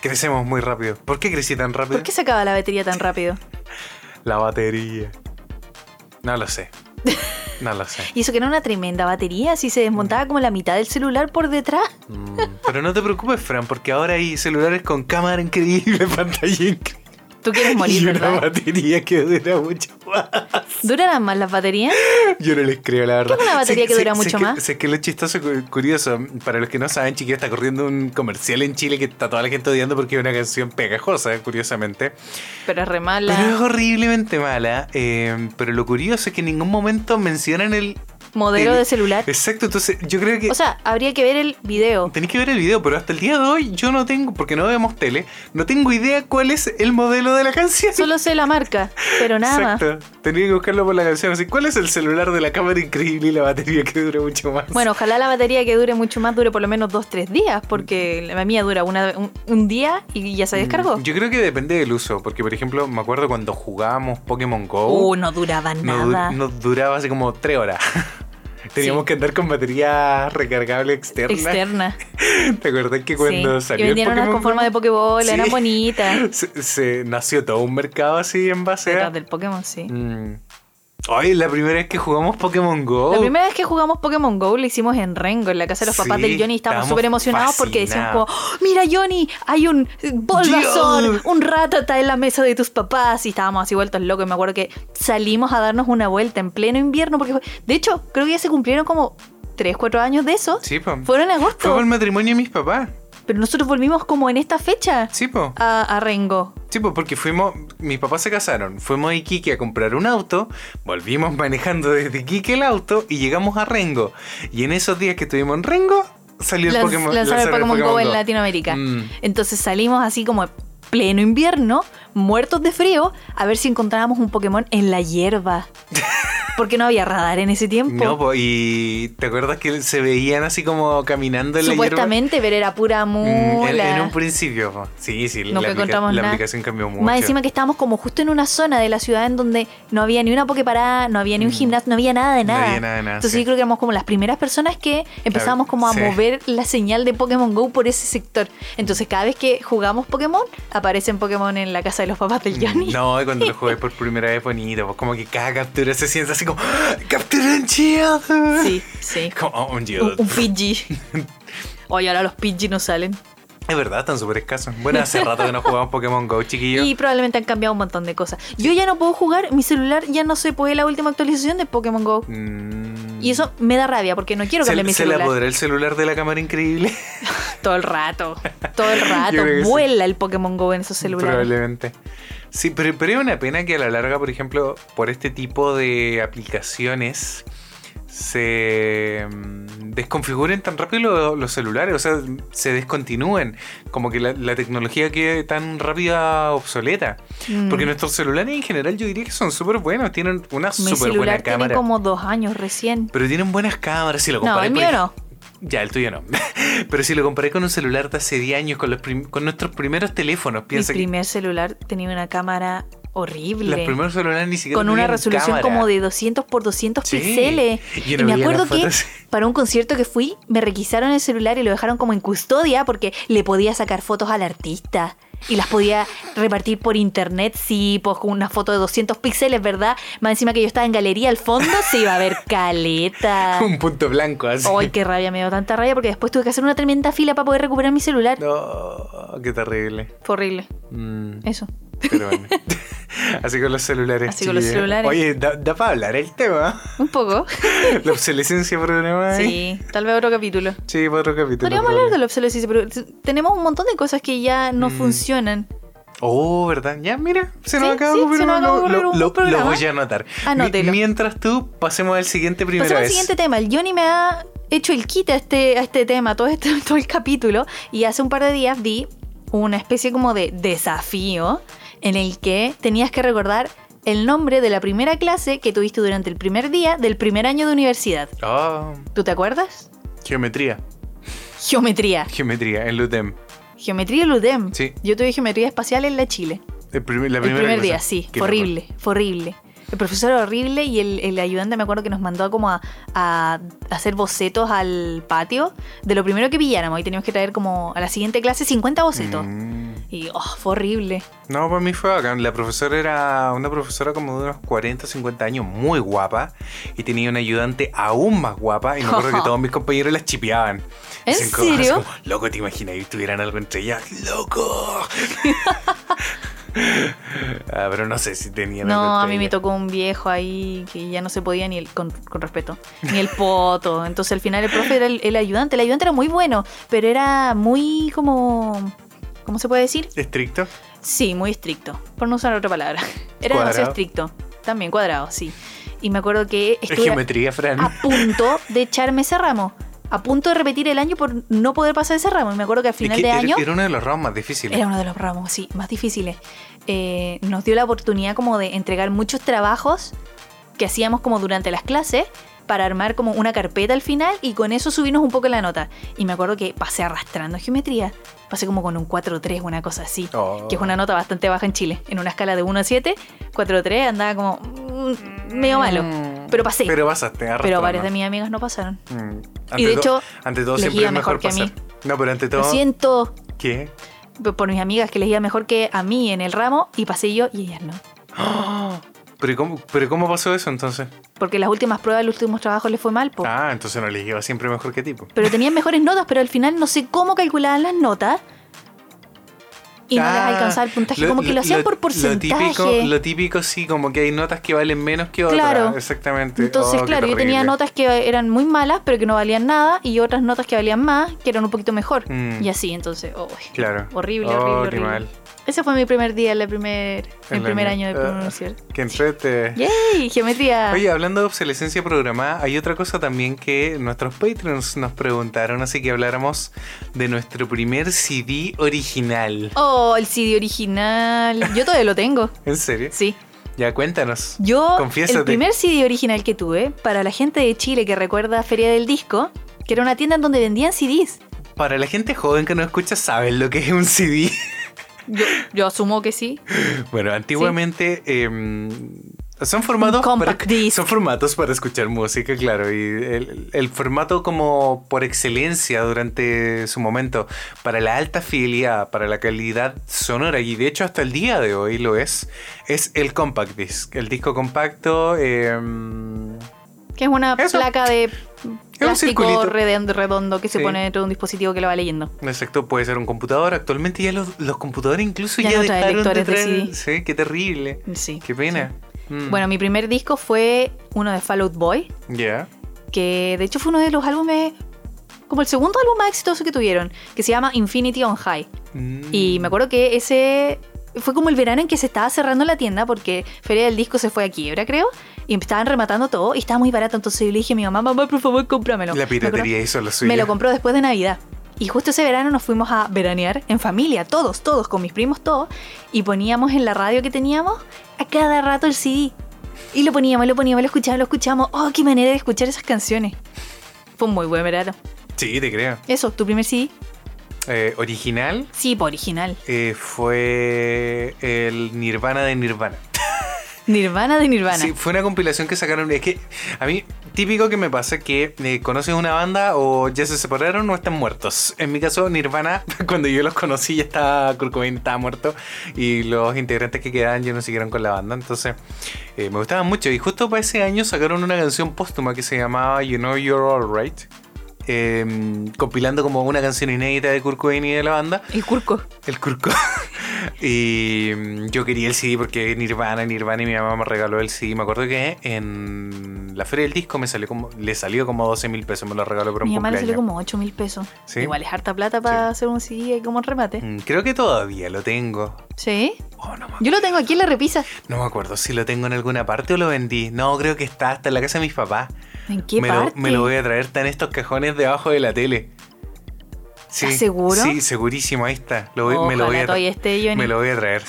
Speaker 3: Crecemos muy rápido. ¿Por qué crecí tan rápido?
Speaker 2: ¿Por qué se acaba la batería tan rápido?
Speaker 3: La batería. No lo sé. No lo sé.
Speaker 2: Y eso que era una tremenda batería, si se desmontaba como la mitad del celular por detrás.
Speaker 3: Mm, Pero no te preocupes, Fran, porque ahora hay celulares con cámara increíble, pantalla increíble.
Speaker 2: Tú quieres
Speaker 3: y
Speaker 2: morir,
Speaker 3: una
Speaker 2: ¿verdad?
Speaker 3: batería que dura mucho más.
Speaker 2: ¿Durarán más las baterías?
Speaker 3: Yo no les creo, la verdad.
Speaker 2: ¿Qué es una batería que dura mucho
Speaker 3: que-
Speaker 2: más?
Speaker 3: sé que lo chistoso, cu- curioso, para los que no saben, chiquillos, está corriendo un comercial en Chile que está toda la gente odiando porque es una canción pegajosa, curiosamente.
Speaker 2: Pero es re
Speaker 3: Pero es
Speaker 2: mala.
Speaker 3: horriblemente mala. eh, pero lo curioso es que en ningún momento mencionan el.
Speaker 2: Modelo
Speaker 3: el-
Speaker 2: de celular.
Speaker 3: Exacto, entonces yo creo que.
Speaker 2: O sea, habría que ver el video.
Speaker 3: Tenéis que ver el video, pero hasta el día de hoy yo no tengo, porque no vemos tele, no tengo idea cuál es el modelo de la canción.
Speaker 2: Solo sé la marca, pero nada más.
Speaker 3: Exacto. Tenía que buscarlo por la canción. Así, ¿cuál es el celular de la cámara increíble y la batería que dura mucho más?
Speaker 2: Bueno, ojalá la batería que dure mucho más dure por lo menos dos, tres días, porque la mía dura una- un, un día y ya se descargó.
Speaker 3: Mm, Yo creo que depende del uso, porque por ejemplo, me acuerdo cuando jugábamos Pokémon Go,
Speaker 2: Uh, no duraba
Speaker 3: nos, du-
Speaker 2: nada.
Speaker 3: nos duraba así como tres horas. Teníamos
Speaker 2: Sí.
Speaker 3: que andar con batería recargable externa.
Speaker 2: Externa.
Speaker 3: ¿Te acordás que
Speaker 2: sí.
Speaker 3: cuando
Speaker 2: y
Speaker 3: salió el
Speaker 2: vendieron unas
Speaker 3: Pokémon
Speaker 2: con forma de
Speaker 3: Go,
Speaker 2: Pokéball,
Speaker 3: Sí.
Speaker 2: eran bonitas.
Speaker 3: se, se nació todo un mercado así en base a...
Speaker 2: Detrás del Pokémon, sí.
Speaker 3: Mm. Ay, la primera vez que jugamos Pokémon Go.
Speaker 2: La primera vez que jugamos Pokémon Go lo hicimos en Rengo, en la casa de los
Speaker 3: Sí,
Speaker 2: papás del Johnny. y Estábamos
Speaker 3: estábamos
Speaker 2: súper emocionados porque decían como,
Speaker 3: fascinados.
Speaker 2: "¡Oh, mira Johnny, hay un Bulbasaur,
Speaker 3: Dios.
Speaker 2: un Ratata en la mesa de tus papás. Y estábamos así vueltos locos. Y me acuerdo que salimos a darnos una vuelta en pleno invierno porque fue- De hecho, creo que ya se cumplieron como 3, 4 años de eso.
Speaker 3: Sí, po.
Speaker 2: Fueron en
Speaker 3: Fue por
Speaker 2: agosto.
Speaker 3: el matrimonio de mis papás.
Speaker 2: Pero nosotros volvimos como en esta fecha
Speaker 3: Sí, po.
Speaker 2: a, a Rengo.
Speaker 3: Sí, pues porque fuimos, mis papás se casaron, fuimos a Iquique a comprar un auto, volvimos manejando desde Iquique el auto y llegamos a Rengo. Y en esos días que estuvimos en Rengo, salió
Speaker 2: Lanz-
Speaker 3: el Pokémon,
Speaker 2: lanzaron el
Speaker 3: lanzaron
Speaker 2: Pokémon, Go en
Speaker 3: Go.
Speaker 2: Latinoamérica.
Speaker 3: Mm.
Speaker 2: Entonces salimos así como en pleno invierno, muertos de frío, a ver si encontrábamos un Pokémon en la hierba. Porque no había radar en ese tiempo.
Speaker 3: No, pues, y ¿te acuerdas que se veían así como caminando en la hierba?
Speaker 2: Supuestamente, pero era pura
Speaker 3: Mm, en,
Speaker 2: mula.
Speaker 3: en un principio, po. sí, sí,
Speaker 2: Nunca
Speaker 3: la, aplica-
Speaker 2: encontramos
Speaker 3: la
Speaker 2: nada.
Speaker 3: aplicación cambió mucho.
Speaker 2: Más encima que estábamos como justo en una zona de la ciudad en donde no había ni una Poképarada, no había ni un
Speaker 3: Mm.
Speaker 2: gimnasio, no había nada de
Speaker 3: No
Speaker 2: nada.
Speaker 3: había nada de nada,
Speaker 2: Entonces
Speaker 3: sí.
Speaker 2: yo creo que éramos como las primeras personas que empezábamos como a
Speaker 3: sí.
Speaker 2: mover la señal de Pokémon Go por ese sector. Entonces cada vez que jugamos Pokémon, aparecen Pokémon en la casa de los papás del Johnny.
Speaker 3: Mm, No, y cuando lo jugué por primera vez bonito, pues como que cada captura se siente así como ¡Ah! ¡Captura en Geodude!
Speaker 2: Sí, sí.
Speaker 3: Como, oh, un
Speaker 2: Un,
Speaker 3: Geodude.
Speaker 2: un Pidgey. Oye, ahora los Pidgey no salen.
Speaker 3: Es verdad, están súper escasos. Bueno, hace rato que no jugamos Pokémon Go, chiquillos.
Speaker 2: Y probablemente han cambiado un montón de cosas. Yo ya no puedo jugar, mi celular ya no se puede la última actualización de Pokémon Go.
Speaker 3: Mm.
Speaker 2: Y eso me da rabia porque no quiero
Speaker 3: ¿Se,
Speaker 2: cambiar mi
Speaker 3: se la
Speaker 2: celular.
Speaker 3: podrá el celular de la cámara increíble?
Speaker 2: Todo el rato. Todo el rato.
Speaker 3: Yo creo que sí.
Speaker 2: Vuela el Pokémon Go en esos celulares.
Speaker 3: Probablemente. Sí, pero, pero es una pena que a la larga, por ejemplo, por este tipo de aplicaciones se mm, desconfiguren tan rápido lo- los celulares, o sea, se descontinúen, como que la, la tecnología quede tan rápida obsoleta.
Speaker 2: Mm.
Speaker 3: Porque nuestros celulares en general yo diría que son súper buenos, tienen una
Speaker 2: Mi
Speaker 3: súper buena
Speaker 2: celular tiene
Speaker 3: cámara.
Speaker 2: como dos años recién.
Speaker 3: Pero tienen buenas cámaras si lo
Speaker 2: No,
Speaker 3: comparé
Speaker 2: el
Speaker 3: por
Speaker 2: mío no.
Speaker 3: Ya, el tuyo no. Pero si lo comparé con un celular de hace 10 años, con, los prim- con nuestros primeros teléfonos,
Speaker 2: Mi
Speaker 3: piensa que
Speaker 2: primer celular tenía una cámara horrible.
Speaker 3: los primeros celulares ni siquiera
Speaker 2: con una
Speaker 3: tenían
Speaker 2: resolución
Speaker 3: cámara.
Speaker 2: como de 200 por 200
Speaker 3: Sí.
Speaker 2: píxeles.
Speaker 3: Yo
Speaker 2: y
Speaker 3: no
Speaker 2: me
Speaker 3: veía
Speaker 2: acuerdo
Speaker 3: las
Speaker 2: que
Speaker 3: fotos.
Speaker 2: para un concierto que fui, me requisaron el celular y lo dejaron como en custodia porque le podía sacar fotos al artista. Y las podía repartir por internet, sí, pues con una foto de 200 píxeles, ¿verdad? Más encima que yo estaba en galería al fondo, se iba a ver caleta.
Speaker 3: Un punto blanco así.
Speaker 2: Ay, qué rabia, me dio tanta rabia porque después tuve que hacer una tremenda fila para poder recuperar mi celular.
Speaker 3: No, qué terrible.
Speaker 2: Fue horrible,
Speaker 3: Mm,
Speaker 2: eso.
Speaker 3: pero bueno. así con los celulares.
Speaker 2: Así con los
Speaker 3: chiquillos.
Speaker 2: celulares.
Speaker 3: Oye, da, para hablar el tema.
Speaker 2: Un poco.
Speaker 3: La obsolescencia programada. Sí.
Speaker 2: Sí, tal vez otro capítulo.
Speaker 3: Sí, para otro capítulo.
Speaker 2: Podríamos
Speaker 3: probable.
Speaker 2: hablar de la obsolescencia, pero t- tenemos un montón de cosas que ya no
Speaker 3: Mm.
Speaker 2: funcionan.
Speaker 3: Oh, ¿verdad? Ya, mira, se nos
Speaker 2: Sí,
Speaker 3: acaba
Speaker 2: sí,
Speaker 3: de ocurrir
Speaker 2: se nos
Speaker 3: uno,
Speaker 2: acaba de ocurrir
Speaker 3: lo,
Speaker 2: un
Speaker 3: lo-
Speaker 2: programa.
Speaker 3: lo voy a anotar. Mi-
Speaker 2: Anótelo.
Speaker 3: mientras tú, pasemos al siguiente primera
Speaker 2: Pasemos al
Speaker 3: vez.
Speaker 2: siguiente tema. El Johnny me ha hecho el quite a este, a este tema, todo, este, todo el capítulo. Y hace un par de días vi una especie como de desafío en el que tenías que recordar el nombre de la primera clase que tuviste durante el primer día del primer año de universidad.
Speaker 3: Ah,
Speaker 2: ¿Tú te acuerdas?
Speaker 3: geometría.
Speaker 2: Geometría.
Speaker 3: Geometría, el UTEM.
Speaker 2: Geometría Ludem.
Speaker 3: Sí.
Speaker 2: Yo tuve geometría espacial en la Chile.
Speaker 3: El primer, la
Speaker 2: El
Speaker 3: primera
Speaker 2: primer día,
Speaker 3: clase.
Speaker 2: sí.
Speaker 3: Qué
Speaker 2: Fue horrible, fue horrible. El profesor era horrible y el, el ayudante me acuerdo que nos mandó a como a, a hacer bocetos al patio de lo primero que pilláramos. Y teníamos que traer como a la siguiente clase 50
Speaker 3: horror.
Speaker 2: bocetos.
Speaker 3: Mm,
Speaker 2: Y oh, fue horrible.
Speaker 3: No, para mí fue bacán. La profesora era una profesora como de unos 40, 50 años, muy guapa. Y tenía una ayudante aún más guapa. Y me acuerdo que todos mis compañeros las chipeaban.
Speaker 2: ¿En
Speaker 3: Dicen como-
Speaker 2: serio?
Speaker 3: así como, loco, ¿te imaginas que tuvieran algo entre ellas? ¡Loco! ah, pero no sé si tenían algo
Speaker 2: No,
Speaker 3: entre
Speaker 2: a mí me
Speaker 3: ellas.
Speaker 2: tocó un viejo ahí que ya no se podía ni el, con, con respeto, ni el poto. Entonces al final el profe era el, el ayudante. El ayudante era muy bueno, pero era muy como... ¿Cómo se puede decir?
Speaker 3: ¿Estricto?
Speaker 2: Sí, muy estricto, por no usar otra palabra. Era
Speaker 3: Cuadrado.
Speaker 2: demasiado estricto. También cuadrado, sí. Y me acuerdo que
Speaker 3: Es
Speaker 2: estuve
Speaker 3: geometría, Fran.
Speaker 2: a punto de echarme ese ramo. A punto de repetir el año por no poder pasar ese ramo. Y me acuerdo que al
Speaker 3: Es
Speaker 2: final
Speaker 3: que
Speaker 2: de
Speaker 3: era,
Speaker 2: año...
Speaker 3: era uno de los ramos más difíciles.
Speaker 2: Era uno de los ramos, sí, más difíciles. Eh, nos dio la oportunidad como de entregar muchos trabajos que hacíamos como durante las clases para armar como una carpeta al final y con eso subirnos un poco la nota. Y me acuerdo que pasé arrastrando geometría, pasé como con un 4-3, una cosa así,
Speaker 3: Oh.
Speaker 2: que es una nota bastante baja en Chile. En una escala de 1 a 7, 4-3 andaba como mm, medio malo, pero pasé. Pero,
Speaker 3: Pero pasaste,
Speaker 2: varias de
Speaker 3: mí.
Speaker 2: mis amigas no pasaron.
Speaker 3: y
Speaker 2: de hecho,
Speaker 3: Mm. ante todo
Speaker 2: les
Speaker 3: siempre
Speaker 2: iba
Speaker 3: es mejor,
Speaker 2: mejor que a
Speaker 3: pasar. No, pero ante
Speaker 2: Lo
Speaker 3: todo,
Speaker 2: siento
Speaker 3: ¿qué?
Speaker 2: por mis amigas que les iba mejor que a mí en el ramo y pasé yo y ellas no.
Speaker 3: ¡Ah! ¿Pero, cómo, ¿Pero cómo pasó eso entonces?
Speaker 2: Porque las últimas pruebas, los últimos trabajos les fue mal, po.
Speaker 3: Ah, entonces no les iba siempre mejor que tipo.
Speaker 2: Pero tenían mejores notas, pero al final no sé cómo calculaban las notas. Y no les
Speaker 3: Ah,
Speaker 2: alcanzaba el puntaje,
Speaker 3: lo-
Speaker 2: como que
Speaker 3: lo-
Speaker 2: lo hacían
Speaker 3: lo-
Speaker 2: por porcentaje.
Speaker 3: Lo típico, lo típico, sí, como que hay notas que valen menos que otras.
Speaker 2: Claro.
Speaker 3: Exactamente.
Speaker 2: Entonces,
Speaker 3: Oh, qué
Speaker 2: claro, yo tenía
Speaker 3: terrible.
Speaker 2: notas que eran muy malas, pero que no valían nada, y otras notas que valían más, que eran un poquito mejor.
Speaker 3: Mm.
Speaker 2: Y así, entonces, oh, uy.
Speaker 3: Claro.
Speaker 2: horrible,
Speaker 3: Oh,
Speaker 2: horrible,
Speaker 3: qué
Speaker 2: horrible.
Speaker 3: mal.
Speaker 2: Ese fue mi primer día, la primer, el
Speaker 3: El
Speaker 2: primer
Speaker 3: año.
Speaker 2: año de
Speaker 3: Ah.
Speaker 2: pronunciar.
Speaker 3: Que entrete.
Speaker 2: ¡Yay! Geometría.
Speaker 3: Oye, hablando de obsolescencia programada, hay otra cosa también que nuestros patrons nos preguntaron, así que habláramos de nuestro primer CD original.
Speaker 2: Oh, el CD original. Yo todavía lo tengo.
Speaker 3: ¿En serio?
Speaker 2: Sí.
Speaker 3: Ya cuéntanos.
Speaker 2: Yo,
Speaker 3: Confiésate.
Speaker 2: el primer CD original que tuve, para la gente de Chile que recuerda Feria del Disco, que era una tienda en donde vendían CDs.
Speaker 3: Para la gente joven que no escucha, ¿saben lo que es un CD?
Speaker 2: Yo, yo asumo que sí.
Speaker 3: Bueno, antiguamente em, son formatos
Speaker 2: compact
Speaker 3: para,
Speaker 2: disc.
Speaker 3: son formatos para escuchar música, claro, y el, el formato como por excelencia durante su momento para la alta fidelidad, para la calidad sonora y de hecho hasta el día de hoy lo es, es el compact disc, el disco compacto. em,
Speaker 2: Que es una
Speaker 3: Eso.
Speaker 2: placa de
Speaker 3: circulito.
Speaker 2: plástico redondo, redondo que se
Speaker 3: Sí.
Speaker 2: pone dentro de un dispositivo que lo va leyendo.
Speaker 3: Exacto, puede ser un computador. Actualmente ya los, los computadores incluso ya,
Speaker 2: Ya no traen
Speaker 3: dejaron de
Speaker 2: lectores de
Speaker 3: traer-
Speaker 2: CD.
Speaker 3: Sí, qué terrible.
Speaker 2: Sí.
Speaker 3: Qué pena. Mm.
Speaker 2: Bueno, mi primer disco fue uno de Fall Out Boy,
Speaker 3: ya.
Speaker 2: que de hecho fue uno de los álbumes, como el segundo álbum más exitoso que tuvieron, que se llama Infinity on High. Y
Speaker 3: Mm.
Speaker 2: me acuerdo que ese fue como el verano en que se estaba cerrando la tienda porque Feria del Disco se fue a quiebra, creo, y estaban rematando todo y estaba muy barato. Entonces yo le dije a mi mamá, mamá, por favor, cómpramelo.
Speaker 3: La
Speaker 2: Me, acuerdo-
Speaker 3: piratería hizo lo suyo.
Speaker 2: me lo compró después de Navidad. Y justo ese verano nos fuimos a veranear en familia, todos, todos, con mis primos, todos, y poníamos en la radio que teníamos a cada rato el CD. Y lo poníamos, lo poníamos, lo escuchábamos, lo escuchábamos. ¡Oh, qué manera de escuchar esas canciones! Fue un muy buen verano.
Speaker 3: Sí, te creo.
Speaker 2: Eso, tu primer CD,
Speaker 3: Eh, original
Speaker 2: sí, por original.
Speaker 3: eh, fue el Nirvana de Nirvana.
Speaker 2: Nirvana de Nirvana.
Speaker 3: Sí, fue una compilación que sacaron. Es que a mí, típico que me pasa que eh, conoces una banda o ya se separaron o están muertos. En mi caso, Nirvana, cuando yo los conocí, ya estaba Kurt Cobain estaba muerto y los integrantes que quedaban ya no siguieron con la banda. Entonces, eh, me gustaban mucho. Y justo para ese año sacaron una canción póstuma que se llamaba You Know You're Alright. em, compilando como una canción inédita de Kurt Cobain y de la banda
Speaker 2: El curco.
Speaker 3: el curco. y mm, yo quería el CD porque Nirvana, Nirvana y mi mamá me regaló el CD. Me acuerdo que en la feria del disco me salió como, le salió como 12 mil pesos, me lo regaló por un
Speaker 2: Mi mamá le salió
Speaker 3: cumpleaños.
Speaker 2: como 8 mil pesos.
Speaker 3: ¿Sí?
Speaker 2: Igual es harta plata para hacer un CD ahí como en remate.
Speaker 3: Mm, Creo que todavía lo tengo.
Speaker 2: Sí.
Speaker 3: Oh, no, me,
Speaker 2: Yo lo tengo aquí en la repisa.
Speaker 3: no me acuerdo si lo tengo en alguna parte o lo vendí. No, creo que está hasta en la casa de mis papás.
Speaker 2: ¿En qué
Speaker 3: me,
Speaker 2: parte?
Speaker 3: Lo, me lo voy a traer, está en estos cajones debajo de la tele. Sí,
Speaker 2: ¿Estás seguro?
Speaker 3: Sí, segurísimo, ahí está. Lo voy- me
Speaker 2: Ojalá
Speaker 3: lo voy a traer.
Speaker 2: todavía esté yo en-
Speaker 3: Me lo voy a traer.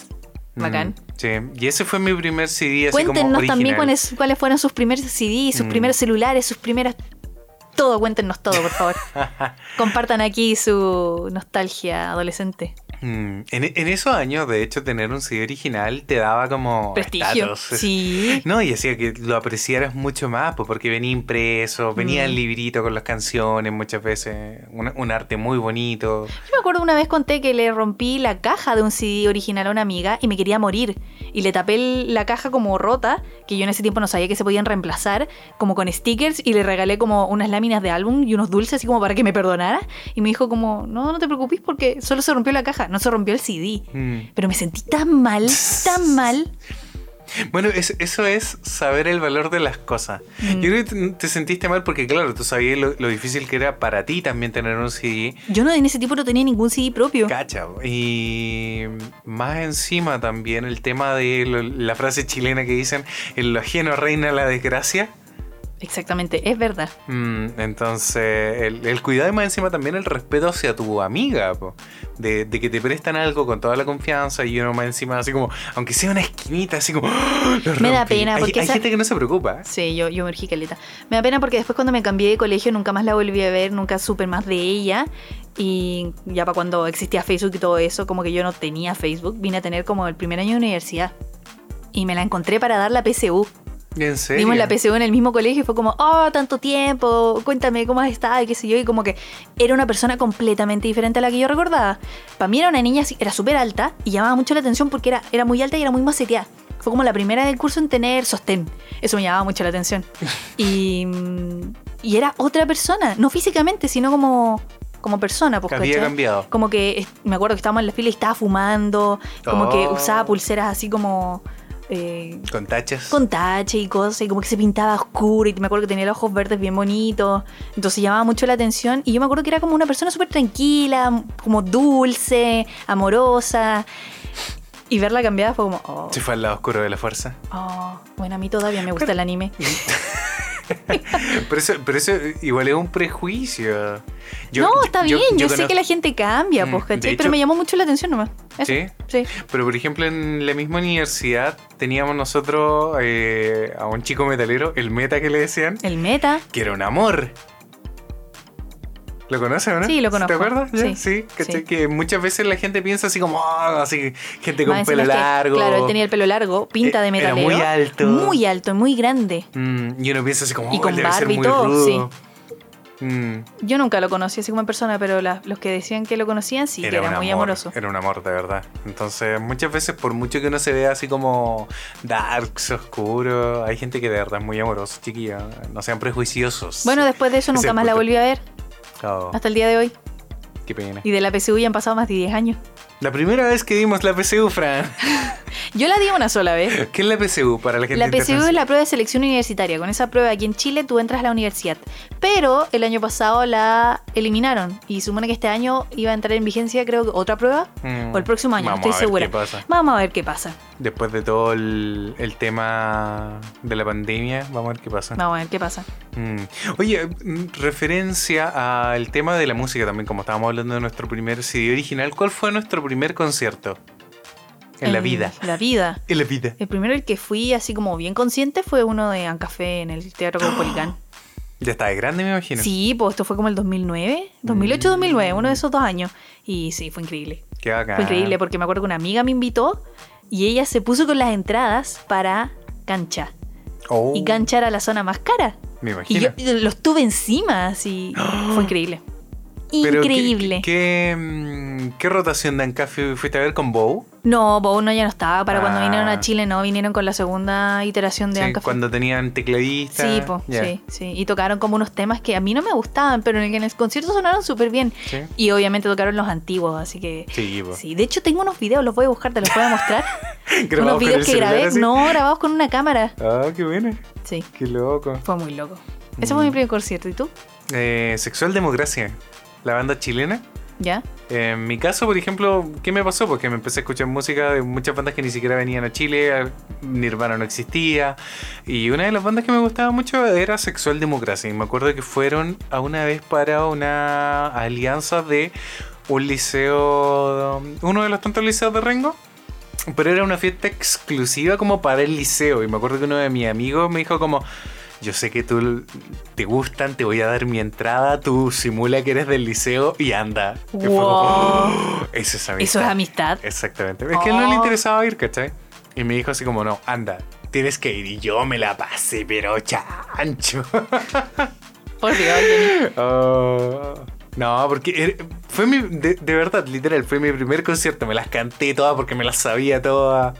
Speaker 2: Bacán.
Speaker 3: Mm, sí, y ese fue mi primer CD así como
Speaker 2: Cuéntenos
Speaker 3: original.
Speaker 2: también cuáles, cuáles fueron sus primeros CD, sus
Speaker 3: Mm.
Speaker 2: primeros celulares, sus primeras todo, cuéntenos todo, por favor. Compartan aquí su nostalgia adolescente.
Speaker 3: Mm, En, en esos años, de hecho, tener un CD original te daba como
Speaker 2: Prestigio.
Speaker 3: Oh, estatus.
Speaker 2: Sí.
Speaker 3: No, y hacía que lo apreciaras mucho más, pues porque venía impreso, venía
Speaker 2: Mm.
Speaker 3: el librito con las canciones muchas veces, un, un arte muy bonito.
Speaker 2: Yo me acuerdo una vez conté que le rompí la caja de un CD original a una amiga y me quería morir. Y le tapé el- la caja como rota, que yo en ese tiempo no sabía que se podían reemplazar, como con stickers, y le regalé como unas láminas de álbum y unos dulces, así como para que me perdonara. Y me dijo como, no, no te preocupes porque solo se rompió la caja, no se rompió el CD.
Speaker 3: Mm.
Speaker 2: Pero me sentí tan mal, tan mal.
Speaker 3: Bueno, es- eso es saber el valor de las cosas.
Speaker 2: Mm.
Speaker 3: Yo creo que te- te sentiste mal porque, claro, tú sabías lo, lo difícil que era para ti también tener un CD.
Speaker 2: Yo no en ese tiempo no tenía ningún CD propio.
Speaker 3: Cacha. po. Y más encima también el tema de lo- la frase chilena que dicen, en lo ajeno reina la desgracia.
Speaker 2: Exactamente, es verdad.
Speaker 3: Mm, entonces, el, el cuidado y más encima también el respeto hacia tu amiga, po. De, de que te prestan algo con toda la confianza y uno más encima así como, aunque sea una esquinita, así como, ¡Ah! Lo
Speaker 2: Me da
Speaker 3: rompí.
Speaker 2: pena,
Speaker 3: Hay-
Speaker 2: porque
Speaker 3: hay,
Speaker 2: esa-
Speaker 3: gente que no se preocupa.
Speaker 2: Sí, yo, yo me urgí caleta. Me da pena porque después cuando me cambié de colegio nunca más la volví a ver, nunca supe más de ella. Y ya para cuando existía Facebook y todo eso, como que yo no tenía Facebook, vine a tener como el primer año de universidad. Y me la encontré para dar la PSU.
Speaker 3: En serio.
Speaker 2: Dimos la PSU en el mismo colegio y fue como, oh, tanto tiempo, cuéntame cómo has estado y qué sé yo. Y como que era una persona completamente diferente a la que yo recordaba. Para mí era una niña, así- era súper alta y llamaba mucho la atención porque era, era muy alta y era muy maceteada. Fue como la primera del curso en tener sostén. Eso me llamaba mucho la atención. Y, mm, y era otra persona, no físicamente, sino como, como persona. Pues,
Speaker 3: Había
Speaker 2: ¿cachai?
Speaker 3: cambiado.
Speaker 2: Como que es- me acuerdo que estábamos en la fila y estaba fumando, como que
Speaker 3: Oh.
Speaker 2: usaba pulseras así como... eh,
Speaker 3: Con tachas.
Speaker 2: con tache y cosas, y como que se pintaba oscuro, y me acuerdo que tenía los ojos verdes bien bonitos, entonces llamaba mucho la atención, y yo me acuerdo que era como una persona súper tranquila, como dulce, amorosa, y verla cambiada fue como, oh,
Speaker 3: Se fue al lado oscuro de la fuerza.
Speaker 2: oh. bueno, a mí todavía me gusta el anime.
Speaker 3: Pero eso, pero eso igual es un prejuicio. Yo-
Speaker 2: no,
Speaker 3: yo-
Speaker 2: está bien, yo, sé
Speaker 3: conozco-
Speaker 2: que la gente cambia,
Speaker 3: Mm,
Speaker 2: pues,
Speaker 3: de
Speaker 2: ¿cachai?
Speaker 3: hecho-
Speaker 2: pero me llamó mucho la atención nomás. Eso,
Speaker 3: Sí,
Speaker 2: sí.
Speaker 3: pero por ejemplo en la misma universidad teníamos nosotros eh, a un chico metalero, el meta que le decían,
Speaker 2: El meta,
Speaker 3: que era un amor. ¿Lo conoces o no?
Speaker 2: Sí, lo conozco.
Speaker 3: ¿Te acuerdas? Ya,
Speaker 2: Sí,
Speaker 3: ¿cachai?
Speaker 2: sí.
Speaker 3: Que muchas veces la gente piensa así como, "Ah, así, gente
Speaker 2: más
Speaker 3: con
Speaker 2: encima
Speaker 3: pelo
Speaker 2: es que,
Speaker 3: largo.
Speaker 2: claro, él tenía el pelo largo, pinta
Speaker 3: Eh,
Speaker 2: de
Speaker 3: era
Speaker 2: metalero.
Speaker 3: muy alto.
Speaker 2: Muy alto, y muy grande.
Speaker 3: Mm, y uno piensa así como,
Speaker 2: Y
Speaker 3: "Oh,
Speaker 2: con
Speaker 3: él debe ser
Speaker 2: barba y
Speaker 3: muy
Speaker 2: todo,
Speaker 3: rudo". Mm.
Speaker 2: Yo nunca lo conocí así como en persona, pero la- los que decían que lo conocían sí que
Speaker 3: un
Speaker 2: era muy
Speaker 3: amor,
Speaker 2: amoroso.
Speaker 3: Era un amor, de verdad. Entonces, muchas veces, por mucho que uno se vea así como darks, oscuro, hay gente que de verdad es muy amorosa, chiquilla. No sean prejuiciosos.
Speaker 2: Bueno, después de Ah. eso
Speaker 3: Ese
Speaker 2: nunca más la
Speaker 3: punto.
Speaker 2: volví a ver,
Speaker 3: Oh,
Speaker 2: hasta el día de hoy.
Speaker 3: qué pena.
Speaker 2: Y de la PSU ya han pasado más de 10 años.
Speaker 3: La primera vez que dimos la PCU, Fran.
Speaker 2: Yo la di una sola vez.
Speaker 3: ¿Qué es la PCU para la gente
Speaker 2: La PSU es
Speaker 3: internacional?
Speaker 2: la prueba de selección universitaria. Con esa prueba aquí en Chile tú entras a la universidad. Pero el año pasado la eliminaron. Y supone que este año iba a entrar en vigencia, creo que otra prueba.
Speaker 3: Mm,
Speaker 2: o el próximo año, no
Speaker 3: vamos
Speaker 2: estoy
Speaker 3: a ver
Speaker 2: segura.
Speaker 3: qué pasa.
Speaker 2: Vamos a ver qué pasa.
Speaker 3: Después de todo el, el tema de la pandemia, vamos a ver qué pasa.
Speaker 2: Vamos a ver qué pasa.
Speaker 3: Mm. Oye, mm, referencia al tema de la música también, como estábamos hablando de nuestro primer CD original, ¿cuál fue nuestro primer concierto? En la
Speaker 2: Eh,
Speaker 3: vida.
Speaker 2: La vida.
Speaker 3: En la vida.
Speaker 2: El primero el que fui así como bien consciente fue uno de Ancafé en el Teatro Caupolicán.
Speaker 3: Ya está de grande, me imagino.
Speaker 2: Sí, pues esto fue como el 2009,
Speaker 3: Mm.
Speaker 2: 2008, 2009, uno de esos dos años. Y sí, fue increíble.
Speaker 3: Qué bacán.
Speaker 2: Fue increíble porque me acuerdo que una amiga me invitó y ella se puso con las entradas para cancha.
Speaker 3: Oh,
Speaker 2: Y cancha era la zona más cara.
Speaker 3: Me
Speaker 2: Y
Speaker 3: imagino.
Speaker 2: yo los tuve encima, así. Fue increíble.
Speaker 3: Pero, ¿qué-
Speaker 2: Increíble.
Speaker 3: ¿qué, qué, mm, qué rotación de Ancafi fuiste a ver con Bow?
Speaker 2: No, Bob no ya no estaba. Para cuando
Speaker 3: Ah.
Speaker 2: vinieron a Chile, no, vinieron con la segunda iteración de
Speaker 3: Sí,
Speaker 2: Ancafe.
Speaker 3: cuando tenían tecladista.
Speaker 2: Sí, po,
Speaker 3: Ya,
Speaker 2: sí, sí. Y tocaron como unos temas que a mí no me gustaban, pero en el, en el concierto sonaron súper bien.
Speaker 3: Sí.
Speaker 2: Y obviamente tocaron los antiguos, así que.
Speaker 3: Sí, po.
Speaker 2: Sí, de hecho tengo unos videos, los voy a buscar, te los voy a mostrar.
Speaker 3: Grabado
Speaker 2: unos
Speaker 3: con
Speaker 2: videos
Speaker 3: el
Speaker 2: que
Speaker 3: celular
Speaker 2: grabé,
Speaker 3: así.
Speaker 2: no, grabados con una cámara.
Speaker 3: Ah, qué bueno.
Speaker 2: Sí,
Speaker 3: Qué loco.
Speaker 2: fue muy loco. Ese fue
Speaker 3: Mm.
Speaker 2: mi primer concierto, ¿y tú?
Speaker 3: Eh, Sexual Democracia, la banda chilena.
Speaker 2: ¿Ya?
Speaker 3: En mi caso, por ejemplo, ¿qué me pasó? Porque me empecé a escuchar música de muchas bandas que ni siquiera venían a Chile, Nirvana no existía, y una de las bandas que me gustaba mucho era Sexual Democracy. Y me acuerdo que fueron a una vez para una alianza de un liceo, uno de los tantos liceos de Rengo. Pero era una fiesta exclusiva como para el liceo. Y me acuerdo que uno de mis amigos me dijo como, yo sé que tú te gustan, te voy a dar mi entrada, tú simula que eres del liceo y anda. Y fue como,
Speaker 2: Wow.
Speaker 3: "Oh, eso es amistad. Eh.
Speaker 2: Eso es amistad.
Speaker 3: Exactamente. Es que a él no
Speaker 2: Oh.
Speaker 3: le interesaba ir, ¿cachai? Y me dijo así como, no, anda, tienes que ir. Y yo me la pasé, pero chancho.
Speaker 2: Por Dios, Jenny.
Speaker 3: Oh. No, porque er- fue mi. De, de verdad, literal, fue mi primer concierto. Me las canté todas porque me las sabía todas.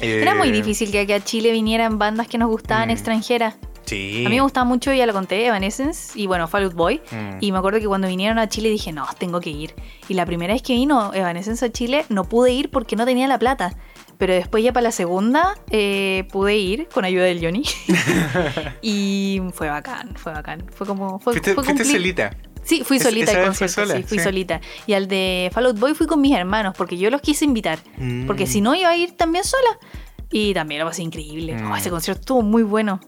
Speaker 3: Eh,
Speaker 2: Era muy difícil que aquí a Chile vinieran bandas que nos gustaban
Speaker 3: Mm.
Speaker 2: extranjeras.
Speaker 3: Sí.
Speaker 2: A mí me gustaba mucho, ya lo conté, Evanescence y bueno, Fall Out Boy.
Speaker 3: Mm.
Speaker 2: Y me acuerdo que cuando vinieron a Chile dije, no, tengo que ir. Y la primera vez que vino Evanescence a Chile no pude ir porque no tenía la plata. Pero después ya para la segunda eh, pude ir con ayuda del Johnny. y fue bacán, fue bacán. Fue como... Fue,
Speaker 3: Fuiste,
Speaker 2: fue
Speaker 3: fuiste
Speaker 2: cumplir-
Speaker 3: solita.
Speaker 2: Sí, fui
Speaker 3: Esa-
Speaker 2: solita
Speaker 3: esa
Speaker 2: al
Speaker 3: vez fue
Speaker 2: concierto,
Speaker 3: sola,
Speaker 2: sí, fui
Speaker 3: sí.
Speaker 2: solita. Y al de Fall Out Boy fui con mis hermanos porque yo los quise invitar.
Speaker 3: Mm.
Speaker 2: Porque si no iba a ir también sola. Y también lo pasé increíble.
Speaker 3: Mm.
Speaker 2: Oh, ese concierto estuvo muy bueno.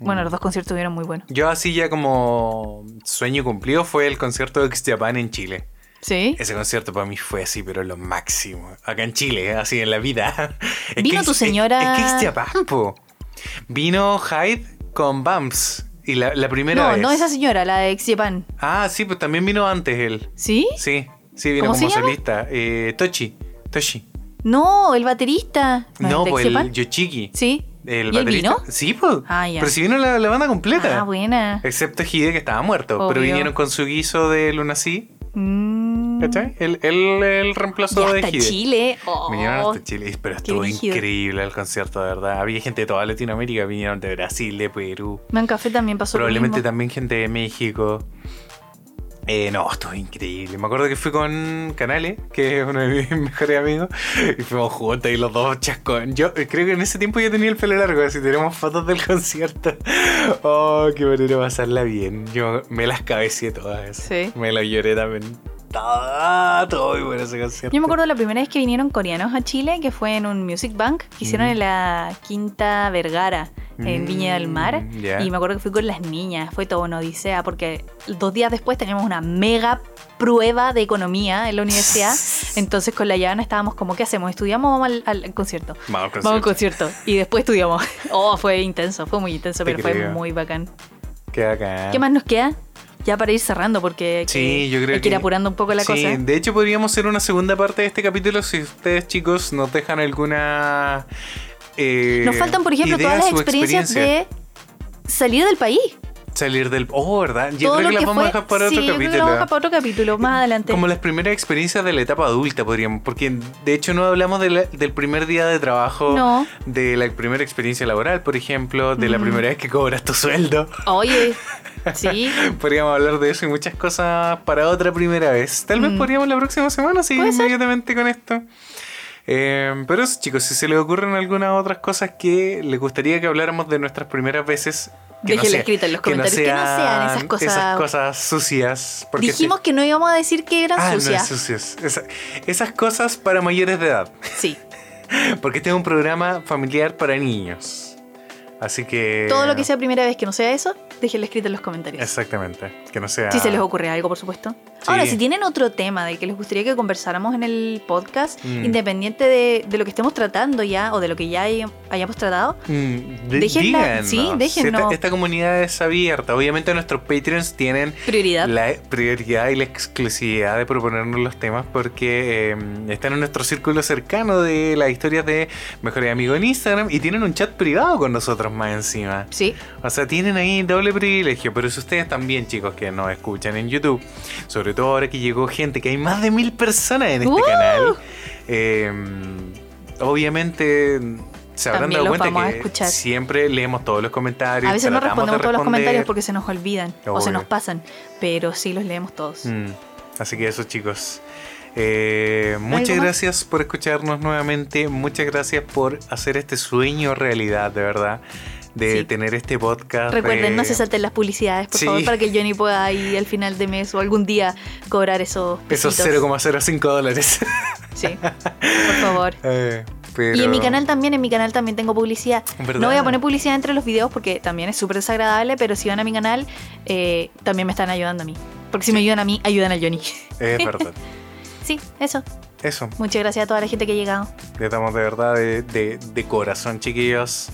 Speaker 2: Bueno,
Speaker 3: Mm.
Speaker 2: los dos conciertos estuvieron muy buenos.
Speaker 3: Yo así ya como sueño cumplido fue el concierto de X Japan en Chile.
Speaker 2: ¿Sí?
Speaker 3: Ese concierto para mí fue así, pero lo máximo. Acá en Chile, ¿eh? así en la vida. Es
Speaker 2: Vino
Speaker 3: que-
Speaker 2: tu señora-
Speaker 3: Es, es que es Japan, po. Vino Hyde con Bumps. Y la, la primera
Speaker 2: No,
Speaker 3: vez.
Speaker 2: no esa señora, la de ex Japan.
Speaker 3: Ah, sí, pues también vino antes él.
Speaker 2: ¿Sí?
Speaker 3: Sí, sí, vino
Speaker 2: ¿Cómo se
Speaker 3: como
Speaker 2: llama?
Speaker 3: solista. Eh, Tochi. Toshi.
Speaker 2: No, el baterista.
Speaker 3: No,
Speaker 2: de
Speaker 3: pues
Speaker 2: Ex
Speaker 3: el
Speaker 2: Japan?
Speaker 3: Yoshiki.
Speaker 2: Sí. ¿Y
Speaker 3: El
Speaker 2: él
Speaker 3: baterista.
Speaker 2: vino?
Speaker 3: Sí, pues.
Speaker 2: Ah, ya.
Speaker 3: Pero si vino la, la banda completa.
Speaker 2: Ah, buena.
Speaker 3: Excepto Hide, que estaba muerto. Pero
Speaker 2: Obvio.
Speaker 3: vinieron con su guiso de Luna Sea.
Speaker 2: Mm.
Speaker 3: ¿Cachai? El, el, el reemplazo
Speaker 2: Y
Speaker 3: de
Speaker 2: hasta
Speaker 3: Hide.
Speaker 2: Chile. Oh.
Speaker 3: Vinieron hasta Chile, pero estuvo
Speaker 2: brígido.
Speaker 3: increíble el concierto, de verdad. Había gente de toda Latinoamérica, vinieron de Brasil, de Perú,
Speaker 2: Man Café también pasó lo
Speaker 3: probablemente
Speaker 2: mismo.
Speaker 3: también gente de México. Eh, no, estuvo increíble. Me acuerdo que fui con Canales, que es uno de mis mejores amigos, y fuimos juntos y los dos chascón. Yo eh, creo que en ese tiempo yo tenía el pelo largo, así tenemos fotos del concierto. Oh, qué manera de pasarla bien. Yo me las cabeceé todas.
Speaker 2: Sí.
Speaker 3: Me lo lloré también. Ah, todo muy bueno ese concierto.
Speaker 2: Yo me acuerdo la primera vez que vinieron coreanos a Chile, que fue en un Music Bank que hicieron
Speaker 3: Mm.
Speaker 2: en la Quinta Vergara, en Viña del Mar.
Speaker 3: Mm, ya.
Speaker 2: Y me acuerdo que fui con las niñas, fue todo una odisea, porque dos días después teníamos una mega prueba de economía en la universidad. Entonces con la Yana estábamos como, ¿qué hacemos? ¿Estudiamos o vamos al, al concierto?
Speaker 3: Vamos al
Speaker 2: Vamos al
Speaker 3: concierto.
Speaker 2: concierto. Y después estudiamos. Oh, fue intenso, fue muy intenso,
Speaker 3: Te
Speaker 2: pero fue
Speaker 3: creo.
Speaker 2: muy bacán.
Speaker 3: Qué bacán.
Speaker 2: ¿Qué más nos queda? Ya para ir cerrando, porque hay que-
Speaker 3: Sí, yo creo
Speaker 2: hay que ir
Speaker 3: que-
Speaker 2: apurando un poco la
Speaker 3: Sí, eh,
Speaker 2: cosa.
Speaker 3: de hecho podríamos hacer una segunda parte de este capítulo si ustedes chicos nos dejan alguna... eh,
Speaker 2: Nos faltan, por ejemplo,
Speaker 3: idea
Speaker 2: todas las
Speaker 3: o
Speaker 2: experiencias
Speaker 3: experiencia.
Speaker 2: de salir del país.
Speaker 3: Salir del... Oh, ¿verdad? Yo
Speaker 2: Todo lo
Speaker 3: creo que las
Speaker 2: que fue-
Speaker 3: vamos a dejar para
Speaker 2: sí, yo
Speaker 3: otro
Speaker 2: creo que
Speaker 3: capítulo.
Speaker 2: las vamos a dejar para otro capítulo más adelante.
Speaker 3: Como las primeras experiencias de la etapa adulta podríamos, porque de hecho no hablamos de la- del primer día de trabajo,
Speaker 2: No.
Speaker 3: de la primera experiencia laboral, por ejemplo, de la
Speaker 2: Mm.
Speaker 3: primera vez que cobras tu sueldo.
Speaker 2: Oye, sí,
Speaker 3: Podríamos hablar de eso y muchas cosas para otra primera vez. Tal vez
Speaker 2: Mm.
Speaker 3: podríamos la próxima semana, sí,
Speaker 2: Puede ser.
Speaker 3: inmediatamente con esto. Eh, pero eso, chicos, si se les ocurren algunas otras cosas que les gustaría que habláramos de nuestras primeras veces, que
Speaker 2: Déjenla
Speaker 3: sea-
Speaker 2: escrita en los comentarios, que no sean esas cosas-
Speaker 3: esas cosas sucias. porque
Speaker 2: dijimos
Speaker 3: sí.
Speaker 2: que no íbamos a decir que eran
Speaker 3: Ah, no,
Speaker 2: sucias.
Speaker 3: sucias. Esa- esas cosas para mayores de edad.
Speaker 2: Sí,
Speaker 3: Porque este es un programa familiar para niños. Así que.
Speaker 2: todo lo que sea primera vez que no sea eso, déjenlo escrito en los comentarios.
Speaker 3: Exactamente. Que no sea.
Speaker 2: Si se les ocurre algo, por supuesto. Ahora, si tienen otro tema del que les gustaría que conversáramos en el podcast,
Speaker 3: Mm.
Speaker 2: independiente de, de lo que estemos tratando ya o de lo que ya hay- hayamos tratado,
Speaker 3: Mm, de-
Speaker 2: Déjenla-
Speaker 3: díganos.
Speaker 2: sí, déjennos.
Speaker 3: Esta, esta comunidad es abierta. Obviamente nuestros Patreons tienen
Speaker 2: prioridad.
Speaker 3: la prioridad y la exclusividad de proponernos los temas porque eh, están en nuestro círculo cercano de las historias de Mejores Amigos en Instagram y tienen un chat privado con nosotros más encima.
Speaker 2: Sí,
Speaker 3: O sea, tienen ahí doble privilegio, pero si ustedes también, chicos, que nos escuchan en YouTube, sobre todo ahora que llegó gente, que hay más de mil personas en este
Speaker 2: ¡Woo!
Speaker 3: canal, eh, obviamente se habrán
Speaker 2: También los
Speaker 3: dado
Speaker 2: vamos
Speaker 3: cuenta
Speaker 2: a
Speaker 3: que
Speaker 2: escuchar.
Speaker 3: siempre leemos todos los comentarios.
Speaker 2: a veces no
Speaker 3: tratamos de
Speaker 2: respondemos todos los comentarios
Speaker 3: responder.
Speaker 2: porque se nos olvidan o se
Speaker 3: Obvio.
Speaker 2: nos pasan, pero sí los leemos todos.
Speaker 3: Mm, Así que eso, chicos. Eh, muchas
Speaker 2: más?
Speaker 3: gracias por escucharnos nuevamente. Muchas gracias por hacer este sueño realidad, de verdad. De
Speaker 2: Sí.
Speaker 3: tener este podcast. Eh,
Speaker 2: Recuerden,
Speaker 3: de-
Speaker 2: no se salten las publicidades, por
Speaker 3: Sí.
Speaker 2: favor, para que el Johnny pueda ahí al final de mes o algún día cobrar esos
Speaker 3: Esos
Speaker 2: pesitos.
Speaker 3: 0,05 dólares.
Speaker 2: Sí, por favor.
Speaker 3: Eh, pero-
Speaker 2: Y en mi canal también, en mi canal también tengo publicidad.
Speaker 3: ¿Verdad?
Speaker 2: No voy a poner publicidad entre los videos porque también es súper desagradable, pero si van a mi canal, eh, también me están ayudando a mí. Porque si me ayudan a mí, ayudan al Johnny.
Speaker 3: Es verdad.
Speaker 2: Sí, eso.
Speaker 3: Eso.
Speaker 2: Muchas gracias a toda la gente que ha llegado.
Speaker 3: Le damos de verdad de, de- de corazón, chiquillos.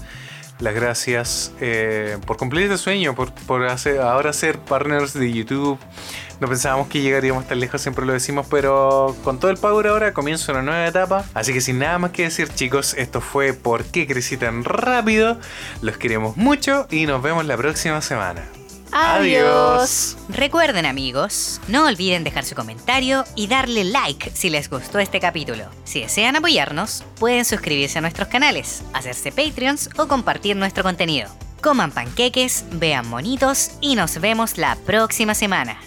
Speaker 3: las gracias eh, por cumplir este sueño, por, por hacer, ahora ser partners de YouTube. No pensábamos que llegaríamos tan lejos, siempre lo decimos, pero con todo el power ahora comienza una nueva etapa. Así que sin nada más que decir, chicos, esto fue ¿Por qué crecí tan rápido? Los queremos mucho y nos vemos la próxima semana.
Speaker 2: Adiós.
Speaker 1: Recuerden amigos, no olviden dejar su comentario y darle like si les gustó este capítulo. Si desean apoyarnos, pueden suscribirse a nuestros canales, hacerse Patreons o compartir nuestro contenido. Coman panqueques, vean monitos y nos vemos la próxima semana.